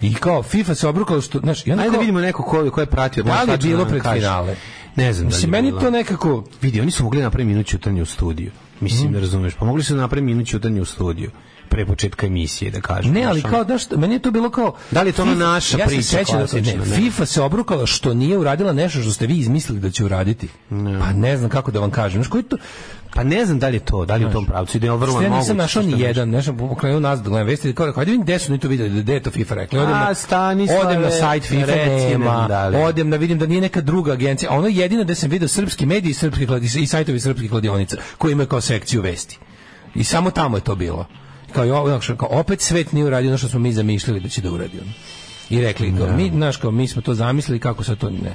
Speaker 7: I kao FIFA se obrukala što, znaš, i onda
Speaker 6: Pa da. Ajde da
Speaker 7: kao,
Speaker 6: vidimo neko ko, ko je pratio.
Speaker 7: da li
Speaker 6: možda
Speaker 7: je
Speaker 6: tačno
Speaker 7: bilo
Speaker 6: nam
Speaker 7: pred
Speaker 6: kaže.
Speaker 7: finale?
Speaker 6: Ne znam
Speaker 7: Mislim,
Speaker 6: da li je
Speaker 7: meni
Speaker 6: bilo.
Speaker 7: to nekako
Speaker 6: Vidi, oni su mogli napraviti minut ćutanja u studiju. Mislim,
Speaker 7: Mhm.
Speaker 6: da razumeš. Pa mogli su da napraviti minut ćutanja u studiju. Pre početka emisije, da kažem.
Speaker 7: Ne, ali
Speaker 6: Znaš,
Speaker 7: kao da što, meni je to bilo kao
Speaker 6: Da li je to ona naša
Speaker 7: ja se
Speaker 6: priča
Speaker 7: sećam da se-
Speaker 6: klasična,
Speaker 7: ne,
Speaker 6: ne?
Speaker 7: FIFA se obrukala što nije uradila nešto što ste vi izmislili da će uraditi. Pa ne znam kako da vam kažem. Znaš koji to
Speaker 6: Pa ne znam da li je to, da li je u tom pravcu ide, ali vrlo
Speaker 7: što
Speaker 6: je
Speaker 7: ja
Speaker 6: moguće.
Speaker 7: nisam našao
Speaker 6: što
Speaker 7: ni
Speaker 6: je
Speaker 7: jedan, nešto pokrenuo nazad da gledam vesti, kao rekao, ajde vidim gde su oni to videli, gde je to FIFA rekli. Odem
Speaker 6: A,
Speaker 7: na,
Speaker 6: Stanislave,
Speaker 7: odem na sajt FIFA,
Speaker 6: reci nam
Speaker 7: nema,
Speaker 6: da li je.
Speaker 7: odem na vidim da nije neka druga agencija, a ono jedino gde sam video srpski mediji i srpski kladi- i sajtovi srpskih kladionica koji imaju kao sekciju vesti. I samo tamo je to bilo. Kao, i ovo, znaš, kao opet svet nije uradio ono što smo mi zamišljali da će da uradi. ono. I rekli, kao, mi, znaš, kao, mi smo to zamislili, kako sad to ne.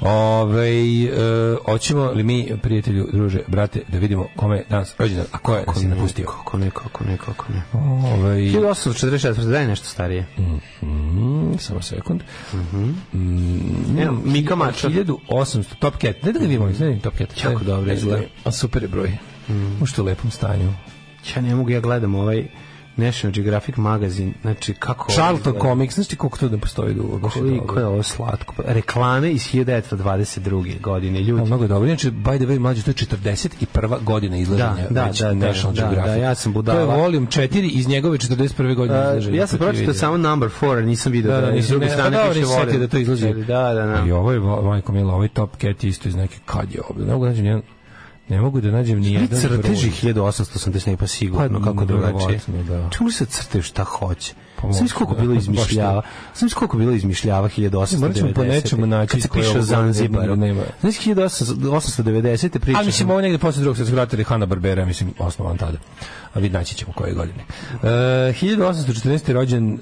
Speaker 7: Ove, e, hoćemo li mi, prijatelju, druže, brate, da vidimo kome je danas rođendan, a ko je nas je da napustio?
Speaker 6: Kako ne, kako ne, kako ne.
Speaker 7: Ovaj,
Speaker 6: 1844, daj nešto starije.
Speaker 7: mm, samo sekund.
Speaker 6: Mhm.
Speaker 7: Mm,
Speaker 6: Evo, Mika Mačar.
Speaker 7: 1800, Top Cat. Ne da ga vidimo, ne da vidim Top Cat.
Speaker 6: Jako dobro
Speaker 7: Ne, ne,
Speaker 6: izgleda. Mhm.
Speaker 7: ne, A super je broj. Mm. U što lepom stanju.
Speaker 6: Ja ne mogu, ja gledam ovaj National Geographic magazin, znači kako...
Speaker 7: Charlton
Speaker 6: ovo
Speaker 7: Comics, znaš ti koliko to ne postoji dugo? baš da. je
Speaker 6: izgleda,
Speaker 7: dobro.
Speaker 6: Koliko je ovo slatko. Reklame iz 1922. godine,
Speaker 7: Da,
Speaker 6: ljudi.
Speaker 7: mnogo je dobro. Inače, by the way, mlađe, to je 41. godina izlaženja.
Speaker 6: Da, da,
Speaker 7: već
Speaker 6: da, da,
Speaker 7: National
Speaker 6: da,
Speaker 7: Geographic.
Speaker 6: da, ja sam budala.
Speaker 7: To je volume 4 iz njegove 41. godine
Speaker 6: A,
Speaker 7: izlaženja.
Speaker 6: ja sam
Speaker 7: To ti
Speaker 6: pročitao
Speaker 7: vidim.
Speaker 6: samo number 4, nisam vidio
Speaker 7: Da, da,
Speaker 6: da, iz
Speaker 7: nisam-
Speaker 6: druge
Speaker 7: ne,
Speaker 6: strane
Speaker 7: pa dobro,
Speaker 6: piše
Speaker 7: nisam
Speaker 6: volim.
Speaker 7: setio da to izlazi.
Speaker 6: Da, da, da.
Speaker 7: I ovo je, va- majko mila, ovaj Top Cat je isto iz neke, kad je ovo? Ne mogu da nađem jedan, ne mogu da nađem ni jedan
Speaker 6: Jedan crteži
Speaker 7: broj.
Speaker 6: 1880 pa sigurno
Speaker 7: Pa,
Speaker 6: kako drugačije.
Speaker 7: verovatno, da.
Speaker 6: Čemu se crteju šta hoće?
Speaker 7: Pa
Speaker 6: Sam
Speaker 7: možda,
Speaker 6: koliko
Speaker 7: da.
Speaker 6: bilo
Speaker 7: Baš
Speaker 6: izmišljava. Sam koliko bilo izmišljava 1890.
Speaker 7: Morat ćemo po nečemu naći
Speaker 6: Kad se
Speaker 7: koje
Speaker 6: piše o
Speaker 7: ovo
Speaker 6: Zanzibaru.
Speaker 7: nema.
Speaker 6: Znaš 1890. priča.
Speaker 7: A mislim ovo je negde posle drugog svetskog rata ili Hanna Barbera, mislim osnovan tada. A vi naći ćemo koje godine. E, 1814. rođen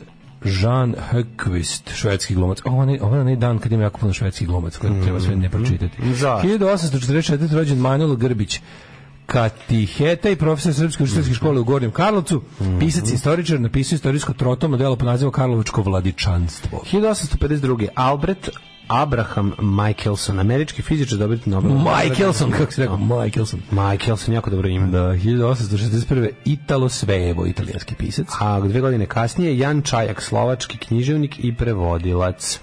Speaker 7: Jean Höckvist, švedski glumac. Ovo je ovo je onaj dan kad ima jako puno švedskih glumaca, koje treba sve ne pročitati.
Speaker 6: Zašto?
Speaker 7: 1844. rođen Manilo Grbić, katiheta i profesor Srpske učiteljske škole u Gornjem Karlovcu, pisac i istoričar, napisao istorijsko trotomno delo po nazivu Karlovačko vladičanstvo.
Speaker 6: 1852. Albert Abraham Michelson, američki fizičar dobiti Nobelovu nagradu.
Speaker 7: Michaelson, kako se rekao, Michaelson.
Speaker 6: Michelson, jako dobro ime.
Speaker 7: Da, 1861. Italo Svevo, italijanski pisac.
Speaker 6: A dve godine kasnije Jan Čajak, slovački književnik i prevodilac.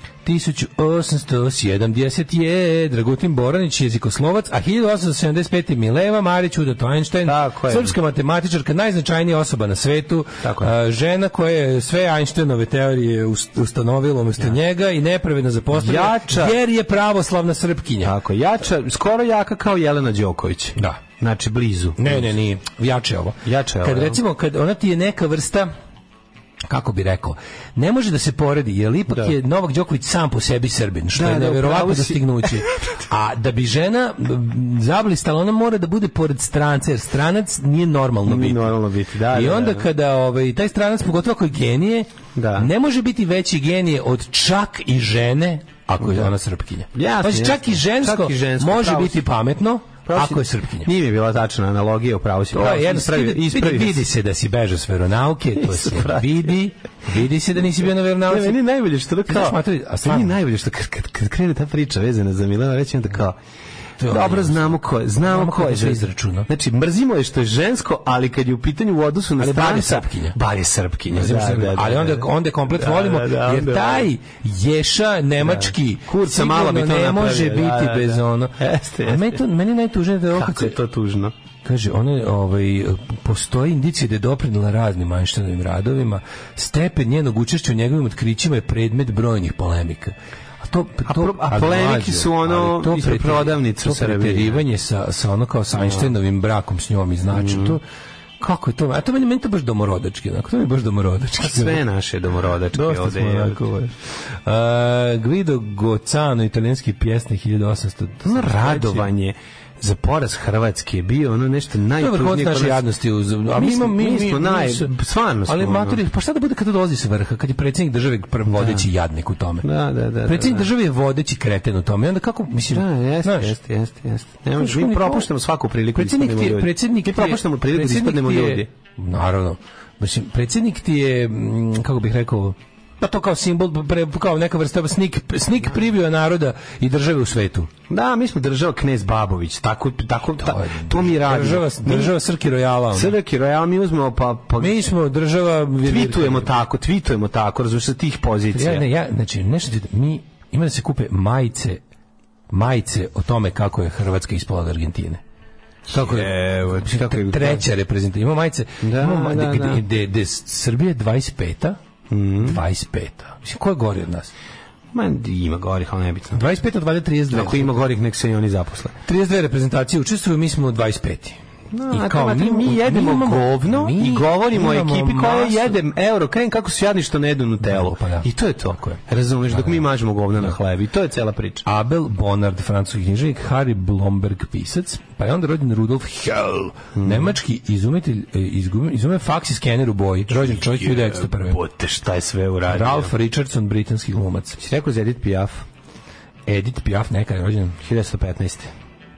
Speaker 7: 1870 je Dragutin Boranić, jezikoslovac, a 1875 Mileva Marić, Udo Einstein,
Speaker 6: Tako je.
Speaker 7: srpska matematičarka, najznačajnija osoba na svetu,
Speaker 6: Tako je.
Speaker 7: a, žena koja je sve Einsteinove teorije ust- ustanovila umjesto njega i nepravedno zapostavila,
Speaker 6: Jača.
Speaker 7: jer je pravoslavna srpkinja.
Speaker 6: Tako, jača, skoro jaka kao Jelena Đoković.
Speaker 7: Da.
Speaker 6: Znači, blizu.
Speaker 7: Ne, ne, nije. Jače je ovo.
Speaker 6: Jače je ovo,
Speaker 7: Kad
Speaker 6: jel?
Speaker 7: recimo, kad ona ti je neka vrsta kako bi rekao, ne može da se poredi, jer ipak
Speaker 6: Da.
Speaker 7: je Novak Đoković sam po sebi srbin, što
Speaker 6: Da,
Speaker 7: je
Speaker 6: da,
Speaker 7: nevjerovatno
Speaker 6: upravo si.
Speaker 7: dostignuće. A da bi žena m, zablistala, ona mora da bude pored stranca, jer stranac nije normalno
Speaker 6: Nije
Speaker 7: biti.
Speaker 6: normalno biti, da,
Speaker 7: I
Speaker 6: da,
Speaker 7: onda
Speaker 6: da, da.
Speaker 7: kada ovaj, taj stranac, pogotovo ako je genije,
Speaker 6: Da.
Speaker 7: ne može biti veći genije od čak i žene, ako je ona srpkinja.
Speaker 6: Da. Jasno,
Speaker 7: Znači, čak,
Speaker 6: jasno.
Speaker 7: i žensko
Speaker 6: Čak i žensko,
Speaker 7: može
Speaker 6: pravo si.
Speaker 7: biti pametno,
Speaker 6: Pravo si-
Speaker 7: ako je srpkinja.
Speaker 6: Nije mi bila tačna analogija, upravo si.
Speaker 7: To
Speaker 6: pravo
Speaker 7: je
Speaker 6: si,
Speaker 7: jednostavno,
Speaker 6: ispravi-
Speaker 7: vidi,
Speaker 6: ispravi
Speaker 7: vidi-
Speaker 6: si.
Speaker 7: vidi se da si bežao s veronauke, to se vidi, vidi se da nisi bio na
Speaker 6: Ne,
Speaker 7: veronauci.
Speaker 6: meni je najbolje što da
Speaker 7: Znaš,
Speaker 6: kao...
Speaker 7: Matri, a
Speaker 6: meni
Speaker 7: stvarno?
Speaker 6: je najbolje što kad, kad, kad krene ta priča vezana za Milana, reći onda kao...
Speaker 7: to je ono
Speaker 6: Dobro,
Speaker 7: jednostavno.
Speaker 6: znamo ko je, znamo
Speaker 7: Znamo
Speaker 6: ko
Speaker 7: kako
Speaker 6: je.
Speaker 7: se
Speaker 6: žen-
Speaker 7: izračuna.
Speaker 6: Znači, mrzimo je što je žensko, ali kad je u pitanju u odnosu na
Speaker 7: Ali bar je
Speaker 6: stranca,
Speaker 7: Srpkinja.
Speaker 6: bar je Srpkinja.
Speaker 7: Mislim,
Speaker 6: Da,
Speaker 7: Srbi,
Speaker 6: da, da,
Speaker 7: ali onda
Speaker 6: da.
Speaker 7: onda je komplet
Speaker 6: Da,
Speaker 7: volimo
Speaker 6: da, da, onda-
Speaker 7: jer taj ješa nemački
Speaker 6: Da. Kurca
Speaker 7: sigurno
Speaker 6: malo bi to
Speaker 7: ne
Speaker 6: napravio,
Speaker 7: može
Speaker 6: da,
Speaker 7: biti
Speaker 6: da, da.
Speaker 7: bez ono.
Speaker 6: Jeste,
Speaker 7: A meni to meni je najtužnije da je ovo kad
Speaker 6: Kako
Speaker 7: se-
Speaker 6: je to tužno.
Speaker 7: Kaže, ona je, ovaj, postoji indicije da je doprinila raznim Manštanovim radovima. Stepen njenog učešća u njegovim otkrićima je predmet brojnih polemika. A, to,
Speaker 6: A
Speaker 7: to,
Speaker 6: pro- a
Speaker 7: ali
Speaker 6: polemike
Speaker 7: mlađe,
Speaker 6: su ono
Speaker 7: ali to
Speaker 6: ispred
Speaker 7: prete-
Speaker 6: prodavnice u
Speaker 7: to
Speaker 6: Srbiji. Da.
Speaker 7: preterivanje sa, sa ono kao sa Einsteinovim brakom s njom i znači
Speaker 6: Mhm.
Speaker 7: to kako je to? A to meni, meni to baš domorodački. Onako, to mi je baš domorodački.
Speaker 6: Sve naše domorodačke
Speaker 7: Dosta
Speaker 6: ovde.
Speaker 7: smo
Speaker 6: je.
Speaker 7: onako, ovaj. A, Guido Gocano, italijanski pjesnik 1800.
Speaker 6: Ono radovanje za poraz Hrvatske je bio ono nešto
Speaker 7: To je
Speaker 6: najtužnije.
Speaker 7: vrhunac
Speaker 6: kod
Speaker 7: naše
Speaker 6: nas.
Speaker 7: jadnosti. Uz, a mi,
Speaker 6: Mi smo-
Speaker 7: imamo- mi,
Speaker 6: mi
Speaker 7: mi,
Speaker 6: smo
Speaker 7: mi
Speaker 6: naj-
Speaker 7: se-
Speaker 6: stvarno smo,
Speaker 7: Ali
Speaker 6: ono.
Speaker 7: maturi, pa šta da bude kada dolazi sa vrha, kad je predsjednik države prv vodeći jadnik u tome.
Speaker 6: Da, da, da, da.
Speaker 7: Predsjednik države je vodeći kreten u tome. I onda kako, mislim,
Speaker 6: Da, jeste,
Speaker 7: znaš,
Speaker 6: jeste, jeste, jeste. Ne možeš,
Speaker 7: Znaš,
Speaker 6: mi
Speaker 7: oni-
Speaker 6: propuštamo svaku priliku da
Speaker 7: predsjednik
Speaker 6: ispadnemo
Speaker 7: ti je,
Speaker 6: ljudi.
Speaker 7: predsjednik
Speaker 6: Mi
Speaker 7: ti je-
Speaker 6: propuštamo priliku da
Speaker 7: predsjednik
Speaker 6: ispadnemo
Speaker 7: ti je-
Speaker 6: ljudi.
Speaker 7: Naravno. Mislim, predsjednik ti je, mm, kako bih rekao, pa to kao simbol, pre, kao neka vrsta snik, snik privio naroda i države u svetu.
Speaker 6: Da, mi smo država Knez Babović, tako, tako, ta, to mi radimo.
Speaker 7: Država, država Srki Rojala. ono.
Speaker 6: Srbek i Royal, mi uzmemo pa, pa
Speaker 7: Mi smo država...
Speaker 6: tvitujemo tako, tvitujemo tako, razumiješ, sa tih pozicija.
Speaker 7: Ja, ne, ja, znači, nešto, ti- mi, ima da se kupe majice, majice o tome kako je Hrvatska ispala od Argentine. Kako je,
Speaker 6: Evo, tako je-
Speaker 7: treća reprezentacija. Ima majice,
Speaker 6: Da,
Speaker 7: ima ma-
Speaker 6: da,
Speaker 7: gde-
Speaker 6: da. Mhm.
Speaker 7: gde- gde Srbija je 25-a, 25-a. Mislim, ko je gori od nas?
Speaker 6: Ma, ima gorih, ali nebitno.
Speaker 7: 25 od valjda 32.
Speaker 6: Ako ima gorih, nek se i oni zaposle.
Speaker 7: 32 reprezentacije učestvuju, mi smo 25.
Speaker 6: I kao, mi, mi jedemo govno i govorimo o ekipi koja jede euro, krem kako su jadni što ne jedu Nutellu.
Speaker 7: Pa da.
Speaker 6: I to je to.
Speaker 7: Tako je.
Speaker 6: Razumeš, dok
Speaker 7: da.
Speaker 6: mi mažemo govno na hlebi. I to je cela priča.
Speaker 7: Abel Bonard, francuski književnik, Harry Blomberg, pisac, pa je onda rođen Rudolf Hell,
Speaker 6: Mhm.
Speaker 7: nemački izumitelj, e, izgum- izume faksi skener u boji, rođen čovjek 1901.
Speaker 6: Bote, šta je sve uradio.
Speaker 7: Ralph Richardson, britanski glumac.
Speaker 6: Si rekao za Edith Piaf,
Speaker 7: Edith Piaf, neka je rođen.
Speaker 6: 1915.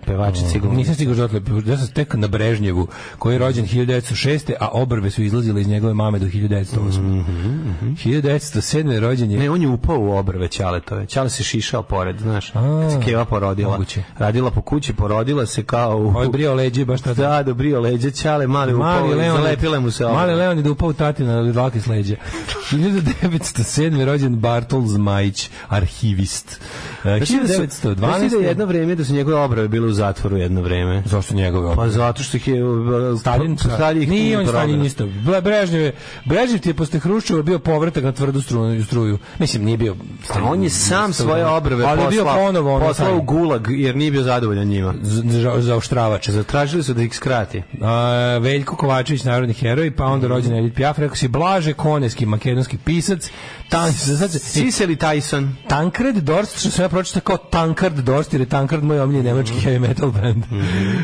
Speaker 6: Pevačica i glumica.
Speaker 7: Nisam stigao dotle, ja sam tek na Brežnjevu, koji je rođen 1906. a obrve su izlazile iz njegove mame do 1908. 1907. je rođen je
Speaker 6: Mhm, Ne, on je upao u obrve Ćaletove. Ćale se šišao pored, znaš. Kad se Keva porodila.
Speaker 7: Moguće.
Speaker 6: Radila po kući, porodila se kao u...
Speaker 7: Ovo je brio leđe, baš tada.
Speaker 6: Da, dobrio leđe Ćale, mali, mali upao,
Speaker 7: Mali Leon,
Speaker 6: zalepile mu se obrve.
Speaker 7: Mali Leon je dupao u tatina na dlake s leđa. 1907. je rođen Bartol Zmajić, arhivist. Eh,
Speaker 6: Znaš ti da su- znaš ti da je
Speaker 7: 1912.
Speaker 6: jedno vrijeme da su njegove obrave bile u zatvoru jedno vrijeme.
Speaker 7: Zašto njegove?
Speaker 6: Pa zato što ih je uh,
Speaker 7: Stalin,
Speaker 6: pro- Stalin ih
Speaker 7: nije on
Speaker 6: prognao.
Speaker 7: Stalin isto. Ble- Brežnjev je, Brežnjev ti je posle Hruščova bio povratak na tvrdu struju. struju. Mislim, nije bio Stalin.
Speaker 6: A Pa on je sam
Speaker 7: isto,
Speaker 6: svoje obrave
Speaker 7: ali je bio
Speaker 6: poslao,
Speaker 7: ponovo ono
Speaker 6: poslao u
Speaker 7: Stalin.
Speaker 6: gulag jer nije bio zadovoljan njima.
Speaker 7: Z- za- zaoštravač.
Speaker 6: Zatražili su da ih skrati. Mm.
Speaker 7: A, Veljko Kovačević, narodni heroj, pa onda rođen Edith Piaf, rekao si Blaže Koneski, makedonski pisac, tan, sad se-
Speaker 6: Siseli Tyson.
Speaker 7: Tankred Dorst, što sam ja pročitao kao Tankard Dorst, jer je Tankard moj omljeni
Speaker 6: Mm.
Speaker 7: nemački heavy metal band.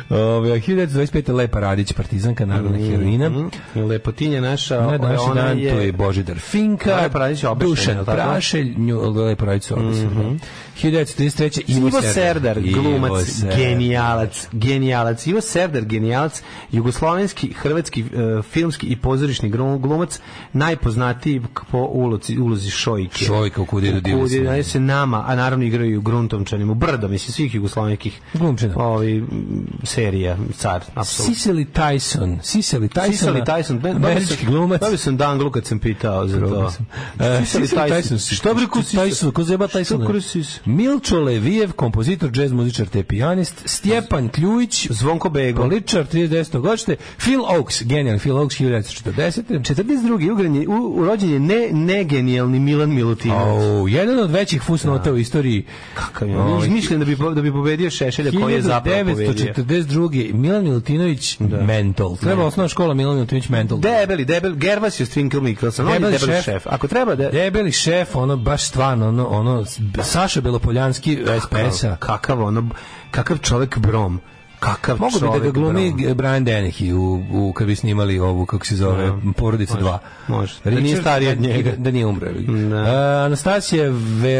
Speaker 7: Ove, 1925. Lepa Radić, partizanka, narodna
Speaker 6: Mm.
Speaker 7: heroina.
Speaker 6: Lepotinja naša,
Speaker 7: Na današnji
Speaker 6: ona
Speaker 7: dan
Speaker 6: je...
Speaker 7: to je Božidar Finka,
Speaker 6: Lepa Radić je obešena, je
Speaker 7: Dušan
Speaker 6: li tako?
Speaker 7: Prašelj, nju, Lepa Radić su obešena. 1933.
Speaker 6: Ivo Serdar,
Speaker 7: Ivo
Speaker 6: glumac,
Speaker 7: Serdar.
Speaker 6: genijalac, genijalac. Ivo Serdar, genijalac, jugoslovenski, hrvatski, e, filmski i pozorišni gru- glumac, najpoznatiji k- po ulozi, ulozi Šojke.
Speaker 7: Šojka u Kuda idu divne
Speaker 6: Kuda idu
Speaker 7: svinje.
Speaker 6: se nama, a naravno igraju i u Gruntovčanima, u Brdo, mislim, svih jugoslovenskih
Speaker 7: Glumčina.
Speaker 6: ovi, m, serija, car, apsolutno.
Speaker 7: Siseli Tyson, Siseli Tyson,
Speaker 6: Sisali Tyson, ben- dobio
Speaker 7: američki
Speaker 6: sam-
Speaker 7: glumac.
Speaker 6: Dobio sam danglu kad sam pitao za to.
Speaker 7: E,
Speaker 6: Sisali Tyson. Što bi rekao Sisali?
Speaker 7: Tyson? Ko zajeba
Speaker 6: Što bi rekao
Speaker 7: Tyson?
Speaker 6: Sisali?
Speaker 7: Milčo Levijev, kompozitor, džez muzičar te pijanist, Stjepan Kljujić,
Speaker 6: Zvonko Bego.
Speaker 7: Poličar, 39. godište, Phil Oaks, genijalni Phil Oaks, 1940.
Speaker 6: 42. ugren je, u, urođen je ne, negenijalni Milan Milutinović.
Speaker 7: Au, jedan od većih fusnota u istoriji.
Speaker 6: Da. Kakav je
Speaker 7: Ovaj,
Speaker 6: on? Izmišljen da bi, po- da bi pobedio Šešelja koji je zapravo Da. pobedio.
Speaker 7: 1942. Milan Milutinović, mental. Treba osnovna škola Milan Milutinović, mental.
Speaker 6: Debeli, debeli, Gervas je Strinkel Mikkelsen, on je
Speaker 7: Debeli
Speaker 6: debeli šef.
Speaker 7: šef.
Speaker 6: Ako treba da...
Speaker 7: Debeli šef, ono baš stvarno, ono, ono Saša Belopoljanski, SPS-a.
Speaker 6: Kakav ono, kakav čovek brom. Kakav
Speaker 7: Mogu bi da ga
Speaker 6: čovek
Speaker 7: glumi
Speaker 6: brom.
Speaker 7: Brian Dennehy u, u, kad bi snimali ovu, kako se zove, Porodica 2.
Speaker 6: Da, može. Da nije stariji od njega.
Speaker 7: Da, da nije umro. je li?
Speaker 6: Da.
Speaker 7: A, Anastasija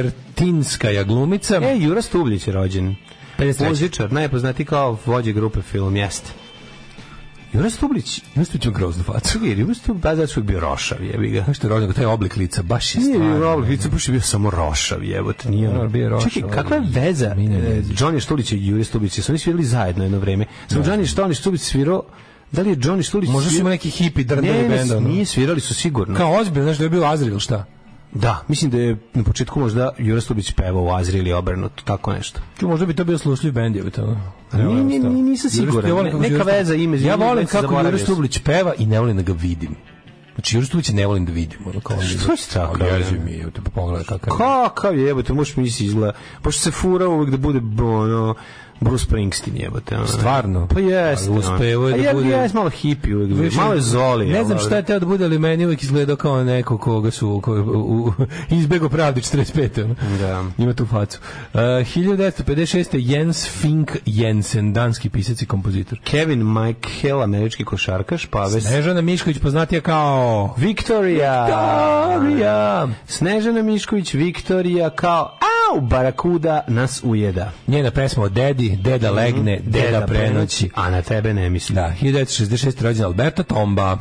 Speaker 7: Vertinska je glumica.
Speaker 6: E, Jura Stubljić je rođen.
Speaker 7: 53.
Speaker 6: Muzičar, najpoznati kao vođe grupe film, jeste. Jonas Stublić,
Speaker 7: Ima što ćemo groznu facu.
Speaker 6: jer Jonas Stublić, pa zašto je bio rošav, jebi ga.
Speaker 7: Znaš što je rožnjak, taj oblik lica, baš je
Speaker 6: Nije
Speaker 7: stvarno.
Speaker 6: bio rošav, vicu, baš je bio samo rošav, jebote, nije ono.
Speaker 7: Ono, bio je rošav,
Speaker 6: Čekaj, kakva je
Speaker 7: ali-
Speaker 6: veza
Speaker 7: Mi ne
Speaker 6: e,
Speaker 7: vezi.
Speaker 6: Johnny Stulić i Jure Stublić, jesu oni svirali zajedno jedno vreme? Samo Johnny Stulić, Stublić svirao, da li je Johnny Stulić
Speaker 7: Možda su
Speaker 6: svirao-
Speaker 7: ima neki hipi
Speaker 6: Ne,
Speaker 7: drndali
Speaker 6: ne,
Speaker 7: benda. ono.
Speaker 6: nije svirali su sigurno.
Speaker 7: Kao ozbiljno, znaš da je bio Azril, šta?
Speaker 6: Da, mislim da je na početku možda Jure Stubić pevao u Azri ili obrnuto, tako nešto.
Speaker 7: Ču, možda bi to bio slušljiv bend, je bi to.
Speaker 6: Ne, ne, ne, nisam siguran. Neka veza, ime,
Speaker 7: Ja
Speaker 6: ime,
Speaker 7: volim
Speaker 6: ime,
Speaker 7: kako
Speaker 6: zaboravio
Speaker 7: Jure
Speaker 6: sam.
Speaker 7: Stublić peva i ne volim da ga vidim. Znači, Jure Stublić ne volim da vidim. Ono, kao
Speaker 6: Što si tako?
Speaker 7: Jezi mi, je, te pa pogledaj kakav je.
Speaker 6: Kakav je, jebote, možeš mi si izgleda. Pošto se fura uvek da bude, bo- ono, Bruce Springsteen jebote. ono.
Speaker 7: Stvarno?
Speaker 6: Pa jeste.
Speaker 7: Ali uspevo je
Speaker 6: ono.
Speaker 7: da
Speaker 6: A ja-
Speaker 7: bude-
Speaker 6: Ja jes malo hippie uvek. bio, Malo je zoli.
Speaker 7: Ne znam
Speaker 6: jel,
Speaker 7: šta je teo da bude, ali meni uvijek izgledao kao neko koga su ko, u, u, izbego pravdi 45. Ono.
Speaker 6: Da.
Speaker 7: Ima tu facu. Uh, 1956. Jens Fink Jensen, danski pisac i kompozitor.
Speaker 6: Kevin Michael, američki košarkaš, paves.
Speaker 7: Snežana Mišković poznatija kao...
Speaker 6: Victoria.
Speaker 7: Victoria!
Speaker 6: Snežana Mišković, Victoria, kao, au, barakuda nas ujeda.
Speaker 7: Njena pesma o dedi, deda legne, Mhm. deda prenoći.
Speaker 6: a na tebe ne mislim.
Speaker 7: Da, 1966. rođen Alberto Tomba.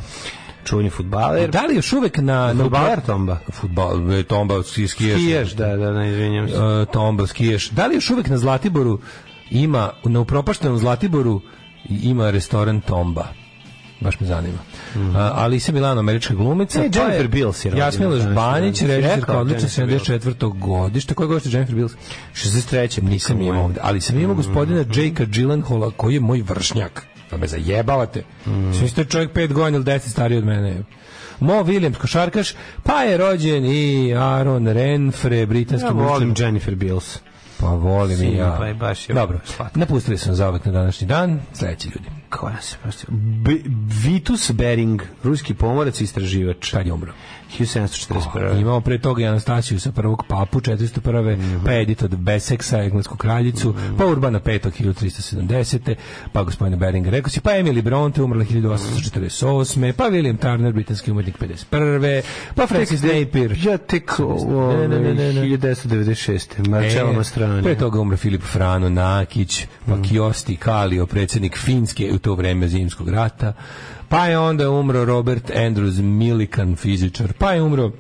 Speaker 6: Čuveni futbaler.
Speaker 7: Da li još uvek na... na
Speaker 6: Futbaler Tomba.
Speaker 7: Futbal, e, Tomba, ski- skijaš.
Speaker 6: Piješ, da, da, ne, izvinjam se.
Speaker 7: E, Tomba, skijaš. Da li još uvek na Zlatiboru ima, na upropaštenom Zlatiboru ima restoran Tomba? Baš me zanima. A, Alisa Milano, američka glumica.
Speaker 6: E,
Speaker 7: pa
Speaker 6: Mhm. Jennifer
Speaker 7: je
Speaker 6: Bills je rođena
Speaker 7: Jasmila
Speaker 6: danas.
Speaker 7: Žbanić,
Speaker 6: Si
Speaker 7: režiserka
Speaker 6: da. rekao
Speaker 7: odlična
Speaker 6: Jennifer Bills?
Speaker 7: 74. godište. Koje godište je Jennifer Bills?
Speaker 6: 63.
Speaker 7: Nisam imao ovde, ali sam
Speaker 6: Mhm.
Speaker 7: imao gospodina Jakea Gyllenhaala koji je moj vršnjak. Pa me zajebavate.
Speaker 6: Mhm.
Speaker 7: Mm. Svi ste čovjek 5 godina ili 10 stariji od mene. Mo Williams, košarkaš, pa je rođen i Aaron Renfre, britanski
Speaker 6: Ja volim
Speaker 7: muškar.
Speaker 6: Jennifer Bills.
Speaker 7: Pa volim i
Speaker 6: Sine,
Speaker 7: ja.
Speaker 6: pa je baš je
Speaker 7: Dobro,
Speaker 6: slatko.
Speaker 7: napustili sam zaovek na današnji dan. Sledeći ljudi.
Speaker 6: Koja se prosto... B- Vitus Bering, ruski pomorac i istraživač.
Speaker 7: Tad je umro.
Speaker 6: 1741.
Speaker 7: Imamo pre toga i Anastasiju sa prvog papu 401.
Speaker 6: Mhm.
Speaker 7: Pa Edith od Beseksa, englesku kraljicu, pa Urbana V. 1370. Pa gospodine Beringa rekao si, pa Emily Bronte umrla 1848. Pa William Turner, britanski umetnik 51. Pa Francis Napier.
Speaker 6: Ja tek ovaj, ovo,
Speaker 7: Ne, ne, ne, ne, ne.
Speaker 6: 1996. Marcello
Speaker 7: E,
Speaker 6: Mastroianni.
Speaker 7: Pre toga umre Filip Frano Nakić, pa Kiosti Kalio, predsjednik Finske u to vreme zimskog rata. Pa je onda umro Robert Andrews Milikan, fizičar. Pa je umro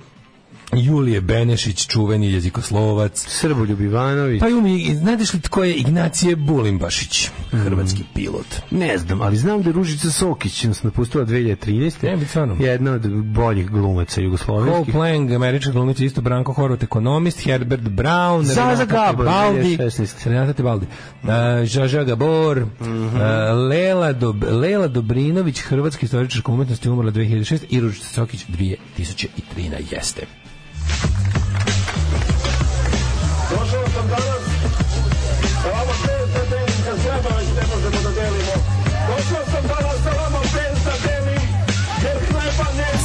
Speaker 7: Julije Benešić, čuveni jezikoslovac.
Speaker 6: Srboljub Ivanović.
Speaker 7: Pa je umro, i- znadeš li tko je Ignacije Bulimbašić, hrvatski pilot?
Speaker 6: Ne znam, ali znam da je Ružica Sokić nas napustila 2013.
Speaker 7: Ne, biti stvarno.
Speaker 6: Jedna od boljih glumaca
Speaker 7: Cole
Speaker 6: jugoslovenskih.
Speaker 7: Plank, američka glumica, isto Branko Horvat, ekonomist, Herbert Brown,
Speaker 6: Zaza Gabor, Mhm.
Speaker 7: Tebaldi,
Speaker 6: 2016.
Speaker 7: Renata Tebaldi, uh, Žaža Gabor,
Speaker 6: Mhm.
Speaker 7: uh, Lela, Dob, Lela Dobrinović, hrvatski istoričarka umetnosti, umrla 2006 i Ružica Sokić 2013. Jeste.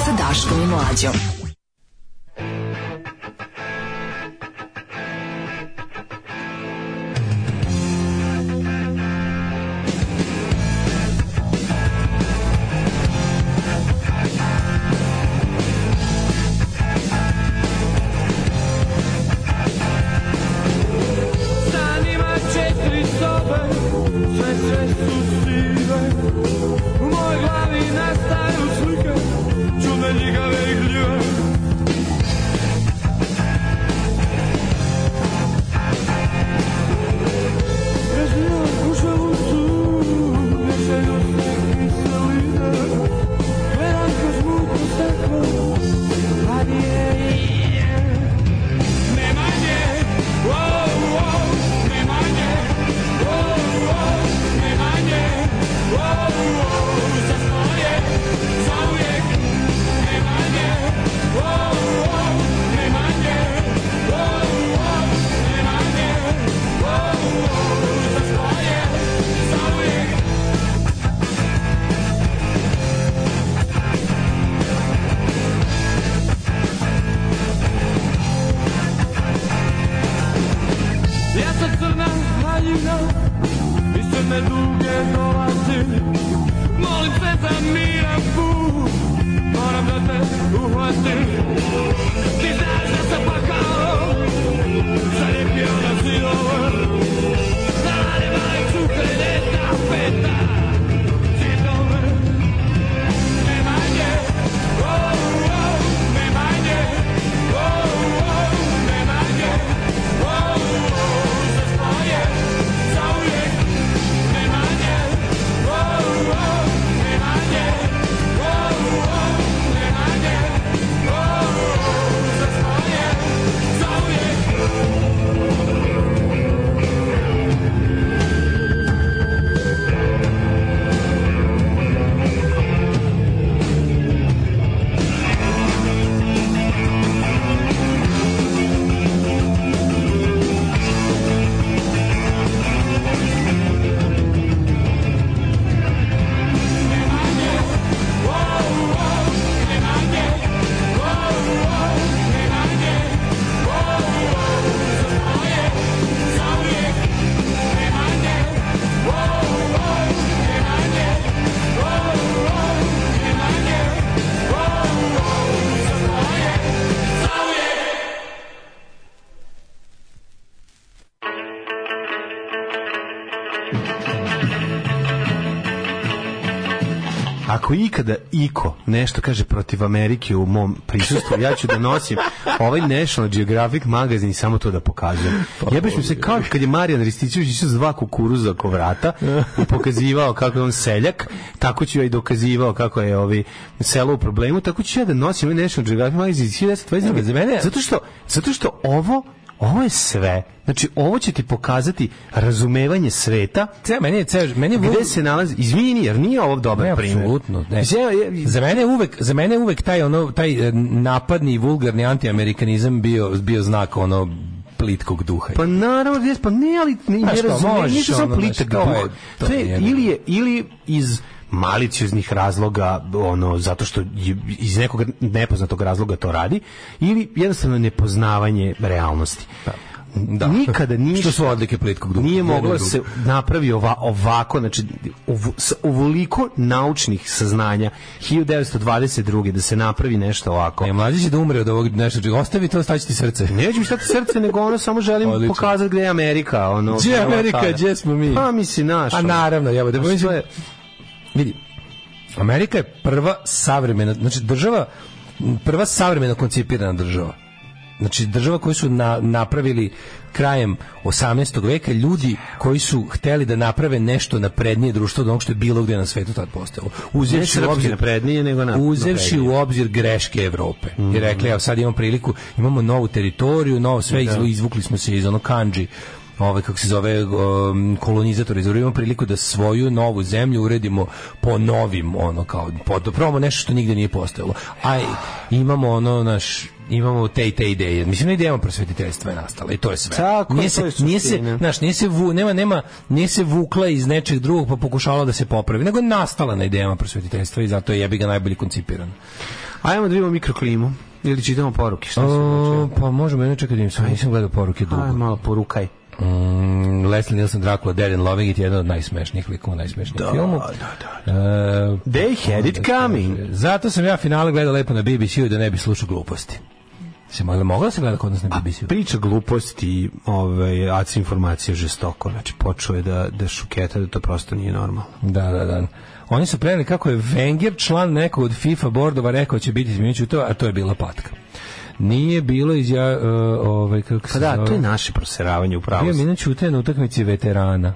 Speaker 8: Sa Daškom i Mlađom.
Speaker 9: Stan ima četiri sobe, sve sve su sive. U mojoj glavi nastaju slike, čudne ljigave i gljive. Razvijam kušavucu, mješaju se kiseline. Gledam kroz mutno staklo, hladnije je. Nema nje, wow, wow, nema nje, wow, wow, nema nje, wow, wow, za svoje, zauvijek. Nema nje, wow, wow, nema nje, wow, wow, nema nje, wow, wow, za svoje, zauvijek. Ja sam crna haljina I sve me duge dolazi Molim se za miran put Moram da te uhvatim Ti znaš da sam pakao Zalijepio na zidova Zalade majcu kredeta peta Zidove
Speaker 6: ako ikada Iko nešto kaže protiv Amerike u mom prisustvu, ja ću da nosim ovaj National Geographic magazin i samo to da pokazujem. Ja bih mi se kao kad je Marijan Ristićević išao s dva kukuruza oko vrata i pokazivao kako je on seljak, tako ću ja i dokazivao kako je ovi selo u problemu, tako ću ja da nosim ovaj National Geographic magazin iz 1922.
Speaker 7: Evo, za mene-
Speaker 6: Zato što, zato što ovo ovo je sve. Znači, ovo će ti pokazati razumevanje sveta
Speaker 7: Ceo, E, meni je ceo, meni je
Speaker 6: gde se nalazi izvini jer nije ovo dobar
Speaker 7: Ne,
Speaker 6: primjer
Speaker 7: apsolutno, ne.
Speaker 6: Mislim, ja- ja-
Speaker 7: Za mene je uvek, za mene je uvek taj ono taj e, napadni i vulgarni antiamerikanizam bio bio znak ono plitkog duha.
Speaker 6: pa naravno jes, pa ne ali ne,
Speaker 7: Znaš
Speaker 6: ne
Speaker 7: šta,
Speaker 6: razume
Speaker 7: možeš
Speaker 6: nije to samo
Speaker 7: ono,
Speaker 6: plitak
Speaker 7: znaš, to
Speaker 6: duh.
Speaker 7: je- to
Speaker 6: To je-
Speaker 7: je-
Speaker 6: ili je ili iz malicioznih razloga ono zato što je iz nekog nepoznatog razloga to radi ili jednostavno nepoznavanje realnosti
Speaker 7: da.
Speaker 6: nikada ništa
Speaker 7: Što su odlike plitkog duha?
Speaker 6: nije
Speaker 7: Jedno i
Speaker 6: moglo
Speaker 7: drugo.
Speaker 6: se napravi ova, ovako, znači ov, s ovoliko naučnih saznanja 1922. da se napravi nešto ovako.
Speaker 7: Ne, mlađi će da umre od ovog nešto. Ostavi to, staći ti srce.
Speaker 6: Neću mi stati srce, nego ono samo želim
Speaker 7: Odlično.
Speaker 6: pokazati gdje je Amerika. Ono,
Speaker 7: Gdje je Amerika,
Speaker 6: tada.
Speaker 7: gdje smo mi?
Speaker 6: Pa misli naš.
Speaker 7: A
Speaker 6: ono.
Speaker 7: naravno, jebo, da
Speaker 6: Pa što
Speaker 7: mislim,
Speaker 6: je-
Speaker 7: vidi, Amerika je prva savremena, znači država, prva savremeno koncipirana država. Znači država koju su na, napravili krajem 18. veka ljudi koji su hteli da naprave nešto naprednije društvo od onog što je bilo gdje na svetu tad postalo.
Speaker 6: Ne
Speaker 7: Uzevši u
Speaker 6: srpski
Speaker 7: obzir
Speaker 6: naprednije, nego na-
Speaker 7: uzevši
Speaker 6: naprednije.
Speaker 7: u obzir greške Evrope. I rekli, evo sad imamo priliku, imamo novu teritoriju, novo
Speaker 6: Da.
Speaker 7: sve, izvu- izvukli smo se iz ono kanđi, ovaj, kako se zove, um, kolonizator, imamo priliku da svoju novu zemlju uredimo po novim, ono, kao, pod- probamo nešto što nigde nije postojalo. Aj, imamo ono, naš, imamo te i te ideje. Mislim, na idejama prosvetiteljstva je nastala i to je sve.
Speaker 6: Tako je,
Speaker 7: nije
Speaker 6: to
Speaker 7: se,
Speaker 6: je
Speaker 7: nije se,
Speaker 6: suština.
Speaker 7: znaš, nije se vu, nema, nema, nije se vukla iz nečeg drugog pa pokušavala da se popravi, nego je nastala na idejama prosvetiteljstva i zato je jebi ga najbolje koncipiran.
Speaker 6: Ajmo da vidimo mikroklimu. Ili čitamo poruke. Šta se
Speaker 7: O, pa možemo jedno čekati, nisam, nisam gledao poruke dugo.
Speaker 6: Aj, malo porukaj.
Speaker 7: Mm, Leslie Nielsen Dracula, Darren Loving je jedan od najsmešnijih likova u najsmešnijem filmu.
Speaker 6: da,
Speaker 7: E,
Speaker 6: They had it
Speaker 7: da,
Speaker 6: coming.
Speaker 7: zato sam ja finale gledao lepo na BBC-u da ne bi slušao gluposti. Se mogla, mogla se gleda kod nas na BBC-u?
Speaker 6: Priča gluposti, ovaj, ac informacije žestoko. Znači, počeo je da, da šuketa, da to prosto nije normalno.
Speaker 7: Da, da, da. Oni su preneli kako je Wenger, član nekog od FIFA bordova, rekao će biti izmijenit to, a to je bila patka. Nije bilo iz ja, e, ovaj, kako se
Speaker 6: Pa da,
Speaker 7: zove?
Speaker 6: to je naše proseravanje u
Speaker 7: Bio mi
Speaker 6: pravosti.
Speaker 7: inače utajen na utakmici veterana.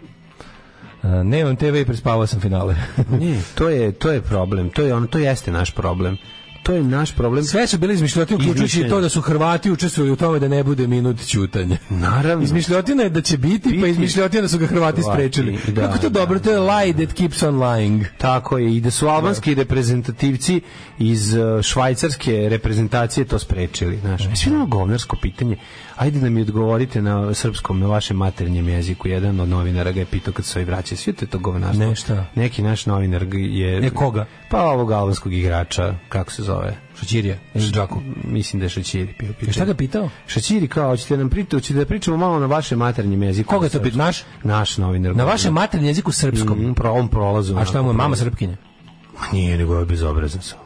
Speaker 7: E, Nemam TV i prespavao sam finale.
Speaker 6: Ne, to je, to je problem. To je ono, to jeste naš problem. To je naš problem.
Speaker 7: Sve su bili izmišljoti, uključujući i to da su Hrvati učestvovali u tome da ne bude minut ćutanja.
Speaker 6: Naravno.
Speaker 7: Izmišljotina je da će biti, pa
Speaker 6: Biti.
Speaker 7: izmišljotina da su ga Hrvati
Speaker 6: Hrvati,
Speaker 7: sprečili.
Speaker 6: da,
Speaker 7: Kako to
Speaker 6: da,
Speaker 7: dobro, to je lie that keeps on lying.
Speaker 6: Tako je, i da su albanski reprezentativci iz eh, švajcarske reprezentacije to sprečili. Znaš.
Speaker 7: Da.
Speaker 6: E, Sve jedno govnarsko pitanje. Ajde da mi odgovorite na srpskom, na vašem maternjem jeziku. Jedan od novinara ga je pitao kad se ovaj vraća. Svi to je to govnarstvo.
Speaker 7: Ne, šta?
Speaker 6: Neki naš novinar g- je...
Speaker 7: Ne, koga?
Speaker 6: Pa ovog albanskog igrača, kako se zove.
Speaker 7: Šoćirija, iz Đaku.
Speaker 6: Mislim da je Šačiri bio pitao.
Speaker 7: I šta ga pitao?
Speaker 6: Šačiri kao, hoćete nam pričati, hoćete da pričamo malo na vašem maternjem jeziku.
Speaker 7: Koga je to pitao? Naš?
Speaker 6: Naš novinar.
Speaker 7: Na vašem maternjem jeziku srpskom.
Speaker 6: Mm, pro, on prolazu.
Speaker 7: A šta mu je, mama srpkinja?
Speaker 6: Nije, nego je bezobrazan sam.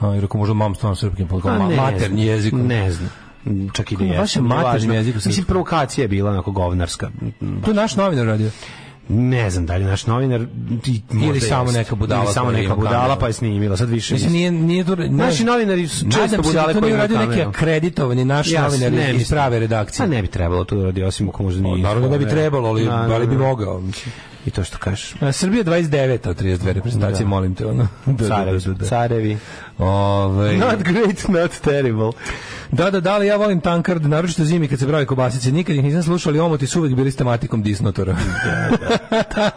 Speaker 7: A, i rekao, možda mam stvarno srpkinja, pa kao,
Speaker 6: A,
Speaker 7: ma-
Speaker 6: ne
Speaker 7: maternji
Speaker 6: znam.
Speaker 7: jezik.
Speaker 6: Ne znam. Mm, Čak i da
Speaker 7: Kako na
Speaker 6: je.
Speaker 7: vašem maternjem jeziku srpskom?
Speaker 6: Mislim, provokacija je bila onako govnarska. Mm,
Speaker 7: To je naš novinar radio.
Speaker 6: Ne znam da li je naš novinar... i možda
Speaker 7: Ili
Speaker 6: jest.
Speaker 7: samo neka budala
Speaker 6: Ili samo
Speaker 7: koja
Speaker 6: neka
Speaker 7: ima
Speaker 6: budala
Speaker 7: kameru.
Speaker 6: pa je snimila. Sad više...
Speaker 7: Mislim,
Speaker 6: mislim.
Speaker 7: nije, nije to...
Speaker 6: Naši novinari su često
Speaker 7: Nadam se da
Speaker 6: budale
Speaker 7: to
Speaker 6: koje
Speaker 7: nije
Speaker 6: imaju
Speaker 7: uradio neki
Speaker 6: kameru.
Speaker 7: akreditovani naš
Speaker 6: Ja
Speaker 7: novinar
Speaker 6: ne
Speaker 7: iz
Speaker 6: mislim.
Speaker 7: prave redakcije.
Speaker 6: A ne bi trebalo to da radi, osim ako možda nije...
Speaker 7: Naravno da bi trebalo, ali,
Speaker 6: Da, da,
Speaker 7: ali bi E,
Speaker 6: da.
Speaker 7: mogao.
Speaker 6: I to što kažeš.
Speaker 7: A, Srbija 29 od 32 reprezentacije, molim te. Ono. Da, da, da,
Speaker 6: Carevi.
Speaker 7: da, da.
Speaker 6: Carevi.
Speaker 7: Ovaj,
Speaker 6: Not great, not terrible.
Speaker 7: Da, da, da, ali ja volim tankard, naročito zimi kad se brave kobasice. Nikad ih nisam slušao, ali omoti su uvijek bili s tematikom disnotora.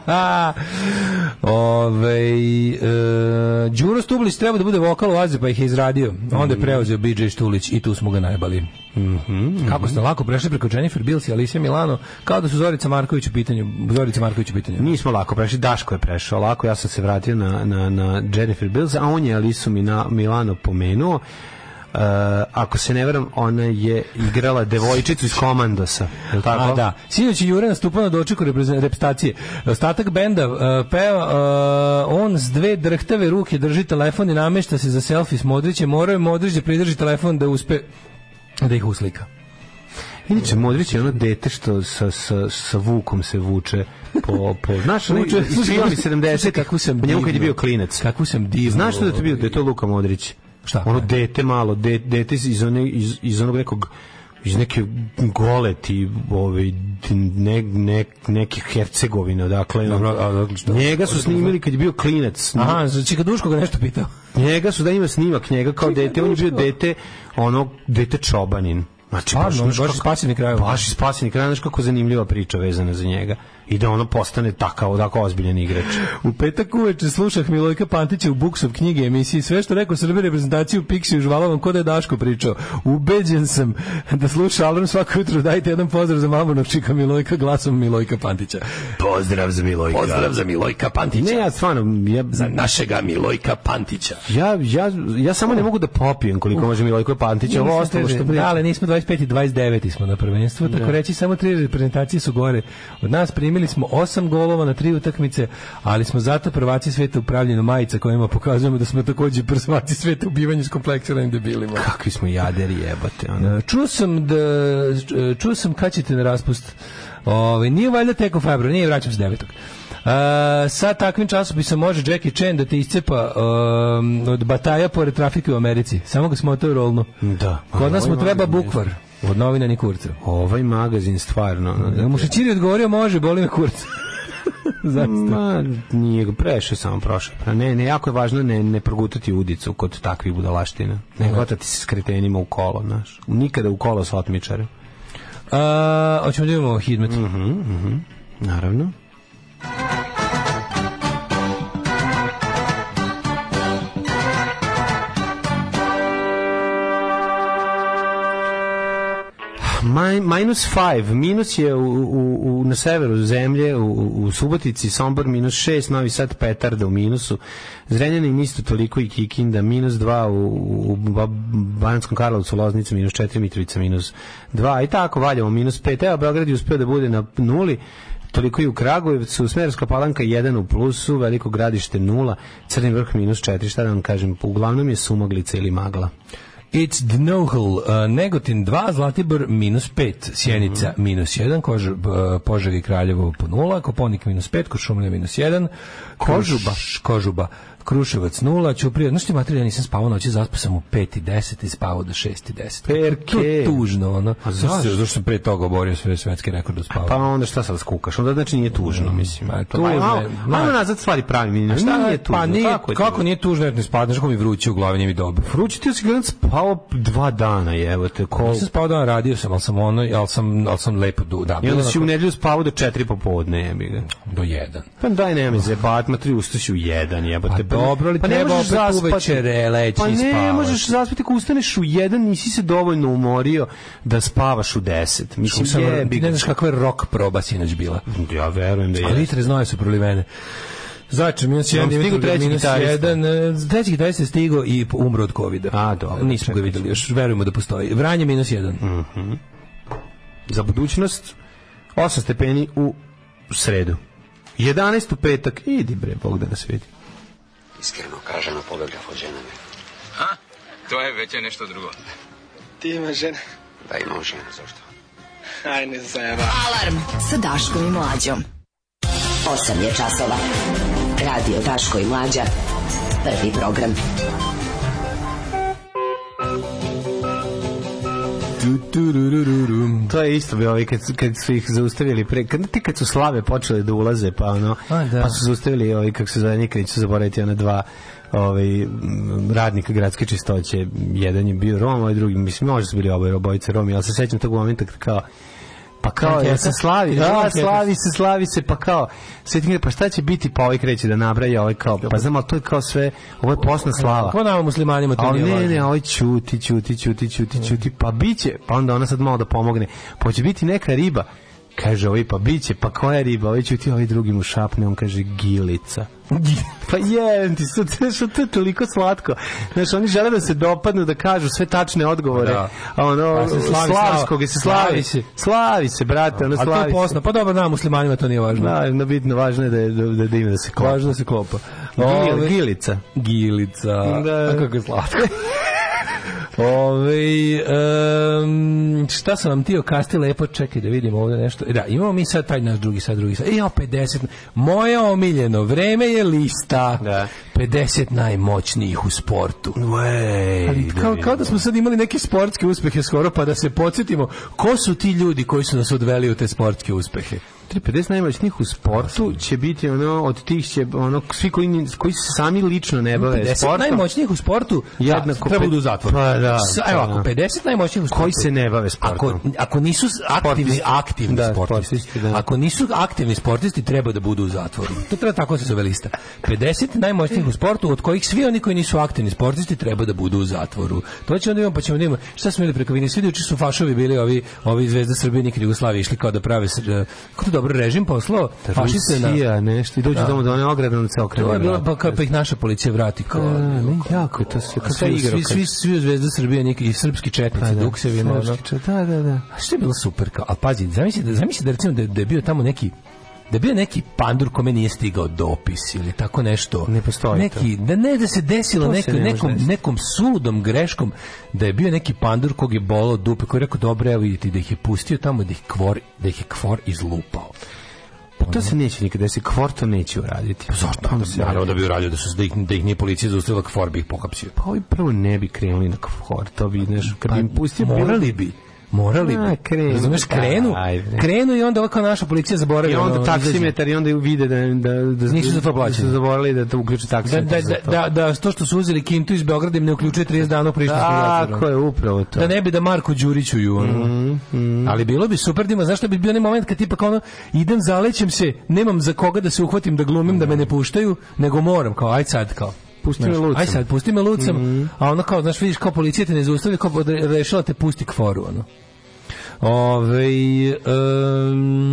Speaker 7: Da, Ove, Ovaj, e, Đuro Stublić treba da bude vokal u Azi, pa ih je izradio. Onda je preuzeo BJ Štulić i tu smo ga najbali. Kako ste lako prešli preko Jennifer Bills i Alicia Milano, kao da su Zorica Marković u pitanju. Zorica Marković u pitanju.
Speaker 6: Nismo lako prešli, Daško je prešao lako, ja sam se vratio na, na, na Jennifer Bills, a on je Alisu Mina, Milano pomenuo. E, ako se ne veram, ona je igrala devojčicu iz Komandosa. Je li tako?
Speaker 7: A, da. Sinoć je Jure nastupao na dočeku reprezen- reprezentacije. Ostatak benda uh, peva uh, on s dve drhtave ruke drži telefon i namešta se za selfie s Modrićem. Morao je Modrić da pridrži telefon da uspe da ih uslika.
Speaker 6: Inače, Modrić je ono dete što sa, sa, sa Vukom se vuče po... po znaš, ono
Speaker 7: Vuče-
Speaker 6: iz filmi 70
Speaker 7: Kako sam
Speaker 6: Njemu kad je
Speaker 7: divno.
Speaker 6: bio klinac.
Speaker 7: Kako sam divno.
Speaker 6: Znaš što da je to bio? Da je to Luka Modrić.
Speaker 7: Šta?
Speaker 6: Ono dete malo, de, dete iz- iz, one, iz, iz onog nekog iz neke goleti ove, ne, ne, nekih Hercegovina odakle
Speaker 7: Dobro, a odakle šta?
Speaker 6: njega su snimili kad je bio klinac
Speaker 7: Aha, znači kad Duško ga nešto pitao.
Speaker 6: njega su da ima snimak njega kao dete on je bio dete ono dete čobanin znači
Speaker 7: Stvarno, on je
Speaker 6: znaš
Speaker 7: baš
Speaker 6: kako-
Speaker 7: iz spasenih krajeva.
Speaker 6: baš iz spasenih krajeva znaš kako zanimljiva priča vezana za njega i da ono postane takav tako ozbiljan igrač
Speaker 7: U petak uveče slušah Milojka Pantića u Buksov knjige emisiji sve što rekao Srbije reprezentaciju Pixi u Žvalavom kod da je Daško pričao. Ubeđen sam da sluša Alarm svako jutro dajte jedan pozdrav za mamu novčika Milojka glasom Milojka Pantića.
Speaker 6: pozdrav za Milojka
Speaker 7: za Milojka Pantića.
Speaker 6: ne ja stvarno ja,
Speaker 7: našega Milojka Pantića.
Speaker 6: ja, ja, ja samo ne mogu da popijem koliko može Milojko Pantić ovo ostalo što Da. prije
Speaker 7: Da, ali nismo 25 i 29 smo na prvenstvu, tako reći samo tri reprezentacije su gore. Od nas primili smo osam golova na tri utakmice, ali smo zato prvaci sveta u pravljenju majica kojima pokazujemo da smo takođe prvaci sveta u bivanju s kompleksiranim debilima.
Speaker 6: kakvi smo jaderi jebote ono.
Speaker 7: E, Čuo sam da e, čuo sam kad ćete na raspust. Ovaj nije valjda tek u februaru, nije vraćam se devetog. E, sa takvim časopisom može Jackie Chan da te iscepa em, od bataja pored trafike u Americi. Samo ga smo to rolno.
Speaker 6: Da.
Speaker 7: Kod nas
Speaker 6: Ovo
Speaker 7: mu
Speaker 6: je
Speaker 7: treba
Speaker 6: magazin,
Speaker 7: bukvar. Od novina ni kurca.
Speaker 6: ovaj magazin stvarno ono,
Speaker 7: Da mu Šećiri odgovorio može, boli me kurca. Zaista.
Speaker 6: Ma, nije ga preše samo prošao. Pa ne, ne, jako je važno ne, ne progutati udicu kod takvih budalaština. Ne hvatati se s kretenima u kolo, znaš. Nikada u kolo s otmičarem.
Speaker 7: A, hoćemo da imamo hidmet.
Speaker 6: Naravno. Maj, minus 5, minus je u, u, u, na severu zemlje, u, u- u Subotici, Sombor minus 6, Novi Sad Petarda u minusu, Zrenjanin isto toliko i Kikinda minus 2, u, u, u Ba- Bananskom Karlovcu Loznicu minus 4, Mitrovica minus 2 i tako Valjevo minus 5, evo Beograd je uspio da bude na nuli, toliko i u Kragujevcu, Smerska palanka 1 u plusu, Veliko gradište 0, Crni vrh minus 4, šta da vam kažem, uglavnom je sumaglica ili magla.
Speaker 7: It's Dnohol, uh, Negotin 2, Zlatibor minus 5, Sjenica minus 1, Kož, uh, Požeg i Kraljevo po 0, Koponik minus 5, Košumlja minus 1, Kožuba, Kožuba, Kruševac 0, Ćuprija, znaš ti materija, nisam spavao noći, zaspao sam u 5 i 10 i spavao do 6 i 10.
Speaker 6: Perke.
Speaker 7: To je tužno, ono.
Speaker 6: A zašto?
Speaker 7: Znaš, Zašto sam pre toga oborio sve svetske rekorde u spavu.
Speaker 6: Pa onda šta sad skukaš? Onda znači nije
Speaker 7: Mm.
Speaker 6: tužno, mislim.
Speaker 7: Ma,
Speaker 6: Tužno je.
Speaker 7: tužno je.
Speaker 6: Ajmo- Ajmo nazad stvari pravim.
Speaker 7: Šta,
Speaker 6: Šta nije tužno?
Speaker 7: Pa nije,
Speaker 6: je
Speaker 7: kako nije tužno, jer ne spadneš, kako mi vruće u glavi, nije mi dobro.
Speaker 6: Vrući ti si gledan spao dva dana, evo te, kol...
Speaker 7: Nisam spavao dan, radio sam, ali sam ono, ali sam, ali sam lepo du, da.
Speaker 6: I
Speaker 7: bilo
Speaker 6: onda
Speaker 7: onako-
Speaker 6: si u nedelju spavao do četiri popodne, jebi ga.
Speaker 7: do jedan.
Speaker 6: Pa daj nema mi zebat, ma tri ustaš u jedan, jebote.
Speaker 7: Pa dobro, ali
Speaker 6: ne
Speaker 7: treba
Speaker 6: možeš
Speaker 7: opet
Speaker 6: zaspati.
Speaker 7: uvečer leći
Speaker 6: Pa
Speaker 7: i
Speaker 6: ne,
Speaker 7: spavati.
Speaker 6: možeš zaspati ako ustaneš u jedan, nisi se dovoljno umorio da spavaš u deset. Mislim,
Speaker 7: Sam,
Speaker 6: jebi
Speaker 7: ti ne
Speaker 6: ga.
Speaker 7: znaš kakva je rock proba sinoć bila.
Speaker 6: Ja verujem da
Speaker 7: A
Speaker 6: je.
Speaker 7: litre znaju su prolivene. Znači, minus jedan,
Speaker 6: Nam stigao
Speaker 7: Dimitrov
Speaker 6: treći
Speaker 7: minus
Speaker 6: gitarista.
Speaker 7: jedan, e, treći gitarista je stigao i umro od covida.
Speaker 6: A, dobro. Mm.
Speaker 7: Nismo ga videli još, verujemo da postoji. Vranje minus jedan.
Speaker 6: Za budućnost, 8 stepeni u sredu. 11 u petak, idi bre, Bog da nas vidi.
Speaker 2: Iskreno kažemo, pobegla od žene me.
Speaker 10: To je već je nešto drugo.
Speaker 11: Ti imaš žene?
Speaker 2: Da imam ženu, zašto?
Speaker 11: Aj, ne zajeba.
Speaker 8: Alarm sa Daškom i Mlađom. 8 je časova. Radio Daško i Mlađa. Prvi program.
Speaker 6: To je isto bio ovaj kad, su- kad su ih zaustavili pre, kad, ti kad su slave počele da ulaze, pa ono,
Speaker 7: A, da.
Speaker 6: pa su zaustavili ovi, kako se zove, nikad neću zaboraviti, ona dva ovaj, m, radnika gradske čistoće, jedan je bio Rom, ovaj drugi, mislim, možda su bili oboje obojice Romi, ali se sećam tog momenta kad kao, pa kao,
Speaker 7: Anketa.
Speaker 6: ja se slavi,
Speaker 7: Jel
Speaker 6: da,
Speaker 7: anketa?
Speaker 6: slavi se, slavi se, pa kao, svetim, pa šta će biti, pa ovaj kreće da nabraja, ovaj kao, pa znam, ali to je kao sve, ovo je posna slava.
Speaker 7: Ko Pa nama muslimanima to
Speaker 6: Ali
Speaker 7: nije
Speaker 6: ne,
Speaker 7: važno.
Speaker 6: ne, ovaj ćuti, ćuti, ćuti, ćuti, ćuti, pa biće, pa onda ona sad malo da pomogne, pa će biti neka riba, kaže ovaj, pa biće, pa koja riba, ovaj ćuti, ovaj drugi mu šapne, on kaže gilica. Pa jem ti, sad, što to je toliko slatko. Znaš, oni žele da se dopadnu, da kažu sve tačne odgovore.
Speaker 7: Da.
Speaker 6: A ono,
Speaker 7: Pa se slavi,
Speaker 6: slavskog je se
Speaker 7: slava.
Speaker 6: slavi.
Speaker 7: Slavi se.
Speaker 6: Slavi se, brate, ono
Speaker 7: A to je
Speaker 6: slavi se.
Speaker 7: posna. Pa dobro, nama muslimanima to nije važno.
Speaker 6: Da, no, bitno, važno je da, je- da, da ima da se klopi.
Speaker 7: Važno da se klopa.
Speaker 6: Gil-
Speaker 7: Ove-
Speaker 6: Gilica.
Speaker 7: Gilica.
Speaker 6: Da.
Speaker 7: A kako je slatko. Ove, e, um, šta sam vam tio kasti lepo, čekaj da vidimo ovde nešto. E, Da, imamo mi sad taj naš drugi sad, drugi sad. Imamo 50. Moje omiljeno, vreme je lista.
Speaker 6: Da.
Speaker 7: 50 najmoćnijih u sportu. Ali kao, kao da smo sad imali neke sportske uspehe skoro, pa da se podsjetimo ko su ti ljudi koji su nas odveli u te sportske uspehe.
Speaker 6: 350 najmoćnijih u sportu će biti ono od tih će ono svi koji ni- koji se sami lično ne bave
Speaker 7: 50
Speaker 6: sportom
Speaker 7: najmoćnijih u sportu
Speaker 6: Jednako
Speaker 7: treba
Speaker 6: pet-
Speaker 7: da u zatvor.
Speaker 6: Pa da,
Speaker 7: Sa- evo,
Speaker 6: pa
Speaker 7: ako
Speaker 6: da.
Speaker 7: 50 najmoćnijih u sportu.
Speaker 6: koji se ne bave
Speaker 7: Ako,
Speaker 6: sportom.
Speaker 7: ako nisu aktivni,
Speaker 6: Sportisti.
Speaker 7: aktivni
Speaker 6: Da,
Speaker 7: sportisti.
Speaker 6: sportisti, da.
Speaker 7: Ako nisu aktivni sportisti, treba da budu u zatvoru. To treba tako da se zove lista. 50 najmoćnijih u sportu, od kojih svi oni koji nisu aktivni sportisti, treba da budu u zatvoru. To će onda imamo, pa ćemo da imamo. Šta smo imali preko Vini? Svi juče su fašovi bili ovi, ovi iz Zvezda Srbije, nikad Jugoslavije, išli kao da prave... sr- Kako to dobro režim poslao? Fašiste na...
Speaker 6: Rusija, nešto, i dođu doma do one ograde, onda se da. okrenu.
Speaker 7: Da. To je bilo,
Speaker 6: vrata.
Speaker 7: pa, kao, pa ih naša policija vrati. Kao,
Speaker 6: Da, ne, jako je to sve, kako je
Speaker 7: svi,
Speaker 6: igra.
Speaker 7: svi, svi, svi u Zvezda Srbije, neki i srpski
Speaker 6: Pa
Speaker 7: četnici, da, Duksevi, ne, ono.
Speaker 6: Da, da, da.
Speaker 7: A što je bilo super kao, ali pazi, zamisli da, zamisli da recimo da, da je bio tamo neki da je bio neki pandur kome nije stigao dopis ili tako nešto.
Speaker 6: Ne postoji
Speaker 7: neki, Da ne, da se desilo
Speaker 6: To se
Speaker 7: neko,
Speaker 6: ne može
Speaker 7: nekom,
Speaker 6: desiti.
Speaker 7: nekom suludom greškom da je bio neki pandur kog je bolo dupe, koji je rekao dobro, evo vidite, da ih je pustio tamo, da ih, kvor, da ih je kvor izlupao.
Speaker 6: Pa to se neće nikada, se kvorto neće uraditi.
Speaker 7: Pa zašto?
Speaker 6: Onda se
Speaker 7: Naravno da bi uradio da, su, da, ih, da ih nije policija zaustavila, kvor bi ih pohapsio.
Speaker 6: Pa ovi prvo ne bi krenuli na kvor, to bi, znaš, kad bi im pustio... bilo-
Speaker 7: Pa morali bi morali
Speaker 6: A,
Speaker 7: bi.
Speaker 6: krenu. pa,
Speaker 7: Razumeš, krenu,
Speaker 6: Ajde.
Speaker 7: krenu i onda ovako naša policija zaboravi.
Speaker 6: I onda
Speaker 7: ono, izađe.
Speaker 6: taksimetar i onda ju vide da, da, da,
Speaker 7: Nisu za to
Speaker 6: da
Speaker 7: plaćeni.
Speaker 6: su zaboravili da to uključe
Speaker 7: da,
Speaker 6: taksimetar.
Speaker 7: da,
Speaker 6: za to.
Speaker 7: da, da, da, to što su uzeli Kintu iz Beograda im ne uključuje 30 dana u prištinskom
Speaker 6: Tako
Speaker 7: zatvoru.
Speaker 6: je, upravo to. Mhm,
Speaker 7: Da ne bi da Marko Đuriću ju ono. Ali bilo bi super dima, znaš šta bi bio onaj moment kad tipak ono idem zalećem se, nemam za koga da se uhvatim da glumim da me ne puštaju, nego moram kao aj sad kao.
Speaker 6: Pusti
Speaker 7: Znaš,
Speaker 6: me lucem. Mhm.
Speaker 7: Aj sad, pusti me lucem. A ono kao, znaš, vidiš kao policija te ne zaustavi, kao odre- rešila te pusti kforu, ono. Ove,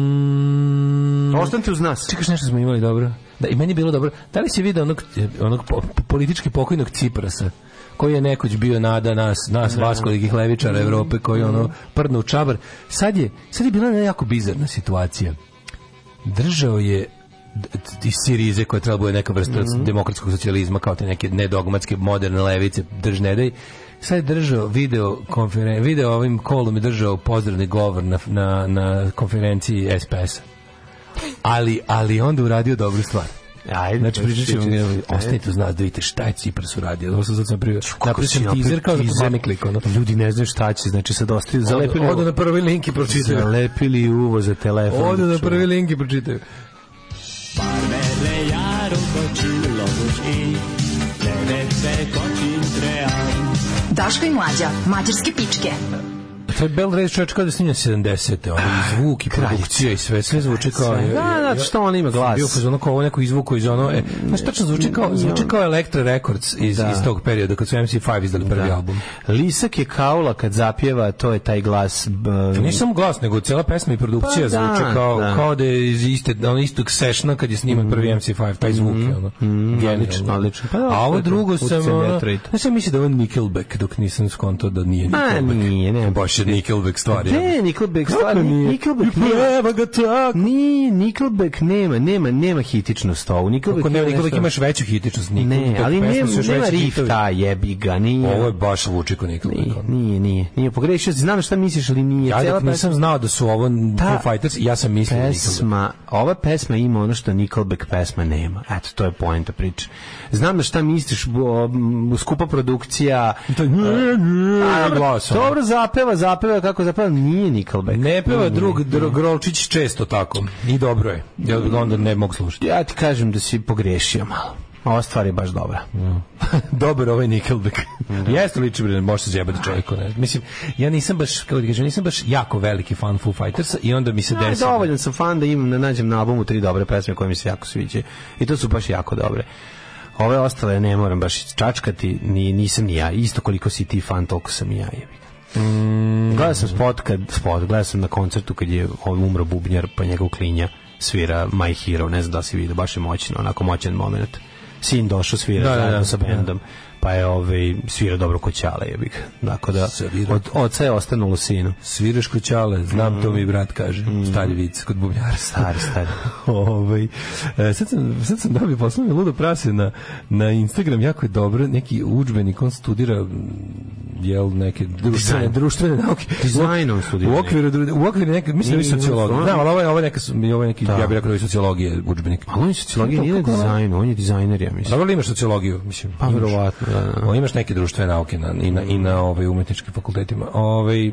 Speaker 7: um,
Speaker 6: Ostanite uz nas.
Speaker 7: Čekaš nešto smo imali dobro. Da, i meni je bilo dobro. Da li si vidio onog, onog po- politički pokojnog Ciprasa? koji je nekoć bio nada nas, nas vas kolikih levičara Evrope koji ono prdno u čabar. Sad je, sad je bila jedna jako bizarna situacija. Držao je d- d- iz Sirize koja treba bude neka vrsta demokratskog socijalizma kao te neke nedogmatske moderne levice drž ne daj. Sad je držao video konferen video ovim kolom je držao pozdravni govor na, na, na konferenciji SPS-a ali, ali je onda uradio dobru stvar.
Speaker 6: Ajde, pa e,
Speaker 7: Znači,
Speaker 6: pričat
Speaker 7: pričat ćemo,
Speaker 6: ćemo.
Speaker 7: gledamo,
Speaker 6: Ajde.
Speaker 7: ostanite uz nas da vidite šta je Cipras uradio. Ovo sam sad sam privio. Napravio
Speaker 6: si
Speaker 7: sam
Speaker 6: napravio
Speaker 7: teaser kao za
Speaker 6: teaser?
Speaker 7: mami klik. Ono.
Speaker 6: Ljudi ne znaju šta će, znači sad ostaju zalepili.
Speaker 7: Zalepili Odo na prvi link i pročitaju.
Speaker 6: Zalepili uvo za telefon.
Speaker 7: Odo na prvi link i pročitaju.
Speaker 8: Daško i Mlađa, mađarske pičke.
Speaker 7: To je Pa Bell Race čovječ kao da snimlja 70. Ono, i zvuk i produkcija i sve. Sve zvuči kao...
Speaker 6: Da,
Speaker 7: znači,
Speaker 6: da, što on ima glas.
Speaker 7: Bio fazon kao ovo neko izvuko iz ono... E, znaš, tačno zvuči kao, zvuči kao Elektra Records iz, iz tog perioda kad su MC5 izdali prvi album.
Speaker 6: Lisak je kaula kad zapjeva, to je taj glas. b-
Speaker 7: Nije samo glas, nego cijela pesma i produkcija
Speaker 6: Pa da,
Speaker 7: zvuči kao,
Speaker 6: da.
Speaker 7: kao da je iz iste, ono istog sešna kad je sniman prvi
Speaker 6: Mhm.
Speaker 7: MC5, taj zvuk je ono. Genijalno.
Speaker 6: odlično, odlično. Mhm, Pa da,
Speaker 7: da, A ovo
Speaker 6: to je to,
Speaker 7: drugo sam,
Speaker 6: utjecaj
Speaker 7: ono,
Speaker 6: Detroit.
Speaker 7: znaš, ja mislim da je ovo Nickelback, dok nisam skonto da nije
Speaker 6: Ma,
Speaker 7: Nickelback.
Speaker 6: nije, nema.
Speaker 7: Baš je Nickelback da? stvar, ja.
Speaker 6: Ne, Nickelback stvarno nije. Nickelback nema.
Speaker 7: Evo ga tako.
Speaker 6: Nije, Nickelback nema, nema, nema hitičnost ovu. Nickelback
Speaker 7: Ako ne,
Speaker 6: ima
Speaker 7: Nickelback
Speaker 6: nešto-
Speaker 7: imaš veću hitičnost.
Speaker 6: Ne,
Speaker 7: Nickelback
Speaker 6: ali
Speaker 7: pesme
Speaker 6: nema,
Speaker 7: su još
Speaker 6: nema
Speaker 7: veći
Speaker 6: riff
Speaker 7: hitovi.
Speaker 6: ta jebi ga, nije.
Speaker 7: Ovo je baš zvuči kao Nickelback. ono.
Speaker 6: Nije, nije, nije, nije pogrešio, si, znam šta misliš, ali nije.
Speaker 7: Ja
Speaker 6: Cela
Speaker 7: dok nisam znao da su ovo
Speaker 6: Ta
Speaker 7: Foo Fighters, ja sam mislio da Nickelback.
Speaker 6: pesma, ova pesma ima ono što Nickelback pesma nema. Eto, to je poenta priče. Znam na šta misliš, bo- m, skupa produkcija,
Speaker 7: To je-
Speaker 6: A, dobro,
Speaker 7: glas, ono.
Speaker 6: Dobro zapeva, zapeva kako zapeva, nije Nickelback.
Speaker 7: Ne peva
Speaker 6: Nije.
Speaker 7: drug, drug Rolčić često tako. I dobro je. Ja ga onda ne mogu slušati.
Speaker 6: Ja ti kažem da si pogrešio malo. Ova stvar je baš dobra.
Speaker 7: Dobar ovaj Nickelback. Jeste liči bre, može se zjebati čovjeku, ne. Mislim, ja nisam baš, kako ti kažem, nisam baš jako veliki fan Foo Fightersa i onda mi se
Speaker 6: Ja,
Speaker 7: desi.
Speaker 6: dovoljan sam fan da imam, da nađem na albumu tri dobre pesme koje mi se jako sviđaju. I to su baš jako dobre. Ove ostale ne moram baš čačkati, ni, nisam ni ja. Isto koliko si ti fan, toliko sam i ja. jebi ga.
Speaker 7: Mm.
Speaker 6: Gledao sam spot, kad, spot, gledao sam na koncertu kad je ovaj umro bubnjar, pa njegov klinja svira My Hero, ne znam da li si vidio, baš je moćno, onako moćan moment. Sin došao svira
Speaker 7: Da, da,
Speaker 6: zajedno
Speaker 7: da.
Speaker 6: sa bendom. pa je ovaj svira dobro koćale jebi ga. Tako da
Speaker 7: Svira.
Speaker 6: od oca je ostanulo sinu.
Speaker 7: Sviraš kod Ćale, znam to mi brat kaže. Stari vic kod bubnjara.
Speaker 6: Mm. Stari, stari.
Speaker 7: Ovaj, e, sad, sam, sad sam dobio poslovno ludo prase na, na Instagram, jako je dobro, neki udžbenik, on studira m, jel, neke društvene,
Speaker 6: Dizajn.
Speaker 7: društvene nauke.
Speaker 6: Dizajn on studira
Speaker 7: U okviru, dru- u okviru neke, mislim da je
Speaker 6: Nije,
Speaker 7: sociologija.
Speaker 6: on-
Speaker 7: Da, ali ovo je, ovo je neka, su- ovo je neki,
Speaker 6: Da.
Speaker 7: ja bih rekao da je sociologije udžbenik.
Speaker 6: Ali on je sociologija, nije na
Speaker 7: Kako ono?
Speaker 6: dizajnu, on je dizajner, ja mislim.
Speaker 7: Dobro li imaš sociologiju, mislim?
Speaker 6: Pa,
Speaker 7: imaš.
Speaker 6: verovatno, da, da.
Speaker 7: O, imaš neke društvene nauke na, i na, i na ovaj, umetničkim fakultetima. Ovaj, e,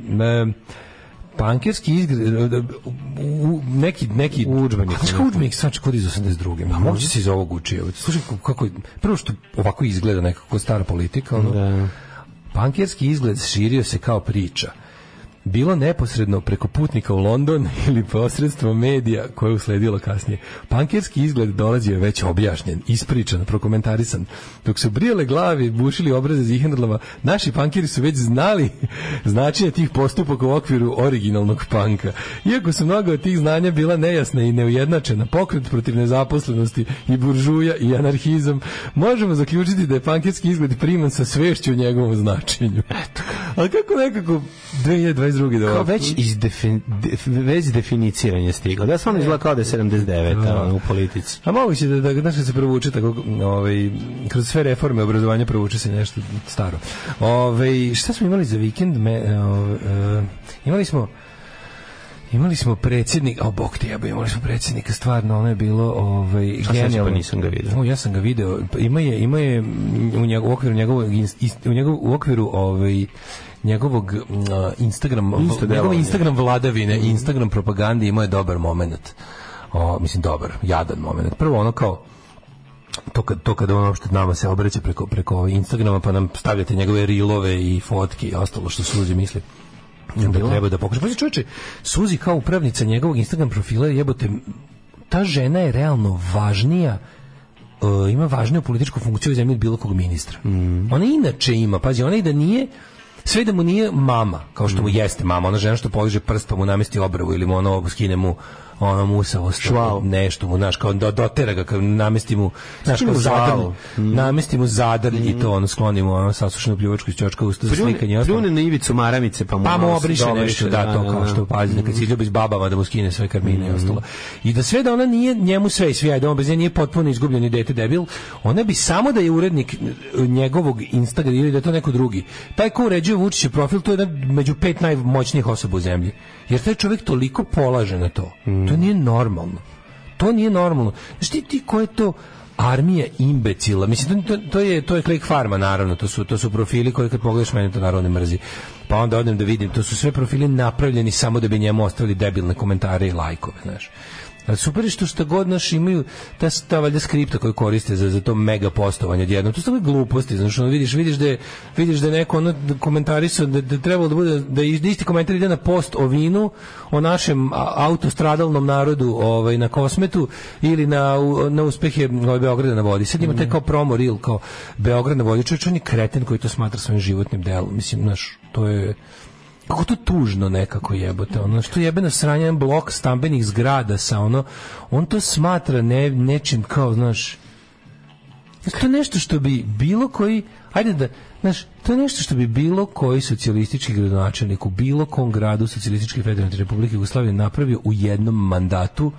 Speaker 7: Pankirski izgled, u, u, neki, neki...
Speaker 6: Udžbenik.
Speaker 7: Kako udžbenik sad kod iz Mhm. 82. Ma moguće se iz ovog učio. Slušaj, kako, je- prvo što ovako izgleda nekako stara politika, ono,
Speaker 6: Da.
Speaker 7: Bankirski izgled širio se kao priča. Bilo neposredno preko putnika u London ili posredstvo medija koje je usledilo kasnije. Pankirski izgled dolazio je već objašnjen, ispričan, prokomentarisan. Dok su brijale glavi, bušili obraze zihendlova, naši pankiri su već znali značenje tih postupaka u okviru originalnog panka. Iako su mnoga od tih znanja bila nejasna i neujednačena, pokret protiv nezaposlenosti i buržuja i anarhizam, možemo zaključiti da je pankirski izgled priman sa svešću u njegovom značenju. Ali kako nekako 2022. da
Speaker 6: Kao
Speaker 7: ovako-
Speaker 6: već iz defin, def, već definiciranje stiglo. Da sam izgleda kao da je 79 a, ono, u politici.
Speaker 7: A moguće da, da, znaš, kad se provuče tako, ovaj, kroz sve reforme obrazovanja provuče se nešto staro. Ovaj, šta smo imali za vikend? Me, ovaj, eh, imali smo Imali smo predsjednik, a bog ti jebe, imali smo predsjednika, stvarno, ono je bilo ovaj,
Speaker 6: sad
Speaker 7: genijalno.
Speaker 6: pa nisam ga video.
Speaker 7: O, ja sam ga video, Pa ima je, ima je mm, u, njegov, u okviru njegovog, ins- ist- u, njegov, u okviru ovaj, njegovog mm, a, Instagram,
Speaker 6: Insta
Speaker 7: njegove
Speaker 6: delovanja.
Speaker 7: Instagram vladavine, Instagram propagande imao je dobar moment. O, mislim, dobar, jadan moment. Prvo ono kao, to kad, to kad on uopšte nama se obraća preko, preko ovaj Instagrama pa nam stavljate njegove rilove i fotke i ostalo što Suzi misli I onda treba da pokaže. Pazi čovječe, Suzi kao upravnica njegovog Instagram profila je, jebote, ta žena je realno važnija e, ima važniju političku funkciju u zemlji od bilo kog ministra.
Speaker 6: Mm.
Speaker 7: Ona inače ima, pazi, ona i da nije sve i da mu nije mama, kao što mu
Speaker 6: Mm.
Speaker 7: jeste mama, ona žena što poliže prst pa mu namesti obravu ili mu ono skine mu ono musavo
Speaker 6: Švao.
Speaker 7: nešto mu, znaš, kao do, dotera ga, kao namesti mu, znaš,
Speaker 6: Skine
Speaker 7: kao
Speaker 6: mu Mm.
Speaker 7: zadar,
Speaker 6: švao.
Speaker 7: namesti mu zadar i to, ono, skloni mu, ono, sasušenu pljuvačku iz čočka usta za slikanje. i ostalo.
Speaker 6: pljune na ivicu maramice, pa mu,
Speaker 7: Pa mu
Speaker 6: ono,
Speaker 7: obriše
Speaker 6: dobriše,
Speaker 7: nešto, da, to kao što pazi, da kad si ljubi s babama da mu skine sve karmine i ostalo. I da sve da ona nije njemu sve i sve, da on bez nje nije potpuno izgubljeni dete debil, ona bi samo da je urednik njegovog Instagrama ili da je to neko drugi. Taj ko uređuje Vučićev profil, to je jedan među pet najmoćnijih osoba u zemlji. Jer taj čovjek toliko polaže na to. To nije normalno. To nije normalno. Znaš ti, ti ko je to armija imbecila. Mislim, to, to, to je, to je Click Farma, naravno. To su, to su profili koji kad pogledaš meni to naravno ne mrzi. Pa onda odem da vidim. To su sve profili napravljeni samo da bi njemu ostavili debilne komentare i lajkove, znaš. Ali super je što šta god naš imaju ta, ta valjda skripta koju koriste za, za to mega postovanje odjednom. To su takve gluposti, znaš, ono vidiš, vidiš da je, vidiš da je neko ono komentarisao da, da je trebalo da bude, da je isti komentar ide na post o vinu, o našem a, autostradalnom narodu ovaj, na kosmetu ili na, u- na uspehe ovaj, Beograda na vodi. Sad ima taj kao promo reel, kao Beograd na vodi. Čovječ, on je kreten koji to smatra svojim životnim delom. Mislim, znaš, to je kako to tužno nekako jebote ono što jebeno sranje jedan blok stambenih zgrada sa ono on to smatra ne, nečim kao znaš to je nešto što bi bilo koji ajde da znaš to je nešto što bi bilo koji socijalistički gradonačelnik u bilo kom gradu socijalističke federalne republike Jugoslavije napravio u jednom mandatu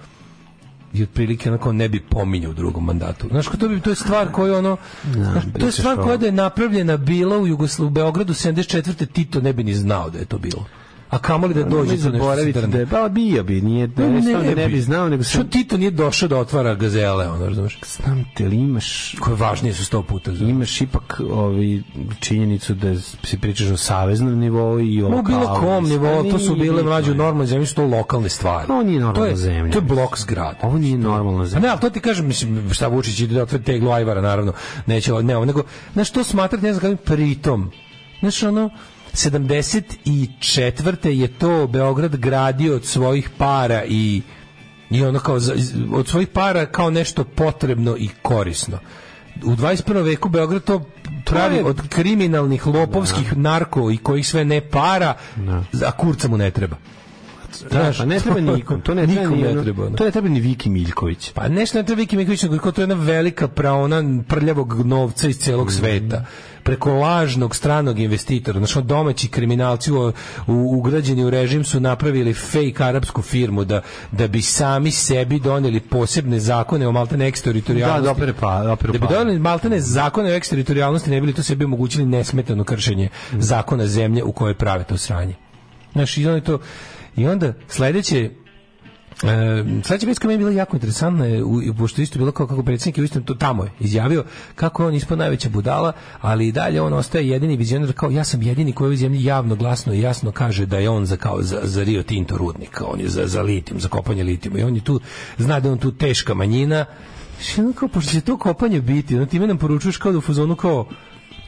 Speaker 7: i otprilike onako ne bi pominjao u drugom mandatu. Znaš, ko to, bi, to je stvar koju ono, znaš, to je
Speaker 6: pričaš
Speaker 7: stvar
Speaker 6: ovo.
Speaker 7: koja da je napravljena bila u Jugoslu, u Beogradu 74. Tito ne bi ni znao da je to bilo. A kamoli da dođe
Speaker 6: Dođe
Speaker 7: tu nešto
Speaker 6: zaboraviti
Speaker 7: sidrano.
Speaker 6: da je, pa bio bi, nije, da ne, ne, bi znao, nego
Speaker 7: Što
Speaker 6: sam,
Speaker 7: Tito nije došao da otvara gazele, ono, razumeš?
Speaker 6: znam te li imaš,
Speaker 7: Koje važnije su sto puta. razumeš?
Speaker 6: imaš ipak ovaj, činjenicu da se pričaš o saveznom nivou i o
Speaker 7: Ma, u bilo
Speaker 6: lokalnom.
Speaker 7: kom nivou,
Speaker 6: Pa
Speaker 7: to su
Speaker 6: nije
Speaker 7: bile
Speaker 6: bitno,
Speaker 7: mlađe u
Speaker 6: je.
Speaker 7: normalnoj zemlji, su to lokalne stvari.
Speaker 6: Ovo nije normalna
Speaker 7: to je,
Speaker 6: zemlja.
Speaker 7: To je blok zgrada.
Speaker 6: Ovo nije normalna
Speaker 7: A
Speaker 6: zemlja.
Speaker 7: Pa ne, ali to ti kažem, mislim, šta Vučić ide da otvori teglu Ajvara, naravno, neće, ovo- ne, ovo, nego, znaš, to smatrati, ne znam kako, pritom, znaš, ono, 74. je to Beograd gradio od svojih para i, i ono kao, za- iz- od svojih para kao nešto potrebno i korisno. U 21. veku Beograd to pravi
Speaker 6: je- Da.
Speaker 7: od kriminalnih, lopovskih, narko i kojih sve ne para, a kurca mu ne treba.
Speaker 6: Znaš, a Da. Pa ne treba nikom, to ne treba
Speaker 7: nikom
Speaker 6: ni,
Speaker 7: ne
Speaker 6: ono-
Speaker 7: treba, ono.
Speaker 6: to ne treba da. ni Viki Miljković.
Speaker 7: Pa nešto ne treba Viki Miković, nego kao to je jedna velika praona prljavog novca iz celog
Speaker 6: Mhm.
Speaker 7: sveta. Preko lažnog stranog investitora. Znači, ono, domaći kriminalci u, u, ugrađeni u režim su napravili fake arapsku firmu da, da bi sami sebi doneli posebne zakone o maltene
Speaker 6: Da,
Speaker 7: eksteritorijalnosti.
Speaker 6: da opere pa, da opere
Speaker 7: Da bi
Speaker 6: pa.
Speaker 7: doneli maltene zakone o eksteritorijalnosti ne bili to sebi omogućili nesmetano kršenje
Speaker 6: Mhm.
Speaker 7: zakona zemlje u kojoj prave to sranje. Znaš, i onda, je to, i onda sledeće E, sad će biti kod meni bilo jako interesantno, je, u, u- pošto je isto bilo kao kako predsjednik je u istom, to tamo je izjavio kako je on ispod najveća budala, ali i dalje on ostaje jedini vizionar, kao ja sam jedini koji u ovoj zemlji javno, glasno i jasno kaže da je on za, kao, za, za Rio Tinto rudnik, kao on je za, za litijum, za kopanje litijuma i on je tu, zna da je on tu teška manjina, Što je ono kao, pošto će to kopanje biti, ono, time nam poručuješ kao da u fazonu kao,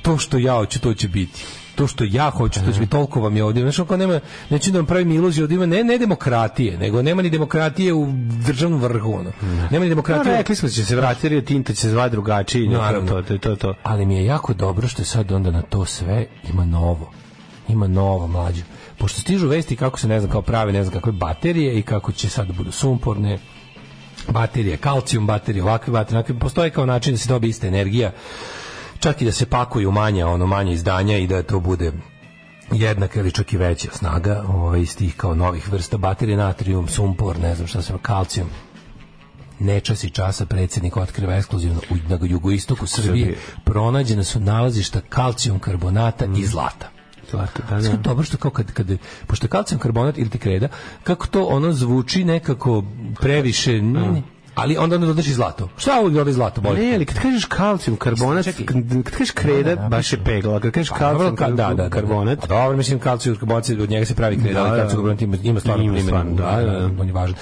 Speaker 7: to što ja hoću, to će biti. To što ja hoću, to će biti. Toliko vam je ovdje. Znači, ako nema, neću da vam pravim iluziju, ovdje ima ne, ne demokratije, nego nema ni demokratije u državnom vrhu. Ono. Nema ni
Speaker 6: Pa
Speaker 7: demokratije.
Speaker 6: rekli smo da će se vratiti Rio Tinto, će se zvati drugačiji.
Speaker 7: Naravno.
Speaker 6: To, to, to, to.
Speaker 7: Ali mi je jako dobro što je sad onda na to sve ima novo. Ima novo mlađe. Pošto stižu vesti kako se ne znam kao prave, ne znam kakve baterije i kako će sad da budu sumporne baterije, kalcijum baterije, ovakve baterije, onakve. postoje kao način da se dobije ista energija, čak i da se pakuju manja, ono manje izdanja i da to bude jednaka ili čak i veća snaga ovaj, iz tih kao novih vrsta baterije, natrium, sumpor, ne znam šta se kalcijum, nečas i časa predsjednik otkriva ekskluzivno u, na jugoistoku Srbije, pronađena su nalazišta kalcijum karbonata i zlata.
Speaker 6: Zlata, Mm. da, da.
Speaker 7: Sve je dobro što kao kad, kad pošto je kalcijum karbonat ili tekreda, kako to ono zvuči nekako previše, n- ali onda ono dodaš i zlato. Šta ovo dodaš zlato, bolje?
Speaker 6: Mm. Ne, ali kad kažeš kalcijum karbonat,
Speaker 7: Čekaj.
Speaker 6: kad kad kažeš kreda, baš je pegla. Kad kažeš kalcijum
Speaker 7: Dobro, ka- da, da, da,
Speaker 6: karbonat,
Speaker 7: A dobro, mislim kalcijum karbonat od njega se pravi kreda,
Speaker 6: Da, da.
Speaker 7: ali kalcijum karbonat ima, ima stvarno
Speaker 6: Ima
Speaker 7: primjenu,
Speaker 6: stvarno, da, da, da.
Speaker 7: on je važan.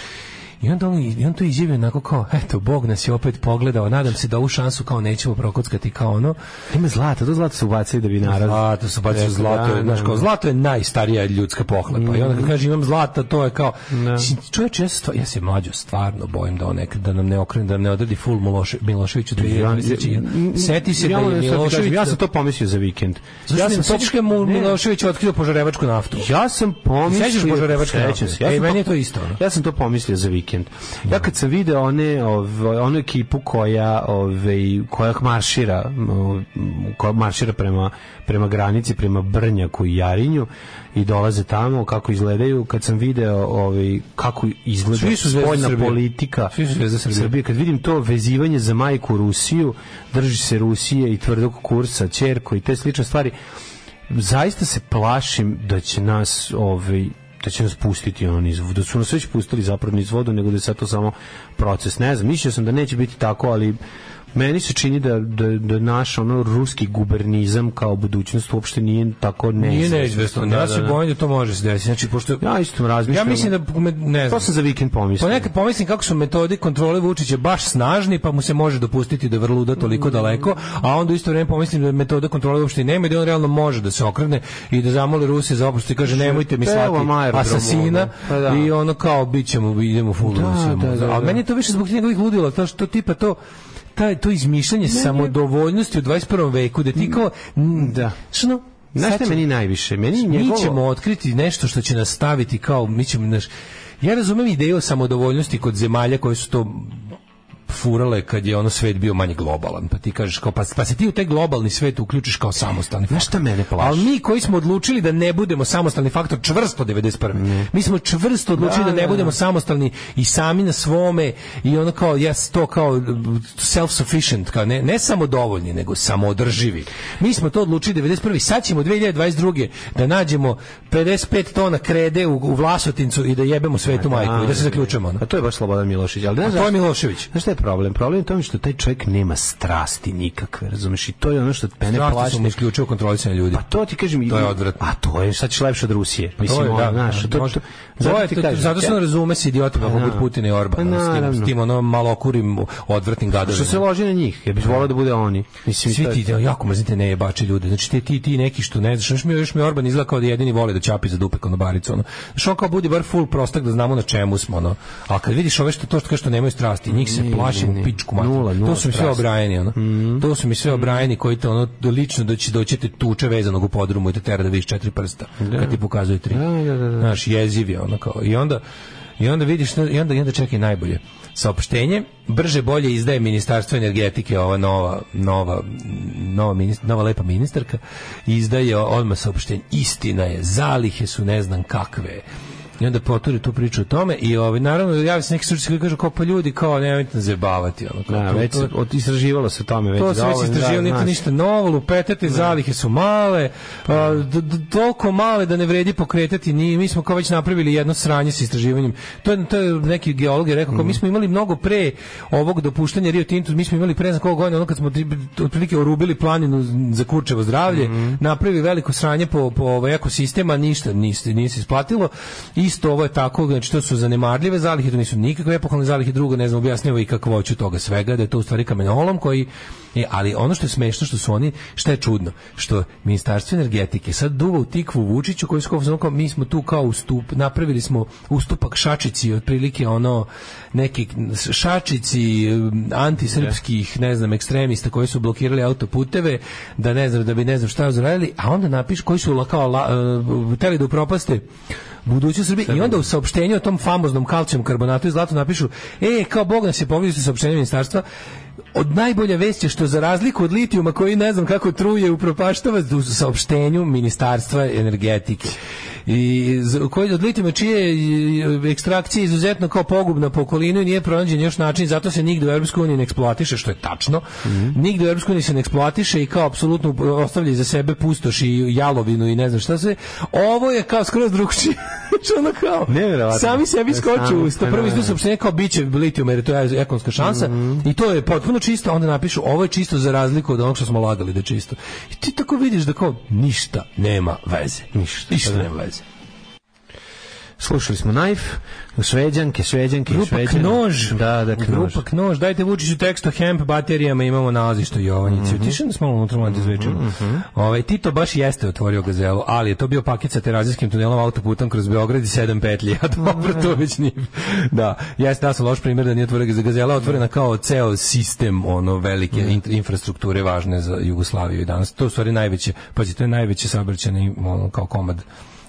Speaker 7: I onda on, i on to izjavio onako kao, eto, Bog nas je opet pogledao, nadam se da ovu šansu kao nećemo prokockati kao ono.
Speaker 6: pa, ima zlata, to zlato su ubacili da bi narod.
Speaker 7: Zlato su bacili
Speaker 6: Rekao,
Speaker 7: zlato,
Speaker 6: da,
Speaker 7: je, znaš,
Speaker 6: da,
Speaker 7: kao
Speaker 6: da.
Speaker 7: zlato je najstarija ljudska pohlepa. I
Speaker 6: Mm.
Speaker 7: onda kad kaže imam zlata, to je kao
Speaker 6: Da.
Speaker 7: čovječe, ja se, stvar- ja se mlađo stvarno bojim da on nekad da nam ne okrene, da nam ne odredi full Miloše, Miloševiću
Speaker 6: Ja,
Speaker 7: 2023. Seti se da je
Speaker 6: moram nešto ti kažem,
Speaker 7: Milošević.
Speaker 6: ja sam to pomislio za vikend.
Speaker 7: Zašto
Speaker 6: ja
Speaker 7: ne
Speaker 6: sam
Speaker 7: sećaš kad je mu Milošević otkrio požarevačku naftu?
Speaker 6: Ja sam pomislio...
Speaker 7: Sećaš Požarevačke
Speaker 6: Sećam se.
Speaker 7: nafte?
Speaker 6: Ja
Speaker 7: E,
Speaker 6: sam
Speaker 7: meni je to isto, ono. Da.
Speaker 6: Ja sam to pomislio za vikend. Ja kad sam video one, ove, onu ekipu koja, ove, koja maršira, o, koja maršira prema, prema granici, prema Brnjaku i Jarinju i dolaze tamo, kako izgledaju, kad sam video ove, kako izgleda
Speaker 7: Svi su zvezde
Speaker 6: spoljna
Speaker 7: Srbije.
Speaker 6: politika
Speaker 7: Svi su zvezde Srbije.
Speaker 6: kad vidim to vezivanje za majku Rusiju, drži se Rusije i tvrdog kursa, Čerko i te slične stvari, zaista se plašim da će nas ovaj da će nas pustiti on iz da su nas već pustili zapravo iz vodu nego da je sad to samo proces ne znam mislio sam da neće biti tako ali meni se čini da, da, da naš ono ruski gubernizam kao budućnost uopšte nije tako
Speaker 7: Nije
Speaker 6: neizvesno.
Speaker 7: neizvesno.
Speaker 6: Da,
Speaker 7: Ja
Speaker 6: da,
Speaker 7: se
Speaker 6: da.
Speaker 7: bojim da to može se desiti. Znači, pošto...
Speaker 6: Ja isto razmišljam.
Speaker 7: Ja mislim da, me- ne
Speaker 6: to
Speaker 7: znam. Pa
Speaker 6: sam za vikend pomislio.
Speaker 7: Ponekad pomislim kako su metode kontrole Vučića baš snažni, pa mu se može dopustiti da vrluda
Speaker 6: Mm.
Speaker 7: toliko daleko, a onda u isto vrijeme pomislim da metode kontrole uopšte nema i da on realno može da se okrene i da zamoli Ruse za oprost i kaže nemojte mi
Speaker 6: Evo
Speaker 7: slati
Speaker 6: vam aerodrom,
Speaker 7: asasina
Speaker 6: ono. Pa da.
Speaker 7: i ono kao bit ćemo, idemo full
Speaker 6: Da,
Speaker 7: Rusijom.
Speaker 6: da, da,
Speaker 7: A
Speaker 6: da.
Speaker 7: meni je to više zbog tih njegovih ludila, to što tipa to taj to izmišljanje samodovoljnosti u 21. veku da ti kao mm,
Speaker 6: Da.
Speaker 7: znaš, ono,
Speaker 6: Znaš
Speaker 7: sad
Speaker 6: šta je
Speaker 7: će-
Speaker 6: meni najviše? Meni njegovo...
Speaker 7: mi ćemo otkriti nešto što će nas staviti kao mi ćemo naš ja razumem ideju o samodovoljnosti kod zemalja koje su to furale kad je ono svet bio manje globalan pa ti kažeš kao pa, pa se ti u taj globalni svet uključiš kao samostalni
Speaker 6: Znaš šta mene plaši?
Speaker 7: ali mi koji smo odlučili da ne budemo samostalni faktor čvrsto 91. Mi smo čvrsto odlučili da,
Speaker 6: Da,
Speaker 7: ne
Speaker 6: da,
Speaker 7: budemo
Speaker 6: da.
Speaker 7: samostalni i sami na svome i ono kao ja s- to kao self sufficient kao ne ne samo dovoljni nego samoodrživi. Mi smo to odlučili 91. Sad ćemo 2022. da nađemo 55 tona krede u, u Vlasotincu i da jebemo svetu
Speaker 6: Pa
Speaker 7: majku i da se zaključujemo. ono.
Speaker 6: A to je baš Slobodan Milošević. Ali ne
Speaker 7: to je Milošević.
Speaker 6: Znaš šta je problem? Problem je u tome što taj čovjek nema strasti nikakve, razumeš? I to je ono što mene
Speaker 7: Strasti
Speaker 6: plaši.
Speaker 7: su mu isključivo kontrolisanje ljudi.
Speaker 6: Pa to ti kažem... i-
Speaker 7: To je odvratno. Pa
Speaker 6: A to je, šta ćeš lepše od Rusije? Mislim, ono, da, znaš, to, to,
Speaker 7: da, može.
Speaker 6: zato
Speaker 7: To je,
Speaker 6: ti
Speaker 7: to-
Speaker 6: kažem,
Speaker 7: zato se
Speaker 6: ja-
Speaker 7: on razume s idiotima poput
Speaker 6: da.
Speaker 7: Putina i Orbana,
Speaker 6: Pa
Speaker 7: s tim, s
Speaker 6: naravno.
Speaker 7: tim ono malo okurim odvrtnim gadovima.
Speaker 6: Što se loži na njih? Ja bih volao da bude oni. Mislim,
Speaker 7: Svi
Speaker 6: to je-
Speaker 7: ti jako mrzite nejebače ljude. Znači ti ti ti neki što ne znaš, još mi još mi Orban izgleda kao da jedini voli da ćapi za dupe konobaricu ono. Znači on kao budi bar full prostak da znamo na čemu smo ono. A kad vidiš ove što to što kaže što nemaju strasti, njih se plašim u pičku mater.
Speaker 6: Nula, nula
Speaker 7: to su mi sve
Speaker 6: strasti.
Speaker 7: obrajeni ono.
Speaker 6: Mhm.
Speaker 7: To su mi sve obrajeni koji te ono lično da će da doći te tuče vezanog u podrumu i te tera da vidiš četiri prsta kad ti pokazuje tri.
Speaker 6: da, da, da.
Speaker 7: Znaš, jeziv je ono kao. I onda i onda vidiš i onda i onda čekaj najbolje. Saopštenje brže bolje izdaje Ministarstvo energetike ova nova nova nova, minis- nova lepa ministarka izdaje odmah saopštenje istina je zalihe su ne znam kakve I onda poturi tu priču o tome i ovaj, naravno javi se neki stručnjaci koji kažu kao pa ljudi kao nemojte nas zebavati. Ono, kao,
Speaker 6: Da,
Speaker 7: to-
Speaker 6: već se,
Speaker 7: to-
Speaker 6: od, istraživalo se o tome. Već,
Speaker 7: to se već
Speaker 6: dovoljno, da,
Speaker 7: istraživalo, nije to
Speaker 6: znaš. Da. Pa
Speaker 7: ništa novo, lupetate, zalihe su male, a, d- d- toliko male da ne vredi pokretati, ni, mi smo kao već napravili jedno sranje sa istraživanjem. To je, to je neki geolog je rekao, kao, mi
Speaker 6: Mhm.
Speaker 7: smo imali mnogo pre ovog dopuštanja Rio Tintu, mi smo imali pre za koliko godina, ono kad smo tri- otprilike orubili planinu za kurčevo zdravlje,
Speaker 6: Mhm.
Speaker 7: napravili veliko sranje po, po ovaj ekosistema, ništa niste, nije se isplatilo. Isto ovo je tako, znači to su zanemarljive zalihe, to nisu nikakve epohalne zalihe, drugo ne znam, objašnjava i kakvoću toga svega, da je to u stvari kamenolom koji E, ali ono što je smešno što su oni, šta je čudno, što Ministarstvo energetike sad duva u tikvu Vučiću koji su kao, u fazonu kao, mi smo tu kao ustup, napravili smo ustupak šačici otprilike ono neki šačici em, antisrpskih, ne znam, ekstremista koji su blokirali autoputeve da ne znam, da bi ne znam šta zaradili, a onda napiš koji su la- kao la, e, hteli da upropaste budućnost Srbije i onda u saopštenju o tom famoznom kalcijum karbonatu i zlatu napišu e, kao Bog nas je pogodio sa saopštenjem ministarstva od najbolja vest je što za razliku od litijuma koji ne znam kako truje upropaštava u saopštenju Ministarstva energetike i z- koji od litijuma čije je ekstrakcija izuzetno kao pogubna po okolinu i nije pronađen još način zato se nigde u Europskoj uniji ne eksploatiše što je tačno nigde u Europskoj uniji se ne eksploatiše i kao apsolutno ostavlja iza sebe pustoš i jalovinu i ne znam šta sve ovo je kao skroz drugčije Znaš, ono kao
Speaker 6: Nevjerovatno.
Speaker 7: sami sebi skoče u
Speaker 6: Sami,
Speaker 7: usta prvo
Speaker 6: da,
Speaker 7: isto
Speaker 6: da.
Speaker 7: saopštenje kao biće litijum jer to je ekonomska šansa i to je potpuno čisto, onda napišu ovo je čisto za razliku od onog što smo lagali da je čisto. I ti tako vidiš da kao ništa nema veze. Ništa. Ništa nema veze.
Speaker 6: Slušali smo Knife, Šveđanke, Šveđanke,
Speaker 7: Grupa
Speaker 6: Šveđane.
Speaker 7: Knož.
Speaker 6: Da, da, Knož.
Speaker 7: Grupa Knož. Dajte Vučiću tekst o hemp baterijama, imamo nalazište u Jovanjici. Mm
Speaker 6: Mhm.
Speaker 7: -hmm. Tišan smo malo unutra, malo te izvečemo. Ovaj, Tito baš jeste otvorio gazelu, ali je to bio paket sa terazijskim tunelom autoputom kroz Beograd i sedam petlji. A
Speaker 6: Mhm.
Speaker 7: dobro, to već nije. Da, jeste, da sam loš primjer da nije otvorio gazela. Gazela je otvorena kao ceo sistem ono velike
Speaker 6: Mhm.
Speaker 7: int- infrastrukture važne za Jugoslaviju i danas. To je u stvari najveće, pazi, to je najveće saobraćajni ono, kao komad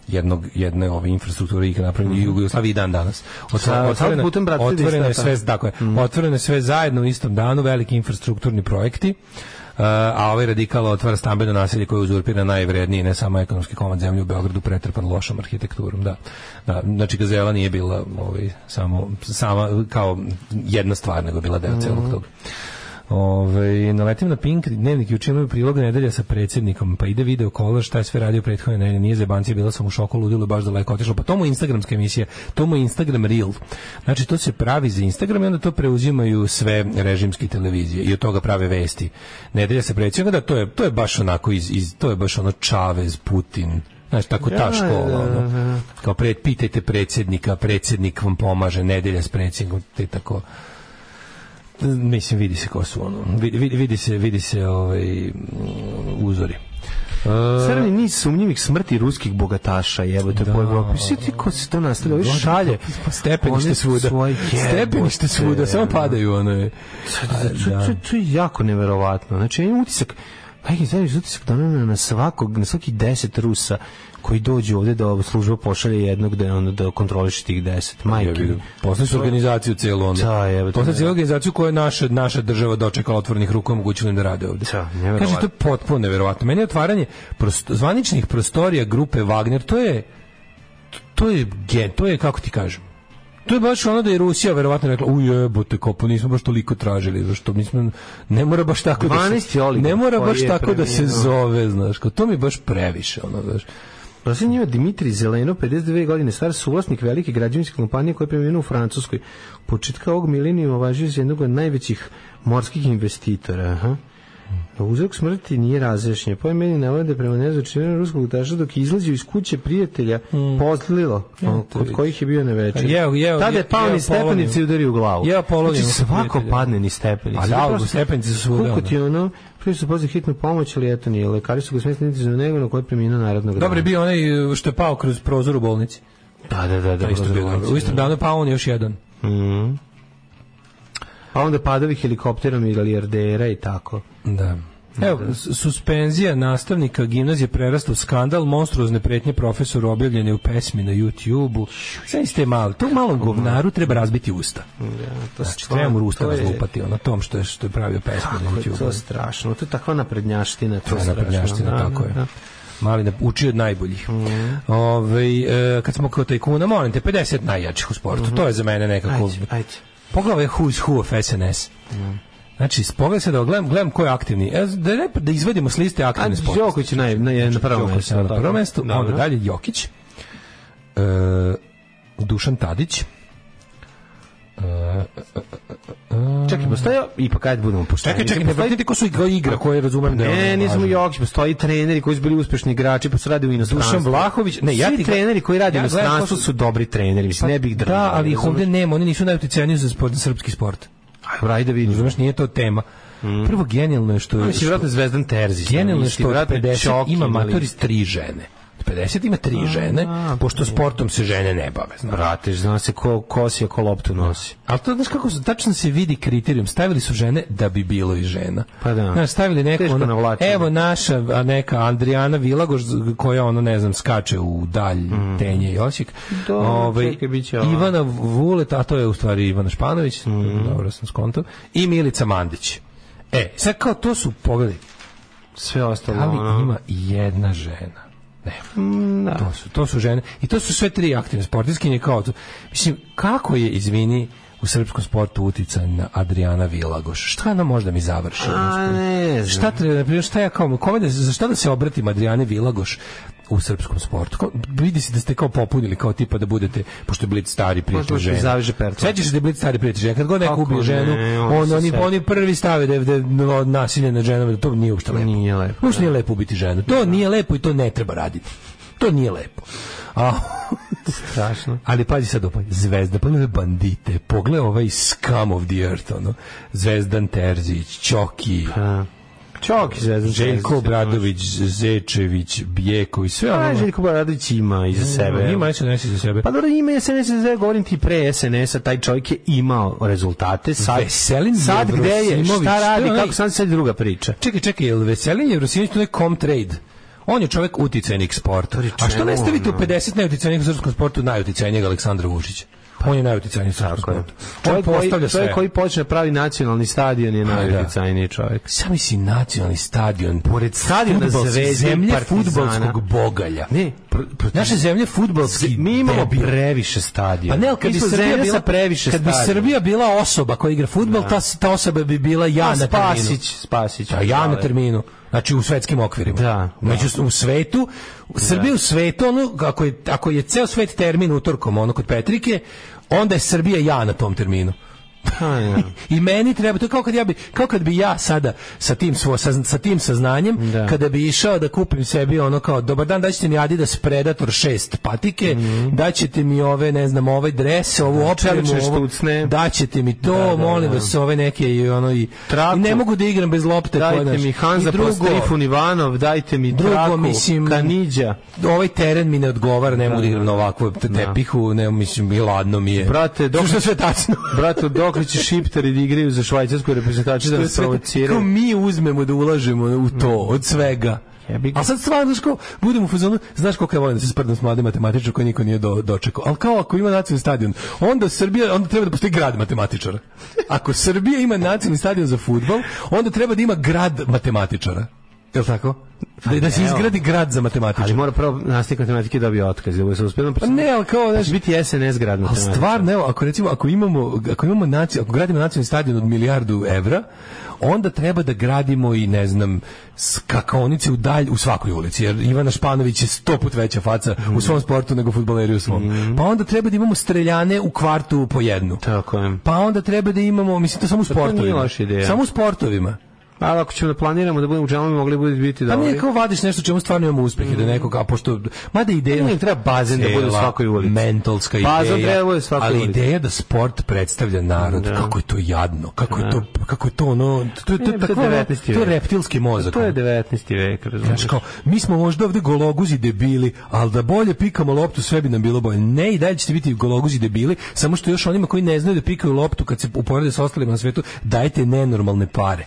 Speaker 7: jednog jedne ove infrastrukture ikad napravljene
Speaker 6: Mhm.
Speaker 7: i u Jugoslaviji i dan danas. Od
Speaker 6: Sa- sa autoputem, brate,
Speaker 7: otvoreno je
Speaker 6: distanca.
Speaker 7: sve tako je. Otvoreno je sve zajedno u istom danu, veliki infrastrukturni projekti. Uh, a ovaj radikal otvara stambeno naselje koje uzurpira najvredniji, ne samo ekonomski komad zemlje u Beogradu, pretrpan lošom arhitekturom, da. da znači, Gazela nije bila ovaj, samo, sama, kao jedna stvar, nego je bila deo celog toga. Ove, naletim na Pink, dnevnik juče imaju prilog nedelja sa predsjednikom, pa ide video kola šta je sve radio prethodne nedelje, nije zebancija, bila sam u šoku, ludilo je baš daleko otišlo, pa to mu je instagramska emisija, to mu je Instagram Reel. Znači, to se pravi za Instagram i onda to preuzimaju sve režimske televizije i od toga prave vesti. Nedelja sa predsjednikom, da, to je, to je baš onako, iz, iz, to je baš ono Čavez, Putin, Znaš, tako ta škola, ono. Kao pre, pitajte predsjednika, predsjednik vam pomaže, nedelja s predsjednikom, te tako mislim vidi se ko su ono vidi, vidi, vidi se vidi se ovaj mm, uzori
Speaker 6: Crveni niz sumnjivih smrti ruskih bogataša, jebote, E, da. pa po Evropi. Svi ti ko se to nastavlja, ovi šalje.
Speaker 7: Pa stepenište
Speaker 6: One
Speaker 7: svuda
Speaker 6: svoje
Speaker 7: stepenište
Speaker 6: jebote.
Speaker 7: svuda samo padaju ono je
Speaker 6: To, to, to je jako neverovatno. Znači, ja imam utisak, ajde, znaš, utisak da ono na svakog, na svaki deset Rusa koji dođu ovde da služba pošalje jednog da, ono, da kontroliše tih deset. Majke. mi.
Speaker 7: Posle su organizaciju celu onda.
Speaker 6: Da, jebote,
Speaker 7: Posle
Speaker 6: da.
Speaker 7: celu organizaciju koju je naša, naša država dočekala otvorenih ruku i omogućila im da rade ovde.
Speaker 6: Da, nevjerovatno.
Speaker 7: Kaže, to je potpuno neverovatno. Meni je otvaranje prosto, zvaničnih prostorija grupe Wagner, to je to je gen, to je kako ti kažem. To je baš ono da je Rusija verovatno rekla, u jebote, kao pa nismo baš toliko tražili, znaš, što nismo, ne mora baš tako da
Speaker 6: 12 je
Speaker 7: se,
Speaker 6: oligarh
Speaker 7: ne mora
Speaker 6: koji
Speaker 7: baš
Speaker 6: je
Speaker 7: tako da se
Speaker 6: preminuo.
Speaker 7: zove, znaš, kao, to mi je baš previše, ono, znaš.
Speaker 6: Prosim njima Dimitri Zeleno, 52 godine star, suvlasnik velike građevinske kompanije koja je preminuo u Francuskoj. Početka ovog milenijuma važio za jednog od najvećih morskih investitora. Aha. Uzrok smrti nije razrešenje. Pojem meni navode prema nezvačenju ruskog taša dok je izlazio iz kuće prijatelja
Speaker 7: Mm.
Speaker 6: pozlilo, ono, kod
Speaker 7: vidiš.
Speaker 6: kojih je bio na večer.
Speaker 7: Jeo- jeo-
Speaker 6: Tada je
Speaker 7: jeo-
Speaker 6: pao
Speaker 7: jeo
Speaker 6: ni stepenice i
Speaker 7: polomio.
Speaker 6: udario u glavu.
Speaker 7: Jeo polomio
Speaker 6: Znači,
Speaker 7: kod
Speaker 6: svako
Speaker 7: prijatelja.
Speaker 6: padne ni stepenice.
Speaker 7: Ali
Speaker 6: To je
Speaker 7: algo,
Speaker 6: prosto-
Speaker 7: stepenice da. su svuda,
Speaker 6: Koliko
Speaker 7: ono.
Speaker 6: ti je ono, prije su pozvali hitnu pomoć, ali eto nije. Lekari su ga smestili niti za nego na koji je preminuo narodnog
Speaker 7: Dobro je bio onaj e, što je pao kroz prozor u bolnici.
Speaker 6: Da, da, da, da.
Speaker 7: To je isto bio
Speaker 6: Brozović,
Speaker 7: dobro. U istom
Speaker 6: da.
Speaker 7: danu je pao on još jedan.
Speaker 6: Mhm. Pa onda padovi helikopterom i milijardera i tako.
Speaker 7: Da. Evo, s- suspenzija nastavnika gimnazije prerasta u skandal, monstruozne pretnje profesoru objavljene u pesmi na YouTube-u. Sve ste mali. To malom govnaru treba razbiti usta.
Speaker 6: Da, to
Speaker 7: Znači,
Speaker 6: stvarno,
Speaker 7: treba mu usta
Speaker 6: to je-
Speaker 7: razlupati, ono tom što je, što je pravio pesmu na
Speaker 6: Kako je
Speaker 7: YouTube-u.
Speaker 6: to strašno, to je takva naprednjaština, to
Speaker 7: To
Speaker 6: je
Speaker 7: je
Speaker 6: strašno.
Speaker 7: naprednjaština,
Speaker 6: Da,
Speaker 7: tako je.
Speaker 6: da, Mhm. da.
Speaker 7: Mali nap- uči od najboljih. Ovaj, e, kad smo kod tajkuna, molim te, 50 najjačih u sportu. To je za mene nekako...
Speaker 6: Mhm. Ajde, ajde.
Speaker 7: Pogledaj ovaj Who's Who of SNS. Znači, pogledaj se da gledam, gledam ko je aktivni. E, da, ne, da izvedimo s liste aktivne
Speaker 6: Ajde,
Speaker 7: sportiste.
Speaker 6: Đoković je naj, naj, Pa, na prvom
Speaker 7: Đoković
Speaker 6: mestu.
Speaker 7: je
Speaker 6: jel
Speaker 7: na
Speaker 6: tako?
Speaker 7: prvom mestu,
Speaker 6: Dobro.
Speaker 7: onda dalje Jokić, e, Dušan Tadić,
Speaker 6: E, Čekaj, postoje, ipak ajde budemo pošteni.
Speaker 7: Čekaj, čekaj, ne vrtite ko su igra, igra koje razumem da je
Speaker 6: Ne,
Speaker 7: ono
Speaker 6: nismo
Speaker 7: važno.
Speaker 6: Jokić, postoji treneri koji su bili uspešni igrači, pa su radi u inostranstvu.
Speaker 7: Dušan Vlahović, ne, ja
Speaker 6: Svi
Speaker 7: ti ga-
Speaker 6: treneri koji rade
Speaker 7: Ja
Speaker 6: u
Speaker 7: gledam
Speaker 6: inostranstvu
Speaker 7: ko su-
Speaker 6: su dobri treneri, mislim, ne bih ih
Speaker 7: Da,
Speaker 6: držao,
Speaker 7: ali ih
Speaker 6: razumeš?
Speaker 7: ovde nema, oni nisu najuticajniji za sport, za srpski sport.
Speaker 6: Ajde, ajde vidim.
Speaker 7: Razumeš, nije to tema. Prvo, genijalno je što... je-
Speaker 6: Mislim, vjerojatno Zvezdan Terzić.
Speaker 7: Genijalno je
Speaker 6: mislim,
Speaker 7: što od
Speaker 6: vjerojatno
Speaker 7: 50
Speaker 6: Čokin,
Speaker 7: ima
Speaker 6: ali-
Speaker 7: matori tri žene. Od 50 ima tri žene, pošto
Speaker 6: da.
Speaker 7: sportom se žene ne bave. Znaš.
Speaker 6: Brate, zna se ko kosi, a ko loptu nosi.
Speaker 7: Ali to, znaš kako, su- tačno se vidi kriterijum. Stavili su žene da bi bilo i žena.
Speaker 6: Pa da.
Speaker 7: Znaš, stavili neko,
Speaker 6: Teško
Speaker 7: ono,
Speaker 6: navlačenje.
Speaker 7: evo naša a neka Andrijana Vilagoš, koja, ono, ne znam, skače u dalj Tenje i Osijek.
Speaker 6: Dobro,
Speaker 7: Ovaj,
Speaker 6: Mhm. Da, čekaj, bit će ova.
Speaker 7: Ivana Vulet, a to je u stvari Ivana Španović,
Speaker 6: Mhm.
Speaker 7: dobro sam skontao, i Milica Mandić. E, sad kao to su, pogledaj,
Speaker 6: Sve ostalo,
Speaker 7: ali
Speaker 6: ono-
Speaker 7: Da
Speaker 6: Mm, da.
Speaker 7: ima i jedna žena. Nema. To, su, to su žene. I to su sve tri aktivne sportiskinje kao to. Mislim, kako je, izvini, u srpskom sportu uticaj na Adriana Vilagoš? Šta ona možda mi završi?
Speaker 6: A, ne znam.
Speaker 7: Šta treba, na primjer, šta ja kao, kome da, za šta da se obratim Adrijane Vilagoš u srpskom sportu? Ko, vidi se da ste kao popunili, kao tipa da budete, pošto je Blitz stari prijatelj
Speaker 6: Možda
Speaker 7: žena.
Speaker 6: zaviže pertle.
Speaker 7: Sećaš se da je Blitz stari prijatelj žena? Kad god neko
Speaker 6: Kako
Speaker 7: ubije
Speaker 6: ne,
Speaker 7: ženu,
Speaker 6: oni
Speaker 7: on,
Speaker 6: se
Speaker 7: oni,
Speaker 6: sete.
Speaker 7: oni prvi stave da je, da je nasilje nad ženama, da to nije uopšte lepo.
Speaker 6: Nije lepo, da.
Speaker 7: Uopšte nije lepo ubiti ženu. To nije lepo i to ne treba raditi. To nije lepo. A,
Speaker 6: Strašno.
Speaker 7: ali pazi sad opaj, Zvezda, pogledaj ove bandite, pogledaj ovaj scum of the earth, ono, Zvezdan Terzić, Ćoki,
Speaker 6: Da. Čok, Zvezdan
Speaker 7: Željko
Speaker 6: Terzić,
Speaker 7: Obradović, Zečević, Bijeković, sve ono.
Speaker 6: A, Pa, Željko Bradović ima iza sebe.
Speaker 7: Ima SNS za sebe. da,
Speaker 6: Pa dobro, ime SNS, za- govorim ti pre SNS-a, taj čovjek je imao rezultate. Sad,
Speaker 7: Veselin
Speaker 6: sad gde je,
Speaker 7: Jevrosimović,
Speaker 6: šta
Speaker 7: to
Speaker 6: radi,
Speaker 7: je onaj-
Speaker 6: kako sam sad druga priča.
Speaker 7: Čekaj, čekaj, jel Veselin Jevrosimović to je Comtrade? On je čovjek uticajnik sporta. A što ne stavite u 50 najuticajnijeg u srpskom sportu najuticajnijeg Aleksandra Vučića? On je najuticajniji u srpskom sportu. On
Speaker 6: Čovjek koji,
Speaker 7: postavlja sve.
Speaker 6: čovjek koji počne da pravi nacionalni stadion je
Speaker 7: da.
Speaker 6: najutjecajniji čovjek.
Speaker 7: Sami si nacionalni stadion.
Speaker 6: Pored stadiona
Speaker 7: Fudbalske
Speaker 6: Zvezde i
Speaker 7: zemlje
Speaker 6: da Partizana.
Speaker 7: fudbalskog bogalja.
Speaker 6: Ne, pr- pr-
Speaker 7: Naše zemlje
Speaker 6: Z-
Speaker 7: fudbalski
Speaker 6: mi imamo
Speaker 7: debil.
Speaker 6: previše stadiona.
Speaker 7: Pa ne, ali kad
Speaker 6: Mi
Speaker 7: bi
Speaker 6: smo
Speaker 7: Srbija
Speaker 6: zemlja
Speaker 7: bila
Speaker 6: sa previše
Speaker 7: kad bi
Speaker 6: stadiona.
Speaker 7: Srbija bila osoba koja igra fudbal, ta ta osoba bi bila ja
Speaker 6: A,
Speaker 7: na terminu.
Speaker 6: Spasić, Spasić.
Speaker 7: A ja na terminu. Znači u svetskim okvirima.
Speaker 6: Da, da.
Speaker 7: Među, u svetu, u Srbiji u svetu, ono, ako je, ako je ceo svet termin utorkom, ono kod Petrike, onda je Srbija ja na tom terminu.
Speaker 6: A, ja.
Speaker 7: I meni treba, to je kao kad ja bi, kao kad bi ja sada sa tim, svo, sa, sa tim saznanjem,
Speaker 6: Da.
Speaker 7: kada bi išao da kupim sebi ono kao, dobar dan, daćete mi Adidas Predator 6 patike,
Speaker 6: Mhm.
Speaker 7: daćete mi ove, ne znam, ovaj dres, ovu opremu,
Speaker 6: čelične
Speaker 7: ovo,
Speaker 6: Znači, štucne.
Speaker 7: daćete mi to,
Speaker 6: Da, da,
Speaker 7: molim
Speaker 6: da.
Speaker 7: vas, ove neke i ono i,
Speaker 6: Traku.
Speaker 7: i ne mogu da igram bez lopte. koja,
Speaker 6: Dajte
Speaker 7: znaš.
Speaker 6: mi Hanza
Speaker 7: I drugo,
Speaker 6: Postrifun Ivanov, dajte mi
Speaker 7: Drugo,
Speaker 6: Draku,
Speaker 7: mislim-
Speaker 6: Kanidja.
Speaker 7: ovaj teren mi ne odgovara, ne mogu da igram na ovakvom tepihu, ne, mislim, i ladno mi je.
Speaker 6: Brate, dok-
Speaker 7: Što je sve tačno.
Speaker 6: Brato, dok li će šiptari da igraju za švajcarsku reprezentaciju da nas
Speaker 7: sve-
Speaker 6: provociraju?
Speaker 7: Kao mi uzmemo da ulažemo u to, od svega.
Speaker 6: Jebi ga.
Speaker 7: A sad stvarno, znaš kao, budem u fazonu, znaš koliko ja volim da se sprdam s mladim matematičarom koji niko nije do, dočekao, ali kao ako ima nacionalni stadion, onda Srbija, onda treba da postoji grad matematičara. Ako Srbija ima nacionalni stadion za futbol, onda treba da ima grad matematičara. Je li tako? Da, da se
Speaker 6: Pa ne,
Speaker 7: izgradi grad za
Speaker 6: Ali
Speaker 7: matematičara.
Speaker 6: mora prvo nastavnik matematike da dobije otkaz, da bude se uspjeno. Pa
Speaker 7: Ne, ali kao,
Speaker 6: da
Speaker 7: znaš,
Speaker 6: će biti SNS grad
Speaker 7: Ali
Speaker 6: matematike.
Speaker 7: Pa stvarno, evo, ako recimo, ako imamo, ako imamo naci, ako gradimo nacionalni stadion od milijardu evra, onda treba da gradimo i, ne znam, skakaonice u dalj, u svakoj ulici, jer Ivana Španović je sto put veća faca u svom sportu nego futboleri u svom.
Speaker 6: Mhm.
Speaker 7: Pa onda treba da imamo streljane u kvartu po jednu.
Speaker 6: Tako je.
Speaker 7: Pa onda treba da imamo, mislim, to samo u
Speaker 6: Da. Pa to nije
Speaker 7: sportovima.
Speaker 6: loša ideja.
Speaker 7: Samo u sportovima.
Speaker 6: Ali ako ćemo da planiramo da budemo u džamama, mogli bi biti
Speaker 7: Pa
Speaker 6: dobri.
Speaker 7: mi kao vadiš nešto u čemu stvarno imamo uspeh i da nekog, a pošto, mada ideja...
Speaker 6: Ne, Mhm. treba bazen da bude u
Speaker 7: Cela
Speaker 6: svakoj ulici.
Speaker 7: Mentalska ideja.
Speaker 6: Bazen treba da bude u svakoj
Speaker 7: ali
Speaker 6: ulici. Da.
Speaker 7: ideja da sport predstavlja narod, kako je to jadno, kako je to, kako je to ono, to, je- to,
Speaker 6: Ne,
Speaker 7: je
Speaker 6: to je
Speaker 7: tako, ono,
Speaker 6: 19.
Speaker 7: to je
Speaker 6: vek.
Speaker 7: reptilski mozak.
Speaker 6: To je
Speaker 7: ono.
Speaker 6: 19. vek, razumiješ?
Speaker 7: Znaš kao, mi smo možda ovde gologuzi debili, ali da bolje pikamo loptu sve bi nam bilo bolje. Ne, i dalje ćete biti gologuzi debili, samo što još onima koji ne znaju da pikaju loptu kad se uporede sa ostalima na svetu, dajte nenormalne pare.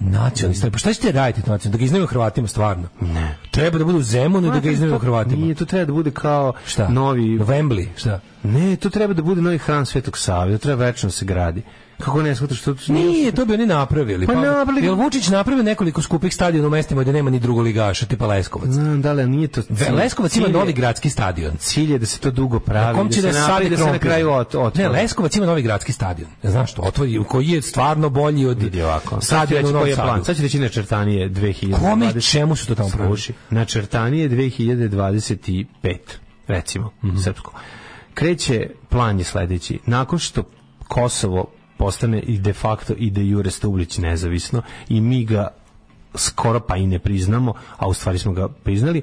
Speaker 7: Nacionalni stadion. Pa šta ćete raditi nacionalni? Da ga iznajmimo Hrvatima stvarno. Ne. Treba da bude u Zemunu i da ga iznajmimo Hrvatima.
Speaker 6: Nije, to treba da bude kao
Speaker 7: Šta? Da-
Speaker 6: novi...
Speaker 7: Wembley, šta?
Speaker 6: Ne, to treba da bude novi hram Svetog Save, to treba večno da se gradi. Kako ne shvataš, to to nije...
Speaker 7: Nije, to bi oni napravili.
Speaker 6: Pa napravili-
Speaker 7: Jel Vučić napravio nekoliko skupih stadiona u mestima gde nema ni drugoligaša, tipa Leskovac?
Speaker 6: Znam, da li, ali nije to...
Speaker 7: Ve-
Speaker 6: cilj.
Speaker 7: Leskovac ima
Speaker 6: Cilj je-
Speaker 7: novi gradski stadion.
Speaker 6: Cilj je da se to dugo
Speaker 7: Na
Speaker 6: pravi,
Speaker 7: kom će
Speaker 6: da
Speaker 7: da,
Speaker 6: se napravi,
Speaker 7: sadi
Speaker 6: da se na
Speaker 7: krompir?
Speaker 6: kraju ot, otvori.
Speaker 7: Ne, Leskovac ima novi gradski stadion. Znaš što, otvori, koji je stvarno bolji od
Speaker 6: Vidi ovako. Sad ću
Speaker 7: stadiona
Speaker 6: reći koji
Speaker 7: u Novom
Speaker 6: je plan.
Speaker 7: Sadu.
Speaker 6: Sad da ću reći načrtanije 2020.
Speaker 7: Kome i čemu su to tamo
Speaker 6: Sluši, načrtanije 2025, recimo,
Speaker 7: Mhm.
Speaker 6: srpsko. Kreće, plan je sledeći. Nakon što Kosovo postane i de facto i de jure Stublić nezavisno i mi ga skoro pa i ne priznamo, a u stvari smo ga priznali,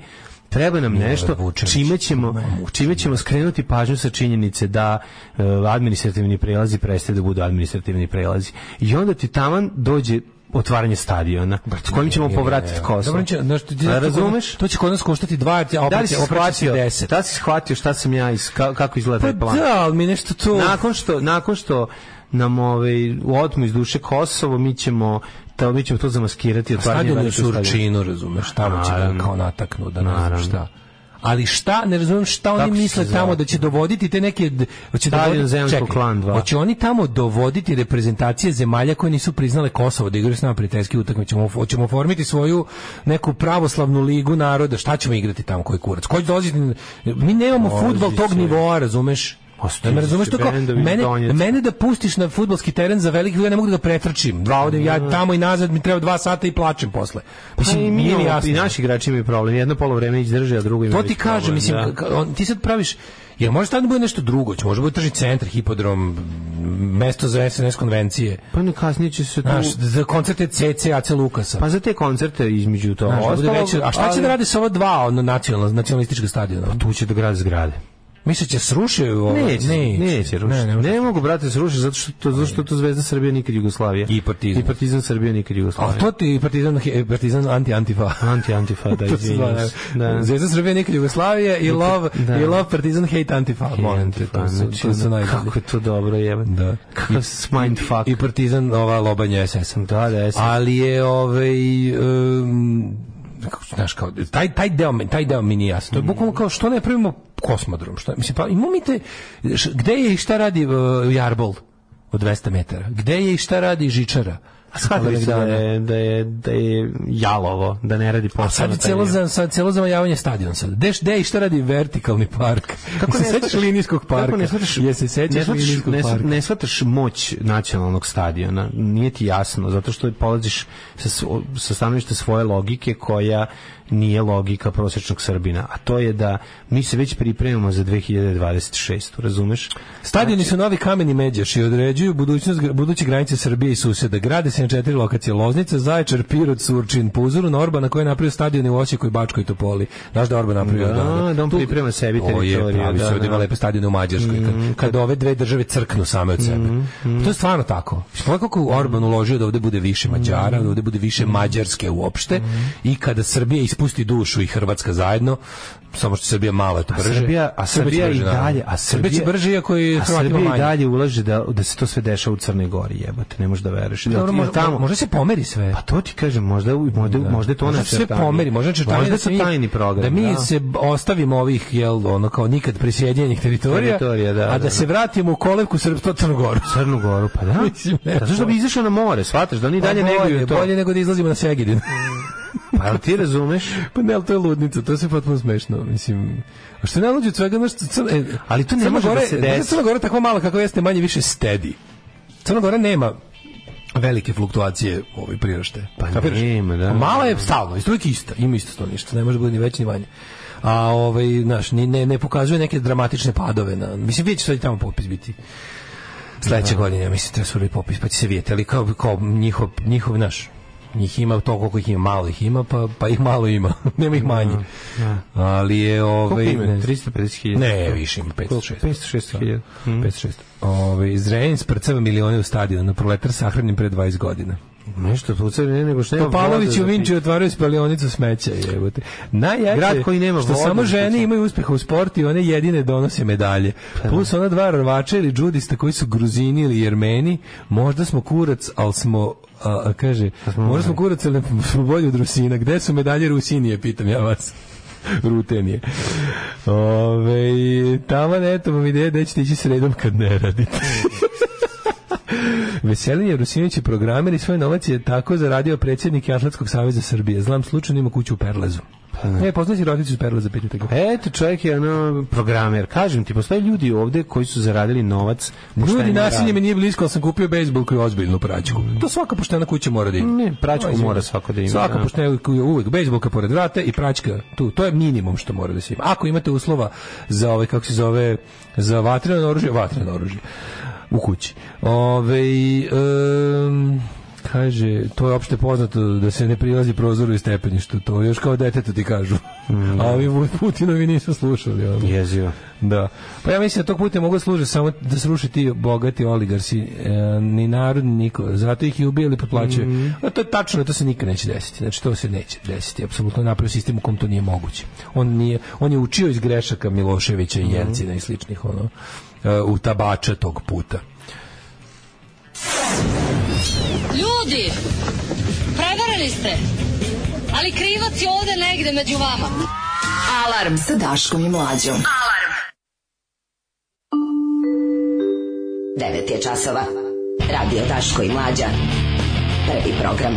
Speaker 6: treba nam nešto
Speaker 7: Vučević.
Speaker 6: čime ćemo, čime ćemo skrenuti pažnju sa činjenice da e, administrativni prelazi prestaju da budu administrativni prelazi. I onda ti taman dođe otvaranje stadiona s kojim ćemo povratiti Kosovo.
Speaker 7: Dobro, će, znaš, ti-
Speaker 6: A razumeš?
Speaker 7: To će kod nas koštati dva, a opet,
Speaker 6: Da li si
Speaker 7: će- opet će se
Speaker 6: shvatio,
Speaker 7: deset.
Speaker 6: da li si shvatio šta sam ja, iz, ka- kako izgleda taj plan?
Speaker 7: da, ali mi nešto to...
Speaker 6: Nakon što, nakon što nam ovaj, otmu iz duše Kosovo, mi ćemo, to, mi ćemo to zamaskirati. otvaranje
Speaker 7: stadion je u
Speaker 6: velikog stadiona.
Speaker 7: Surčinu, razumeš, tamo će da
Speaker 6: Naravno.
Speaker 7: kao nataknu, da ne
Speaker 6: Naravno.
Speaker 7: znam šta. Ali šta, ne razumem šta oni
Speaker 6: Kako će
Speaker 7: misle
Speaker 6: se
Speaker 7: tamo
Speaker 6: zvati?
Speaker 7: da će dovoditi te neke d- hoće da
Speaker 6: Stadion
Speaker 7: dovoditi-
Speaker 6: Zemunskog
Speaker 7: čekaj,
Speaker 6: klana dva.
Speaker 7: Hoće oni tamo dovoditi reprezentacije zemalja koje nisu priznale Kosovo da igraju s nama prijateljski utakmice. Hoćemo hoćemo oformiti svoju neku pravoslavnu ligu naroda. Šta ćemo igrati tamo koji kurac? Ko će dolaziti? Mi nemamo
Speaker 6: Dolazi
Speaker 7: fudbal tog
Speaker 6: se.
Speaker 7: nivoa, razumeš?
Speaker 6: Ostaje
Speaker 7: Da me razumeš
Speaker 6: se
Speaker 7: to kao,
Speaker 6: Pa bendovi iz
Speaker 7: mene,
Speaker 6: Donjecka.
Speaker 7: mene da pustiš na fudbalski teren za veliki ja ne mogu da ga pretrčim. Dva ovde, ja tamo i nazad mi treba dva sata i plačem posle.
Speaker 6: Da. Pa
Speaker 7: Mislim,
Speaker 6: i mi
Speaker 7: nije mi
Speaker 6: imamo-
Speaker 7: jasno.
Speaker 6: I naši igrači imaju problem. Jedno polovreme izdrže, a drugo imaju da.
Speaker 7: To ti kažem, mislim, ka- on, ti sad praviš, jer može tamo da bude nešto drugo, će možda bude tržni centar, hipodrom, m, mesto za SNS konvencije,
Speaker 6: Pa ne kasnije će se tu...
Speaker 7: znaš, da- za koncerte CC AC Lukasa.
Speaker 6: Pa za te koncerte između to
Speaker 7: Znaš, da bude veće- a šta će da
Speaker 6: radi?
Speaker 7: rade sa ova dva ono, nacionalna, nacionalistička stadiona?
Speaker 6: Tu će da grade zgrade.
Speaker 7: Misle će srušaju ovo?
Speaker 6: Neće, neće, neće rušiti.
Speaker 7: Ne,
Speaker 6: Ne,
Speaker 7: ne, može.
Speaker 6: mogu, brate, da se rušiti zato što to, zato što to Zvezda Srbija nikad Jugoslavija.
Speaker 7: I Partizan.
Speaker 6: I Partizan Srbija nikad
Speaker 7: A
Speaker 6: Jugoslavija.
Speaker 7: to ti partizan, he- partizan anti-antifa.
Speaker 6: Anti, antifa, da,
Speaker 7: To se zove,
Speaker 6: izvinjam se. Da.
Speaker 7: da. Zvezda Srbije nekad Jugoslavije i love,
Speaker 6: da.
Speaker 7: i love partizan hate antifa. Molim te,
Speaker 6: Antifa,
Speaker 7: to su,
Speaker 6: znači,
Speaker 7: to su
Speaker 6: ono,
Speaker 7: najbolji.
Speaker 6: Kako je to dobro, jeben.
Speaker 7: Da.
Speaker 6: Kako s mindfuck.
Speaker 7: I partizan ova lobanja SS-a.
Speaker 6: Da, da, jesam.
Speaker 7: Ali je ovaj em, kako se- znaš kao taj taj deo mi- taj deo mi nije jasno. To je bukvalno kao što ne pravimo kosmodrom, što mislim pa imamo mi te š- gde je i šta radi e, Jarbol od 200 metara? Gde je i šta radi Žičara?
Speaker 6: A shvatili su da je, da, je, da je jalovo, da ne radi posao.
Speaker 7: A sad
Speaker 6: na
Speaker 7: je
Speaker 6: taj
Speaker 7: celo,
Speaker 6: nivo.
Speaker 7: za, sad celo zamajavanje stadion sad. Gde, gde i šta radi vertikalni park? Kako se sećaš
Speaker 6: shvataš-
Speaker 7: linijskog parka?
Speaker 6: Kako ne shvataš,
Speaker 7: Je se sećaš
Speaker 6: ne shvataš-
Speaker 7: linijskog
Speaker 6: E, ne shvat-
Speaker 7: parka?
Speaker 6: Ne shvataš moć nacionalnog stadiona, nije ti jasno, zato što polaziš sa, svo- sa stanovišta svoje logike koja nije logika prosječnog Srbina, a to je da mi se već pripremamo za 2026, razumeš?
Speaker 7: Stadioni
Speaker 6: Znači-
Speaker 7: su novi kameni međaš i određuju budućnost gra- buduće granice Srbije i suseda. Grade se na četiri lokacije Loznica, Zaječar, Pirot, Surčin, po uzoru na Orbana koji je napravio stadione u Osijeku i Bačkoj Topoli. Znaš da je Orban napravio
Speaker 6: Da,
Speaker 7: odavde?
Speaker 6: da on
Speaker 7: Tu-
Speaker 6: priprema sebi
Speaker 7: O je,
Speaker 6: teritoriju,
Speaker 7: pravi
Speaker 6: da,
Speaker 7: se, ovdje
Speaker 6: da. Mm-hmm.
Speaker 7: ima lepe stadione u Mađarskoj. kad, kad ove dve države crknu same od sebe. To je stvarno tako. Pogledaj kako je Orban uložio da ovdje bude više Mađara, da ovdje bude više
Speaker 6: Mm-hmm.
Speaker 7: Mađarske uopšte i kada Srbija ispusti dušu i Hrvatska zajedno, samo što je Srbija malo je to brže.
Speaker 6: Srbija, a
Speaker 7: će
Speaker 6: Srbija i
Speaker 7: brže, naravno.
Speaker 6: dalje, a Srbija,
Speaker 7: Srbija će brže iako je
Speaker 6: a
Speaker 7: Hrvatima
Speaker 6: Srbija i
Speaker 7: manje.
Speaker 6: dalje ulaže da, da se to sve dešava u Crnoj Gori, jebote, ne možeš da veruješ. Jel
Speaker 7: Dobro,
Speaker 6: ti- jel
Speaker 7: možda,
Speaker 6: tamo-
Speaker 7: možda se pomeri sve.
Speaker 6: Pa to ti kažem, možda možda možda je to
Speaker 7: Možda
Speaker 6: ona
Speaker 7: se sve pomeri, možda će
Speaker 6: možda je
Speaker 7: se
Speaker 6: to
Speaker 7: mi-
Speaker 6: tajni program.
Speaker 7: Da mi
Speaker 6: da.
Speaker 7: se b- ostavimo ovih jel ono kao nikad prisjedinjenih teritorija,
Speaker 6: Teritorija, da,
Speaker 7: a da,
Speaker 6: da.
Speaker 7: se vratimo u kolevku Srpstva Crnu Goru.
Speaker 6: Crnu Goru, pa da.
Speaker 7: Mislim, ne.
Speaker 6: Pa Zato što bi izašao na more, shvataš da oni dalje
Speaker 7: Pa bolje,
Speaker 6: neguju to.
Speaker 7: Bolje nego da izlazimo na Segedin.
Speaker 6: Pa jel ti razumeš?
Speaker 7: pa ne, ali to je ludnica, to je sve potpuno smešno. Mislim, a što je najluđe od svega, ono što Crna, e,
Speaker 6: Ali to ne
Speaker 7: Crna
Speaker 6: može da
Speaker 7: Gora je-
Speaker 6: se
Speaker 7: znaš da
Speaker 6: desi.
Speaker 7: Crna Gora je tako mala kako jeste manje više stedi. Crna Gora nema velike fluktuacije ovaj priraštaja.
Speaker 6: Pa
Speaker 7: Kapiraš?
Speaker 6: nema, da.
Speaker 7: Mala je stalno, iz uvijek ista, ima isto to ništa, ne može da bude ni veće ni manje. A ovaj, znaš, ni- ne, ne pokazuje neke dramatične padove. Na, mislim, vidjet će sad i tamo popis biti. Sledeće godine, ja mislim, treba se uraditi popis, pa će se vidjeti, ali kao, kao njihov, njihov, naš, njih ima to koliko ih ima, malo ih ima, pa, pa ih malo ima, nema ih manje. Ali je,
Speaker 6: Da, Koliko
Speaker 7: ovaj,
Speaker 6: ima?
Speaker 7: ne-
Speaker 6: 350.000.
Speaker 7: ne, više ima 500 600.
Speaker 6: 500.000.
Speaker 7: Ovaj, Da, 500 600. Ove, Zrenjanin sprcava milione u stadionu, na proletar sahranjen pre 20 godina.
Speaker 6: Nešto pucaju, ne, nego što da nema
Speaker 7: Topalović
Speaker 6: voda
Speaker 7: i
Speaker 6: za
Speaker 7: Vinči otvaraju spalionicu smeća, jebote. Najjače
Speaker 6: Grad koji nema
Speaker 7: što
Speaker 6: vodu
Speaker 7: samo
Speaker 6: za
Speaker 7: žene
Speaker 6: kuću.
Speaker 7: imaju uspeha u sportu i one jedine donose medalje.
Speaker 6: Pa da.
Speaker 7: Plus ona dva rvača ili džudista koji su gruzini ili jermeni, možda smo kurac, ali smo a, a, kaže,
Speaker 6: Pa
Speaker 7: možda smo kurac, ali smo bolji od Rusina. Gde su medalje Rusinije, pitam ja vas. Rutenije. Ove, taman eto vam ideja da ćete ići sredom kad ne radite. Veselin Rusinović je programer i svoj novac je tako zaradio predsjednik Atlantskog saveza Srbije. Znam slučajno ima kuću u Perlezu. Ne, poznaj si roticu iz Perleza, pitajte ga.
Speaker 6: Eto, čovjek je ono programer. Kažem ti, postoje ljudi ovde koji su zaradili novac. da pošteno
Speaker 7: Ljudi, nasilje
Speaker 6: radom.
Speaker 7: mi nije blisko, ali sam kupio bejsbolku i ozbiljnu praćku. To svaka poštena kuća mora da ima.
Speaker 6: Mm. Ne, praćku
Speaker 7: Ozbiljno.
Speaker 6: mora svako da ima,
Speaker 7: Svaka
Speaker 6: da.
Speaker 7: poštena kuća uvek bejsbolka pored vrata i praćka tu. To je minimum što mora da se ima. Ako imate uslova za ovaj, kako se zove, za vatreno oružje, vatreno oružje u kući. Ove, kaže, to je opšte poznato da se ne prilazi prozoru i stepeništu. To još kao detetu ti kažu.
Speaker 6: Mm, da.
Speaker 7: A ovi Putinovi nisu slušali. Ono.
Speaker 6: Jezivo.
Speaker 7: Da. Pa ja mislim da tog puta mogu služiti samo da sruši ti bogati oligarsi, e, ni narod, ni niko. Zato ih i ubijali, potplaćaju. A to je tačno, to se nikad neće desiti. Znači, to se neće desiti. Apsolutno je napravio sistem u kom to nije moguće. On, nije, on je učio iz grešaka Miloševića i Jercina i sličnih, ono, e, u tabača tog puta.
Speaker 12: Ljudi, prevarili ste. Ali krivac je ovde negde među vama.
Speaker 8: Alarm sa Daškom i Mlađom. Alarm. 9 je časova. Radio Daško i Mlađa. Prvi program.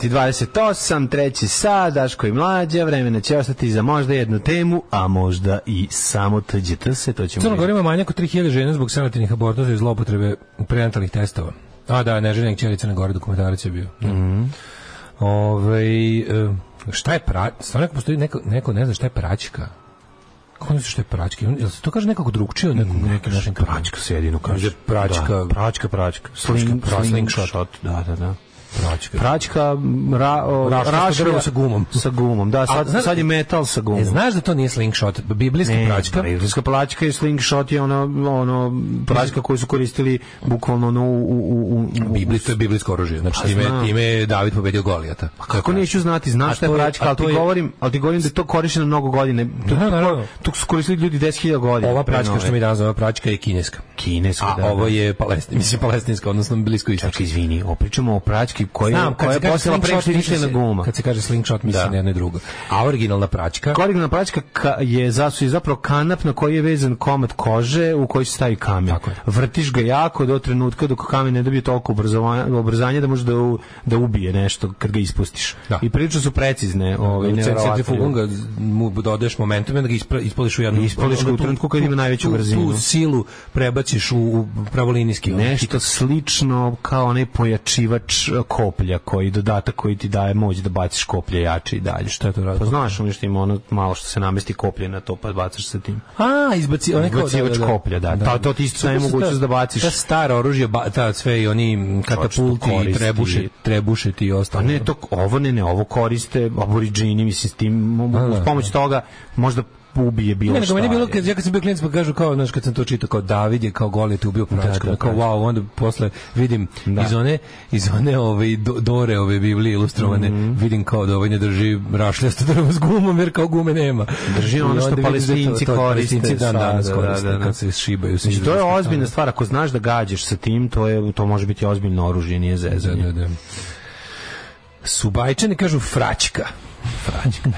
Speaker 6: 9.28, treći sad, Daško i mlađa, vremena će ostati za možda jednu temu, a možda i samo tđt se, to ćemo...
Speaker 7: Crna Gora ima manje oko 3000 žena zbog selektivnih abortusa i zloupotrebe prenatalnih testova. A da, neželjenih ćelija Crne Gore dokumentarac je bio. Da.
Speaker 6: Mhm.
Speaker 7: Ovaj, e, šta je pra... Stvarno neko postoji neko, neko ne zna šta je praćka? Kako ne zna šta je praćka? Jel se to kaže nekako drugčije od nekog nekim našim
Speaker 6: Pračka se jedino kaže.
Speaker 7: Kaže, praćka-
Speaker 6: Da, pračka, praćka. Sling,
Speaker 7: Praćka, pra-
Speaker 6: slingshot.
Speaker 7: slingshot.
Speaker 6: Da, da, da.
Speaker 7: praćka?
Speaker 6: Pračka, m, ra, o,
Speaker 7: Rašlja sa drvom sa gumom.
Speaker 6: Sa gumom, da, sad,
Speaker 7: znaš-
Speaker 6: sad je metal sa gumom.
Speaker 7: E, znaš da to nije slingshot, biblijska
Speaker 6: Ne,
Speaker 7: praćka?
Speaker 6: pa Irska plaćka i slingshot je ona, ono, plaćka koju su koristili bukvalno ono, u, u, u, u, u
Speaker 7: Bibli, to je biblijsko oružje. Znači, time,
Speaker 6: znam.
Speaker 7: time je David pobedio Golijata. Pa
Speaker 6: Kako neću znati,
Speaker 7: A
Speaker 6: znam šta je
Speaker 7: to je-
Speaker 6: praćka,
Speaker 7: a
Speaker 6: ali ti,
Speaker 7: to je-
Speaker 6: govorim, ali ti govorim da je to korišteno mnogo godine. Tu,
Speaker 7: Da, naravno.
Speaker 6: tu su koristili ljudi 10.000 godina.
Speaker 7: Ova
Speaker 6: pre
Speaker 7: praćka
Speaker 6: nove.
Speaker 7: što mi danas zove praćka je kineska.
Speaker 6: Kineska,
Speaker 7: A
Speaker 6: da, da.
Speaker 7: ovo je palestinska, mislim palestinska, odnosno blisko istočno.
Speaker 6: Čak, izvini, opričamo o praćki koja,
Speaker 7: Znam,
Speaker 6: koja je
Speaker 7: se kaže
Speaker 6: postala
Speaker 7: slingshot, misli
Speaker 6: prešlišljena
Speaker 7: se-
Speaker 6: guma.
Speaker 7: Kad se kaže slingshot, mislim
Speaker 6: Da.
Speaker 7: da. na jedno i drugo. A originalna praćka...
Speaker 6: Korigna praćka ka- je zasu je zapravo kanap na koji je vezan komad kože u koji se stavi kamen.
Speaker 7: Tako je.
Speaker 6: Vrtiš ga jako do trenutka dok kamen ne dobije toliko obrazovanja- obrzanja da može da, u- da ubije nešto kad ga ispustiš.
Speaker 7: Da.
Speaker 6: I prilično su precizne. Ovaj,
Speaker 7: u centri-
Speaker 6: neverovatne.
Speaker 7: centrifugom ga z- mu dodeš momentum i onda ga ispra- ispoliš u jednu...
Speaker 6: Ispoliš ga u
Speaker 7: tu-
Speaker 6: trenutku kad ima
Speaker 7: tu-
Speaker 6: najveću
Speaker 7: tu-
Speaker 6: brzinu.
Speaker 7: Tu silu prebaciš u, u pravolinijski. ono,
Speaker 6: Nešto slično kao onaj pojačivač e, koplja koji dodatak koji ti daje moć da baciš koplje jače i dalje. Šta
Speaker 7: je to razlog?
Speaker 6: Pa znaš ono što ima ono malo što se namesti koplje na to pa bacaš sa tim.
Speaker 7: A, izbaci, onaj kao-
Speaker 6: Izbacivač koplja, da.
Speaker 7: Pa
Speaker 6: Ta- to ti isto
Speaker 7: Super
Speaker 6: daje
Speaker 7: su ta-
Speaker 6: mogućnost da baciš.
Speaker 7: Ta stara oružja, ba- ta sve i oni m, katapulti, i
Speaker 6: koristi.
Speaker 7: trebuše, trebušeti i
Speaker 6: Pa
Speaker 7: ostalo.
Speaker 6: ne, to, ovo ne, ne, ovo koriste aboriđini, mislim, s tim, uz pomoć toga možda ubije bilo
Speaker 7: Da, Ne, nego
Speaker 6: šta.
Speaker 7: meni je bilo kad ja kad sam bio klinac pa kažu kao znaš kad sam to čitao kao David je kao Golit ubio pračkom,
Speaker 6: Da, da,
Speaker 7: kao
Speaker 6: da.
Speaker 7: wow, onda posle vidim
Speaker 6: Da.
Speaker 7: iz one iz one ove do, Dore ove Biblije ilustrovane,
Speaker 6: Mhm.
Speaker 7: vidim kao da ovaj ne drži rašljasto drvo s gumom jer kao gume nema.
Speaker 6: Drži
Speaker 7: I
Speaker 6: ono
Speaker 7: onda
Speaker 6: što
Speaker 7: vidim da
Speaker 6: Palestinci
Speaker 7: to- to
Speaker 6: koriste
Speaker 7: Palestinci dan
Speaker 6: sada,
Speaker 7: danas
Speaker 6: da, da,
Speaker 7: koriste
Speaker 6: da, da.
Speaker 7: kad se šibaju se.
Speaker 6: Znači, to je
Speaker 7: izražavaju.
Speaker 6: ozbiljna stvar, ako znaš da gađaš sa tim, to, je, to može biti ozbiljno oružje, nije
Speaker 7: Da,
Speaker 6: zezanje.
Speaker 7: da, da. Subajčani kažu fračka. Fračka.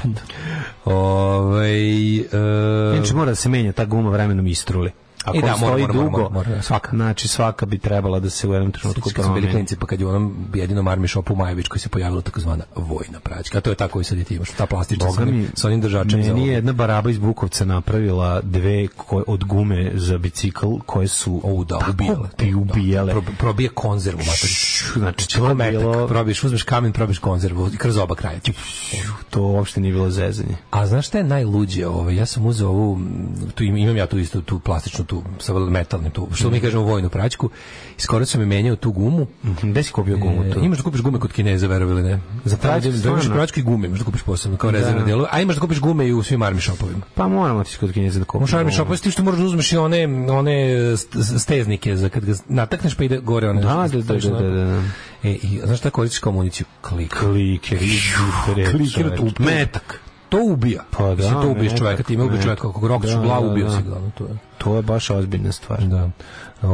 Speaker 7: Ovaj e,
Speaker 6: da. Inače mora da se menja ta guma vremenom istruli. Ako
Speaker 7: E, da,
Speaker 6: da,
Speaker 7: mora,
Speaker 6: stoji
Speaker 7: mora, mora,
Speaker 6: dugo,
Speaker 7: mora, mora, svaka.
Speaker 6: znači svaka bi trebala da se u jednom trenutku
Speaker 7: kad smo bili
Speaker 6: promeni.
Speaker 7: klinici, pa kad je u onom jedinom armi shopu u Majevičkoj se pojavila takozvana vojna praćka. A to je tako i sad je ti imaš, ta plastična sa,
Speaker 6: Boga mi,
Speaker 7: onim- sa onim držačem za
Speaker 6: meni je
Speaker 7: ovo.
Speaker 6: jedna baraba iz Bukovca napravila dve koje, od gume za bicikl koje su
Speaker 7: O, da,
Speaker 6: tako
Speaker 7: ubijale.
Speaker 6: bi ubijale.
Speaker 7: Da, pro- probije konzervu, mater.
Speaker 6: Šš, znači, to je
Speaker 7: Metak,
Speaker 6: bilo-
Speaker 7: probiš, uzmeš kamen, probiš konzervu i kroz oba kraja.
Speaker 6: to uopšte nije bilo zezanje.
Speaker 7: ovaj, A znaš šta je najluđe? Ovo? Ja sam uzeo ovu, mm, tu im- imam ja tu isto tu plastičnu tu, sa metalnim tu, što
Speaker 6: Mhm.
Speaker 7: mi kažemo vojnu praćku, i skoro sam je menjao tu gumu.
Speaker 6: Gde si kupio gumu tu?
Speaker 7: E, imaš da kupiš gume kod Kineza, verovali ne. Za praćku, da imaš
Speaker 6: stvarno?
Speaker 7: praćku i gume, imaš da kupiš posebno, kao rezervne delove, a imaš da kupiš gume i u svim army shopovima.
Speaker 6: Pa moramo otići kod Kineza da kupimo.
Speaker 7: Možeš army
Speaker 6: gumu.
Speaker 7: shopove, s tim što moraš da uzmeš i one, one st- steznike, za kad ga natakneš pa ide gore one.
Speaker 6: Da,
Speaker 7: što
Speaker 6: da, da,
Speaker 7: staviš
Speaker 6: da,
Speaker 7: onako.
Speaker 6: da, da.
Speaker 7: E, i, znaš šta koristiš kao municiju? Klik.
Speaker 6: Kliker,
Speaker 7: Kliker,
Speaker 6: kliker,
Speaker 7: to ubija.
Speaker 6: metak.
Speaker 7: To ubija.
Speaker 6: Pa da,
Speaker 7: Mislim, to ubiješ
Speaker 6: metak,
Speaker 7: čoveka, time ubiješ
Speaker 6: metak.
Speaker 7: čoveka, kako roktiš
Speaker 6: Da,
Speaker 7: u glavu,
Speaker 6: da,
Speaker 7: ubio
Speaker 6: da.
Speaker 7: si ga, ono, to je.
Speaker 6: To je baš ozbiljna stvar.
Speaker 7: Da.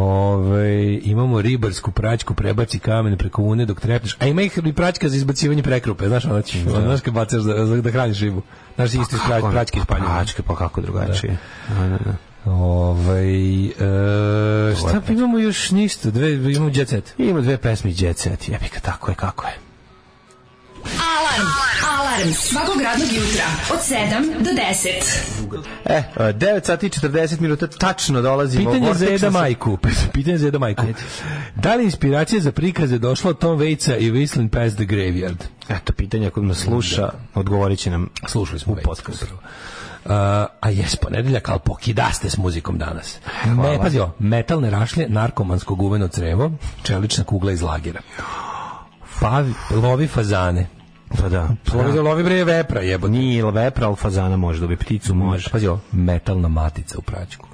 Speaker 7: Ove, imamo ribarsku praćku, prebaci kamen preko une dok trepneš. A ima ih i praćka za izbacivanje prekrupe, znaš ono će, znaš kad bacaš da, za- da hraniš ribu. Znaš isto iz pra-
Speaker 6: Kako-
Speaker 7: praćke iz paljine.
Speaker 6: Praćke, pa kako drugačije. Da. Da, da,
Speaker 7: Ovaj, e, šta pa imamo još ništa, dve, imamo jet set.
Speaker 6: Ima dve pesmi Jet Set, jebika, tako je, kako je.
Speaker 8: Alarm. Alarm svakog radnog jutra od 7 do 10.
Speaker 6: E, 9 sati i 40 minuta, tačno dolazimo.
Speaker 7: Pitanje za
Speaker 6: Vortexa
Speaker 7: Eda
Speaker 6: sa-
Speaker 7: Majku. Pitanje za Eda Majku. Da li inspiracija za prikaze došla od Tom Vejca i Whistling Past the Graveyard?
Speaker 6: Eto, pitanje ako nas sluša, odgovorit će nam.
Speaker 7: Slušali smo
Speaker 6: U
Speaker 7: u
Speaker 6: podcastu.
Speaker 7: podcastu. Uh, a jes ponedeljak, ali pokidaste s muzikom danas. Me, pazi ovo, metalne rašlje, narkomansko guveno crevo, čelična kugla iz lagera. Pavi, lovi fazane.
Speaker 6: Pa da.
Speaker 7: Lovi, lovi bre vepra, jebo.
Speaker 6: Pa Nije vepra, ali fazana može dobiti, pticu može.
Speaker 7: Pazi ovo, metalna matica u praćku.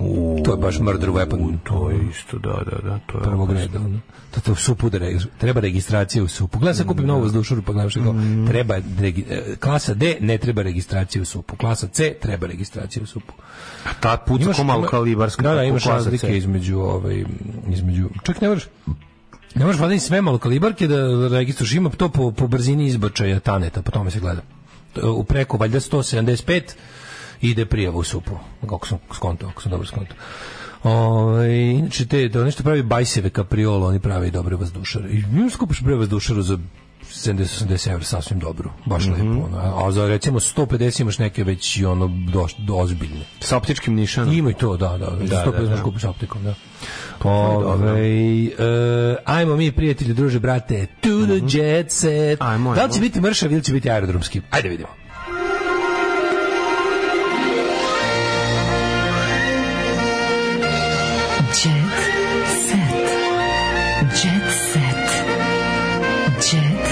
Speaker 7: to je baš murder weapon.
Speaker 6: To je isto, da, da, da. To je
Speaker 7: prvog reda. ono. To to u supu da reg- treba registracija u supu. Gledam sad kupim novu zdušuru pa gledam što kao, treba regi- e, klasa D ne treba registracija u supu. Klasa C treba registracija u supu.
Speaker 6: Pa Ta puca ko malo kalibarska.
Speaker 7: Da, da,
Speaker 6: tako e.
Speaker 7: imaš
Speaker 6: klasa C.
Speaker 7: razlike između, ovaj, između... Čak ne moraš... Ne možeš valjda i sve malo kalibarke da registruš, ima to po, po brzini izbačaja taneta, po tome se gleda. To je U preko, valjda 175 ide prijava u supu, kako sam skonto, ako sam dobro skonto. Ove, inače, te, da nešto pravi bajseve kapriolo, oni pravi i dobre vazdušare. I mi skupiš pre vazdušaru za 70-80 evra sasvim dobro, baš
Speaker 6: Mhm.
Speaker 7: lepo. Ono. A- A za recimo 150 imaš neke već i ono doš, do ozbiljne.
Speaker 6: Sa optičkim nišanom.
Speaker 7: Ima i to, da, da. da, da, da, da. kupiš optikom, da. Ovaj, e, ajmo mi, prijatelji, druže, brate, to the jet set.
Speaker 6: Ajmo,
Speaker 7: da li će
Speaker 6: ajmo.
Speaker 7: biti mršav ili će biti aerodromski? Ajde vidimo.
Speaker 8: Jet set. Jet set. Jet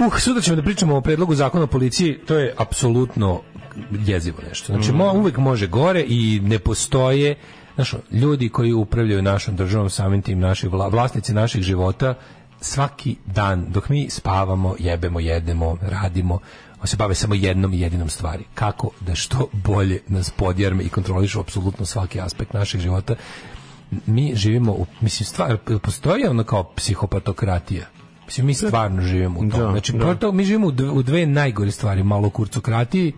Speaker 7: Uh, sutra ćemo da pričamo o predlogu zakona o policiji, to je apsolutno jezivo nešto. Znači, mo, uvek može gore i ne postoje znaš, ljudi koji upravljaju našom državom, samim tim naši vla- vlasnici naših života, svaki dan, dok mi spavamo, jebemo, jedemo, radimo, on se bave samo jednom i jedinom stvari. Kako da što bolje nas podjarme i kontrolišu apsolutno svaki aspekt naših života. Mi živimo, u, mislim, stvar, postoji ono kao psihopatokratija. Mislim, mi stvarno živimo u tom.
Speaker 6: Da,
Speaker 7: znači,
Speaker 6: da.
Speaker 7: prvo to, mi živimo u dve, u dve najgore stvari, malo kurcokratiji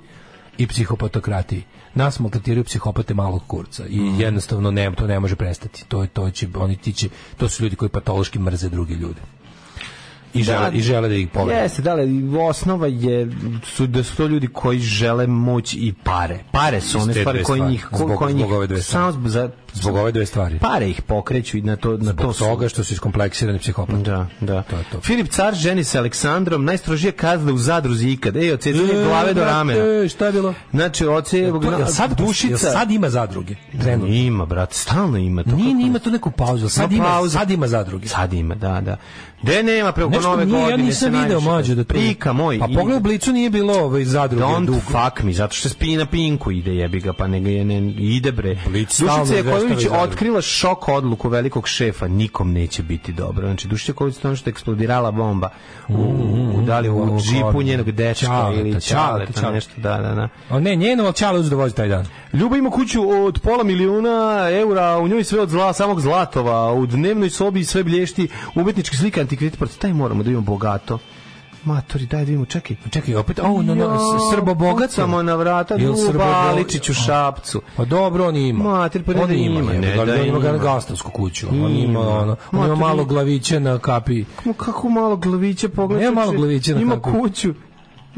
Speaker 7: i psihopatokratiji. Nas maltretiraju psihopate malog kurca i jednostavno ne, to ne može prestati. To je to će oni ti će, to su ljudi koji patološki mrze druge ljude. I žele, i žele da ih povrede.
Speaker 6: Jeste, da, ali osnova je su, da su to ljudi koji žele moć i pare. Pare su one
Speaker 7: Iz te
Speaker 6: stvari
Speaker 7: dve
Speaker 6: koje
Speaker 7: stvari.
Speaker 6: njih... ko-
Speaker 7: Zbog-
Speaker 6: koje njih,
Speaker 7: zbog ove dve
Speaker 6: samo
Speaker 7: stvari.
Speaker 6: za,
Speaker 7: Zbog ove dve stvari.
Speaker 6: Pare ih pokreću i na to, na to
Speaker 7: Zbog
Speaker 6: su...
Speaker 7: toga što su iskompleksirani psihopati.
Speaker 6: Da, da.
Speaker 7: To je to.
Speaker 6: Filip Car ženi se Aleksandrom, najstrožije kazne u zadruzi ikad. Ej, odsezanje glave do ramena.
Speaker 7: E, šta je bilo?
Speaker 6: Znači, oce...
Speaker 7: E, To, jel sad, dušica...
Speaker 6: dušica...
Speaker 7: sad ima zadruge? Trenutno.
Speaker 6: Ima, brat, stalno ima to.
Speaker 7: Nije,
Speaker 6: kako-
Speaker 7: nije ima tu neku pauzu. jel Sad,
Speaker 6: Ma,
Speaker 7: ima,
Speaker 6: pauza.
Speaker 7: sad ima zadruge.
Speaker 6: Sad ima, da, da. De nema preko
Speaker 7: Nešto
Speaker 6: nove
Speaker 7: nije,
Speaker 6: godine.
Speaker 7: ja nisam
Speaker 6: se
Speaker 7: video
Speaker 6: najviše-
Speaker 7: mlađe da to...
Speaker 6: Prika moj.
Speaker 7: Pa
Speaker 6: i-
Speaker 7: pogledaj u blicu nije bilo ovaj zadruge.
Speaker 6: Don't
Speaker 7: dugo.
Speaker 6: fuck me, zato što spi na pinku ide jebi ga, pa nego je ne ide bre.
Speaker 7: Blic stalno
Speaker 6: Dušica
Speaker 7: izveštava iz
Speaker 6: Jakovljević
Speaker 7: Zagreba.
Speaker 6: otkrila šok odluku velikog šefa, nikom neće biti dobro. Znači Dušica Jakovljević to je ono što je eksplodirala bomba. U,
Speaker 7: Mm,
Speaker 6: u, da li u
Speaker 7: u
Speaker 6: džipu
Speaker 7: kornu.
Speaker 6: njenog dečka
Speaker 7: mm. Ćaleta,
Speaker 6: ili
Speaker 7: Ćaleta,
Speaker 6: čaleta,
Speaker 7: Ćaleta.
Speaker 6: nešto, da, da, da.
Speaker 7: A ne, njeno, ali Čale uzeo da vozi taj dan.
Speaker 6: Ljuba ima kuću od pola miliona eura, u njoj sve od zla, samog zlatova, u dnevnoj sobi sve blješti, umetnički slika, antikvit, protiv taj moramo da imamo bogato. Matori, daj da imamo, čekaj.
Speaker 7: Čekaj, opet, o, no, no, s- srbo bogat sam.
Speaker 6: Samo na vrata,
Speaker 7: Jel
Speaker 6: Ljuba
Speaker 7: Srbobo-
Speaker 6: Aličić u Šapcu.
Speaker 7: Pa dobro, on ima.
Speaker 6: Mater, pa ne
Speaker 7: on
Speaker 6: da
Speaker 7: ima,
Speaker 6: ima, ne
Speaker 7: jebote, ali
Speaker 6: da
Speaker 7: on
Speaker 6: ima.
Speaker 7: ima. gastovsku kuću. On ima, ono, on
Speaker 6: Mater,
Speaker 7: ima malo
Speaker 6: ima.
Speaker 7: glaviće na kapi.
Speaker 6: Ma kako malo glavića pogledaj.
Speaker 7: Nema malo
Speaker 6: čoveče,
Speaker 7: glavića na
Speaker 6: Ima
Speaker 7: kapu.
Speaker 6: kuću.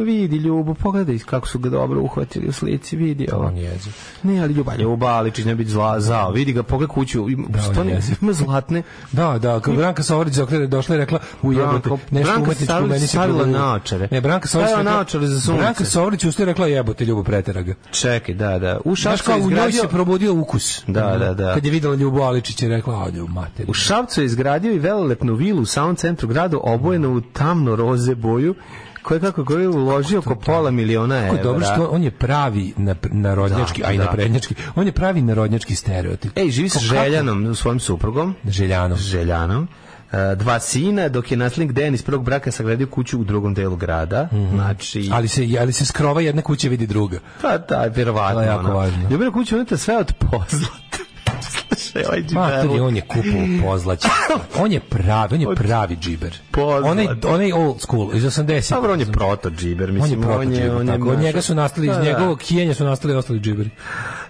Speaker 6: Vidi Ljubu, pogledaj kako su ga dobro uhvatili u slici, vidi ovo.
Speaker 7: Pa On je jeziv.
Speaker 6: Ne, ali Ljuba, Ljuba, ali će ne biti zla, zao. Vidi ga, pogledaj kuću, ima,
Speaker 7: on je
Speaker 6: stvarno
Speaker 7: jeziv.
Speaker 6: ima zlatne.
Speaker 7: Da, da, kad Branka Savarić dokle došla i rekla u jebote,
Speaker 6: Branko-
Speaker 7: nešto
Speaker 6: Branka
Speaker 7: umetničko
Speaker 6: Savarić
Speaker 7: meni se
Speaker 6: stavila
Speaker 7: probudilo."
Speaker 6: naočare.
Speaker 7: Ne, Branka Savarić
Speaker 6: Stavila
Speaker 7: rekla-
Speaker 6: naočare za sunce.
Speaker 7: Branka Savarić ustaje i rekla jebote, ljubo pretera ga.
Speaker 6: Čekaj, da, da. U
Speaker 7: Znaš
Speaker 6: Šapcu
Speaker 7: kao
Speaker 6: je
Speaker 7: u njoj
Speaker 6: izgradio...
Speaker 7: se probudio ukus.
Speaker 6: Da, da, da.
Speaker 7: Kad je videla Ljubo Aličić je rekla, ode u materiju.
Speaker 6: U Šapcu je izgradio i velelepnu vilu u samom centru grada obojenu u tamno roze boju koje kako koju je uložio oko pola miliona
Speaker 7: Jako
Speaker 6: evra.
Speaker 7: je dobro što on je pravi na, narodnjački,
Speaker 6: Da,
Speaker 7: a i
Speaker 6: da.
Speaker 7: naprednjački. On je pravi narodnjački stereotip.
Speaker 6: Ej, živi sa
Speaker 7: Kao kako-
Speaker 6: Željanom, svojim suprugom.
Speaker 7: Željanom.
Speaker 6: Željanom. E, Dva sina, dok je naslednik Dejan iz prvog braka sagradio kuću u drugom delu grada. Znači...
Speaker 7: Mhm. Ali se, ali se skrova jedna kuća vidi druga.
Speaker 6: Pa da, verovatno.
Speaker 7: To je jako
Speaker 6: ono.
Speaker 7: važno.
Speaker 6: Ljubina kuća uneta sve od pozlata. Slušaj, ovaj
Speaker 7: Matori,
Speaker 6: džiberluk.
Speaker 7: on Pa, je kupu pozlać. On je pravi, on je pravi džiber.
Speaker 6: Pozlać.
Speaker 7: Onaj, onaj old school, iz 80.
Speaker 6: Dobro, on je proto džiber,
Speaker 7: On je
Speaker 6: mislim,
Speaker 7: proto džiber, tako. Od
Speaker 6: naš-
Speaker 7: njega su nastali, iz
Speaker 6: Da, da.
Speaker 7: njegovog kijenja su nastali ostali džiberi.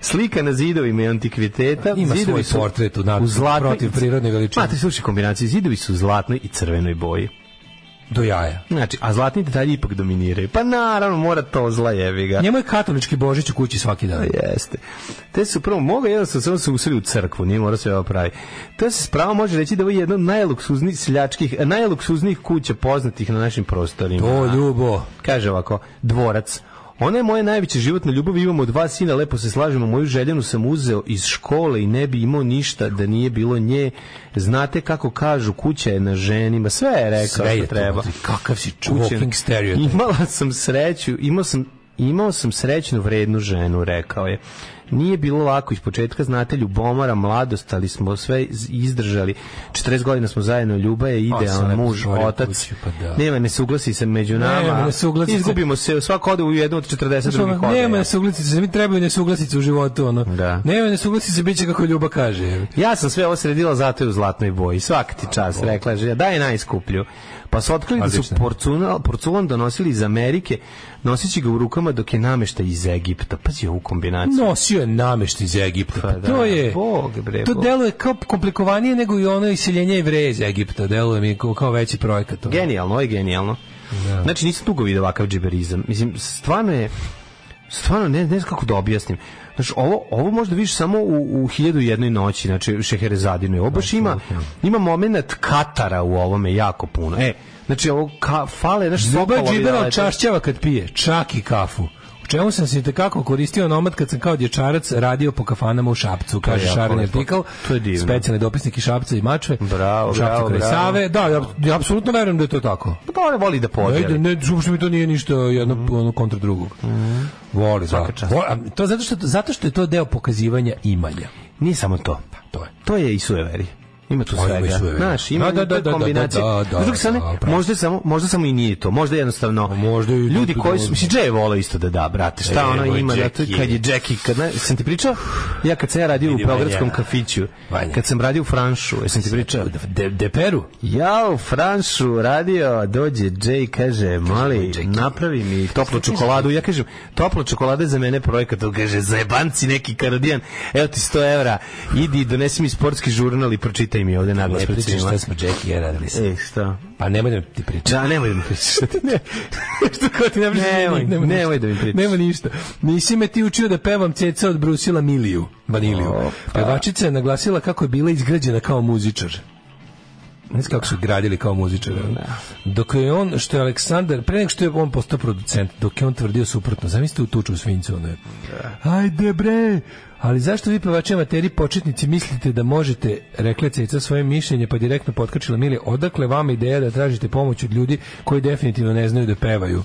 Speaker 6: Slika na zidovima i antikviteta.
Speaker 7: Ima
Speaker 6: zidovi
Speaker 7: svoj
Speaker 6: su
Speaker 7: portret u nad-
Speaker 6: zlatnoj-
Speaker 7: protiv prirodne veličine.
Speaker 6: Ma, ti slušaj kombinaciju, zidovi su u zlatnoj i crvenoj boji.
Speaker 7: Do jaja.
Speaker 6: Znači, a zlatni detalji ipak dominiraju. Pa naravno, mora to zla jebi ga.
Speaker 7: Pa Njemu je katolički božić u kući svaki dan.
Speaker 6: Jeste. Te su prvo moga jedan sam samo se useli u crkvu, nije mora sve ovo pravi. To se spravo može reći da ovo je jedna od najluksuznijih seljačkih, najluksuznijih kuća poznatih na našim prostorima.
Speaker 7: To, Ljubo.
Speaker 6: Kaže ovako, dvorac. Ona je moja najveća životna ljubav, imamo dva sina, lepo se slažemo, moju željenu sam uzeo iz škole i ne bi imao ništa da nije bilo nje. Znate kako kažu, kuća je na ženima, sve je rekao
Speaker 7: Sve
Speaker 6: što
Speaker 7: je to,
Speaker 6: treba.
Speaker 7: znači, E, kakav si Mhm.
Speaker 6: Kuća je-
Speaker 7: walking stereotype.
Speaker 6: Imala sam sreću, imao sam Imao sam srećnu vrednu ženu, rekao je. Nije bilo lako iz početka, znate, ljubomora, mladost, ali smo sve iz- izdržali. 40 godina smo zajedno, Ljuba je
Speaker 7: A, sam
Speaker 6: idealan
Speaker 7: lepo
Speaker 6: muž,
Speaker 7: stvorio
Speaker 6: otac.
Speaker 7: kuću, pa da.
Speaker 6: Nema nesuglasi se među nama.
Speaker 7: Nema nesuglasice.
Speaker 6: Izgubimo se, svako ode u jednu od 40
Speaker 7: Znaš, ono,
Speaker 6: drugih ode.
Speaker 7: nema
Speaker 6: ja.
Speaker 7: nesuglasice, mi trebaju nesuglasice u životu, ono.
Speaker 6: Da.
Speaker 7: Nema nesuglasice, bit će kako Ljuba kaže.
Speaker 6: Ja sam sve ovo sredila zato je u zlatnoj boji. Svaka ti čast, rekla je želja. Daj najskuplju. Pa su otkrili da su
Speaker 7: Odlično.
Speaker 6: porcuna- porculan donosili iz Amerike, nosići ga u rukama dok je namešta iz Egipta. Pazi ovu kombinaciju.
Speaker 7: Nosio je namešt iz Egipta.
Speaker 6: Pa
Speaker 7: Pa
Speaker 6: da,
Speaker 7: to je...
Speaker 6: Bog bre,
Speaker 7: to
Speaker 6: Bog.
Speaker 7: deluje kao komplikovanije nego i ono iseljenje Jevreja iz Egipta. Deluje mi kao, kao veći projekat. ono.
Speaker 6: Genijalno, ovo je genijalno.
Speaker 7: Da.
Speaker 6: Znači, nisam dugo vidio ovakav džiberizam. Mislim, stvarno je... Stvarno, ne, ne znam kako da objasnim. Znači, ovo, ovo možda vidiš samo u, u hiljadu i jednoj noći, znači Šeherezadinu. Ovo baš ima,
Speaker 7: da.
Speaker 6: ima moment Katara u ovome jako puno. E, znači, ovo ka, fale, znaš,
Speaker 7: Ljuba je
Speaker 6: sokolovi da
Speaker 7: džibera
Speaker 6: lete.
Speaker 7: čašćava kad pije, čak i kafu. U čemu sam se tekako koristio nomad kad sam kao dječarac radio po kafanama u Šapcu,
Speaker 6: je
Speaker 7: kaže
Speaker 6: jako
Speaker 7: Šaran
Speaker 6: lepo.
Speaker 7: Artikal,
Speaker 6: To je divno.
Speaker 7: specijalni dopisnik iz Šapca i Mačve,
Speaker 6: Bravo,
Speaker 7: u Šapcu
Speaker 6: bravo,
Speaker 7: kraj
Speaker 6: bravo.
Speaker 7: Save. Da, ja, ja apsolutno verujem da je to tako.
Speaker 6: Pa dobro, voli da
Speaker 7: Ne, ide,
Speaker 6: podeli.
Speaker 7: ne, uopšte mi to nije ništa jedno ono kontra drugog. Voli, da.
Speaker 6: Mhm. čast.
Speaker 7: Voli, a to zato što, zato što je to deo pokazivanja imanja.
Speaker 6: Nije samo to.
Speaker 7: To je.
Speaker 6: To je i sujeveri. Ima tu
Speaker 7: O, Pa ima
Speaker 6: svega.
Speaker 7: i sujeveri.
Speaker 6: Znaš, ima
Speaker 7: Da, da,
Speaker 6: to je
Speaker 7: da, da,
Speaker 6: kombinacija.
Speaker 7: da, da, da,
Speaker 6: S druge strane,
Speaker 7: da, pravo.
Speaker 6: možda, samo, možda samo i nije to. Možda jednostavno
Speaker 7: možda i-
Speaker 6: ljudi koji su... Mislim, Jay je volao isto da da, brate. Šta
Speaker 7: Evo
Speaker 6: ono
Speaker 7: je
Speaker 6: ima? Da, to,
Speaker 7: Jackie.
Speaker 6: kad je Jackie... Kad, ne, sam ti pričao? Ja kad sam ja radio u
Speaker 7: Vidi,
Speaker 6: Beogradskom
Speaker 7: Vanja.
Speaker 6: kafiću,
Speaker 7: Vanja.
Speaker 6: kad sam radio u Franšu, jesam ti pričao?
Speaker 7: De, de Peru?
Speaker 6: Ja u Franšu radio, dođe Jay, kaže, mali, napravi mi toplu čokoladu. Ja kažem, topla čokolada je za mene projekat. On kaže, zajebanci neki karadijan, evo ti 100 evra, idi, donesi mi sportski žurnal i pročitaj mi ovde naglas
Speaker 7: Ne
Speaker 6: pred
Speaker 7: pričaš
Speaker 6: svima.
Speaker 7: šta smo Pa Jackie i ja radili sa.
Speaker 6: E, šta?
Speaker 7: Pa nemoj da mi ti pričaš.
Speaker 6: Da, nemoj da mi pričaš. ne,
Speaker 7: Što ko ti ne pričaš?
Speaker 6: Nemoj,
Speaker 7: nema ništa.
Speaker 6: nemoj da mi pričaš.
Speaker 7: Nema ništa. Nisi me ti učio da pevam ceca od Brusila Miliju, Vaniliju. Pevačica je naglasila kako je bila izgrađena kao muzičar. Ne znam kako su gradili kao muzičar. Dok je on, što je Aleksandar, pre nego što je on postao producent, dok je on tvrdio suprotno, zamislite u tuču u svincu, ono je, ajde bre, ali zašto vi pevači amateri početnici mislite da možete, rekla je Ceca svoje mišljenje, pa direktno potkačila Milija, odakle vama ideja da tražite pomoć od ljudi koji definitivno ne znaju da pevaju?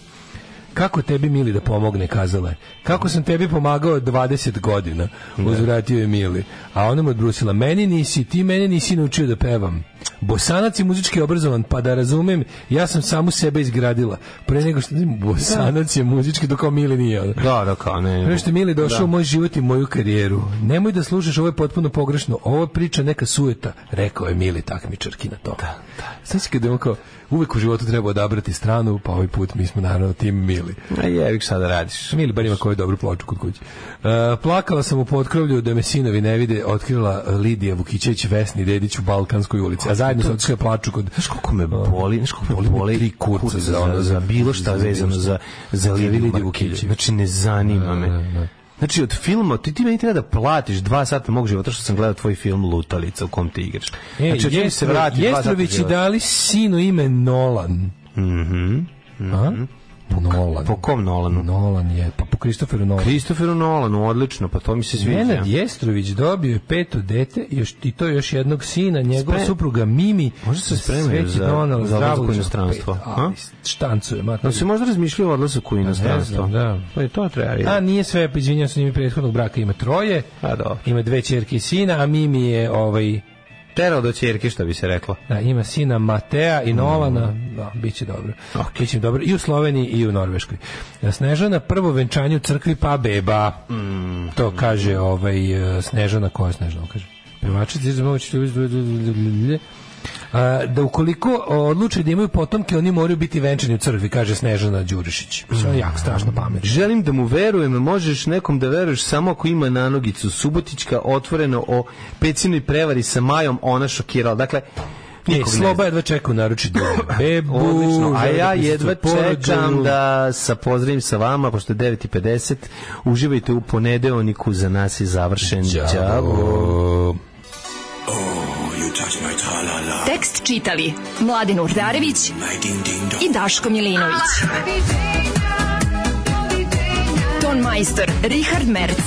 Speaker 7: Kako tebi Mili da pomogne, kazala je. Kako sam tebi pomagao 20 godina, uzvratio je Mili. A ona mu je odbrusila, meni nisi, ti mene nisi naučio da pevam. Bosanac je muzički obrazovan, pa da razumem, ja sam samu sebe izgradila. Pre nego što Bosanac je muzički, dok kao Mili nije. ono.
Speaker 6: da, da, kao ne.
Speaker 7: Pre što je Mili došao u moj život i moju karijeru. Nemoj da slušaš, ovo je potpuno pogrešno. Ovo je priča neka sueta, rekao je Mili takmičarki na to. Da, da. Sad si kada je on kao, uvek u životu treba odabrati stranu, pa ovaj put mi smo naravno tim Mili. Mili.
Speaker 6: A jevik šta da radiš.
Speaker 7: Mili bar ima koju dobru ploču kod kuće. E, plakala sam u potkrovlju da me sinovi ne vide, otkrila e, Lidija Vukićević Vesni Dedić u Balkanskoj ulici. A zajedno sam otkrila plaču kod...
Speaker 6: Znaš koliko me boli, znaš koliko me boli
Speaker 7: tri kurca za ono,
Speaker 6: za bilo
Speaker 7: za
Speaker 6: šta
Speaker 7: bilo
Speaker 6: vezano
Speaker 7: šta.
Speaker 6: za, za Lidiju
Speaker 7: Lidiju
Speaker 6: Markićević.
Speaker 7: Vukićević.
Speaker 6: Znači, ne zanima
Speaker 7: Ne,
Speaker 6: me.
Speaker 7: ne, ne.
Speaker 6: Znači, od filma, ti, ti meni treba da platiš dva sata mog života što sam gledao tvoj film Lutalica u kom ti igraš.
Speaker 7: E,
Speaker 6: Znači, od čega mi se
Speaker 7: Jestro-
Speaker 6: vrati dva sata
Speaker 7: Jestrovići
Speaker 6: života.
Speaker 7: dali sinu ime Nolan. Mhm. Nolan.
Speaker 6: Po kom Nolanu?
Speaker 7: Nolan je, pa po Kristoferu Nolan.
Speaker 6: Kristoferu Nolanu, odlično, pa to mi se sviđa.
Speaker 7: Nenad Jestrović dobio je peto dete još, i to još jednog sina, njegova
Speaker 6: Spre-
Speaker 7: supruga Mimi.
Speaker 6: Možda se spremaju
Speaker 7: Sveći
Speaker 6: za-
Speaker 7: Donald,
Speaker 6: za odlazak
Speaker 7: zdravog
Speaker 6: u inostranstvo,
Speaker 7: čoveka.
Speaker 6: a?
Speaker 7: Ali Štancuje, mater.
Speaker 6: Da se možda razmišljaju o odlazak u inostranstvo.
Speaker 7: znam, da.
Speaker 6: Pa je to treba
Speaker 7: A
Speaker 6: vidjeti.
Speaker 7: nije sve, izvinjam se, njimi prethodnog braka ima troje,
Speaker 6: A, Pa dobro.
Speaker 7: ima dve čerke i sina, a Mimi je ovaj,
Speaker 6: Terao do ćerke, što bi se reklo.
Speaker 7: da, ima sina Matea i Nolana,
Speaker 6: Mm.
Speaker 7: da, bit će dobro. Bit će dobro i u Sloveniji i u Norveškoj. E, Snežana prvo venčanje u crkvi pa beba.
Speaker 6: Mm.
Speaker 7: To kaže ovaj, eh, Snežana, koja je Snežana, kaže? Pevačica iz mogućih ljubavi- A, da ukoliko odluče da imaju potomke, oni moraju biti venčani u crkvi, kaže Snežana Đurišić. Sve je
Speaker 6: Mm.
Speaker 7: jako strašno pametno.
Speaker 6: Želim da mu verujem, možeš nekom da veruješ samo ako ima nanogicu. Subotička otvoreno o pecinoj prevari sa Majom, ona šokirala. Dakle,
Speaker 7: E,
Speaker 6: nikog ne
Speaker 7: Sloba jedva čeka u naruči drugu bebu.
Speaker 6: Odlično, a
Speaker 7: želi da
Speaker 6: ja
Speaker 7: prisustvuje
Speaker 6: jedva
Speaker 7: porođaju.
Speaker 6: čekam da sa pozdravim sa vama, pošto je 9.50, uživajte u ponedeoniku, za nas je završen. Ćao.
Speaker 2: Oh,
Speaker 8: Tekst čitali Mladin Urdarević i Daško Milinović. Ton majstor Richard Merc.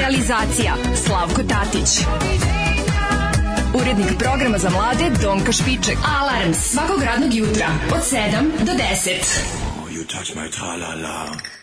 Speaker 8: Realizacija Slavko Tatić. Urednik programa za mlade Donka Špiček. Alarms svakog radnog jutra od 7 do 10.
Speaker 9: Oh, you touch my tra-la-la.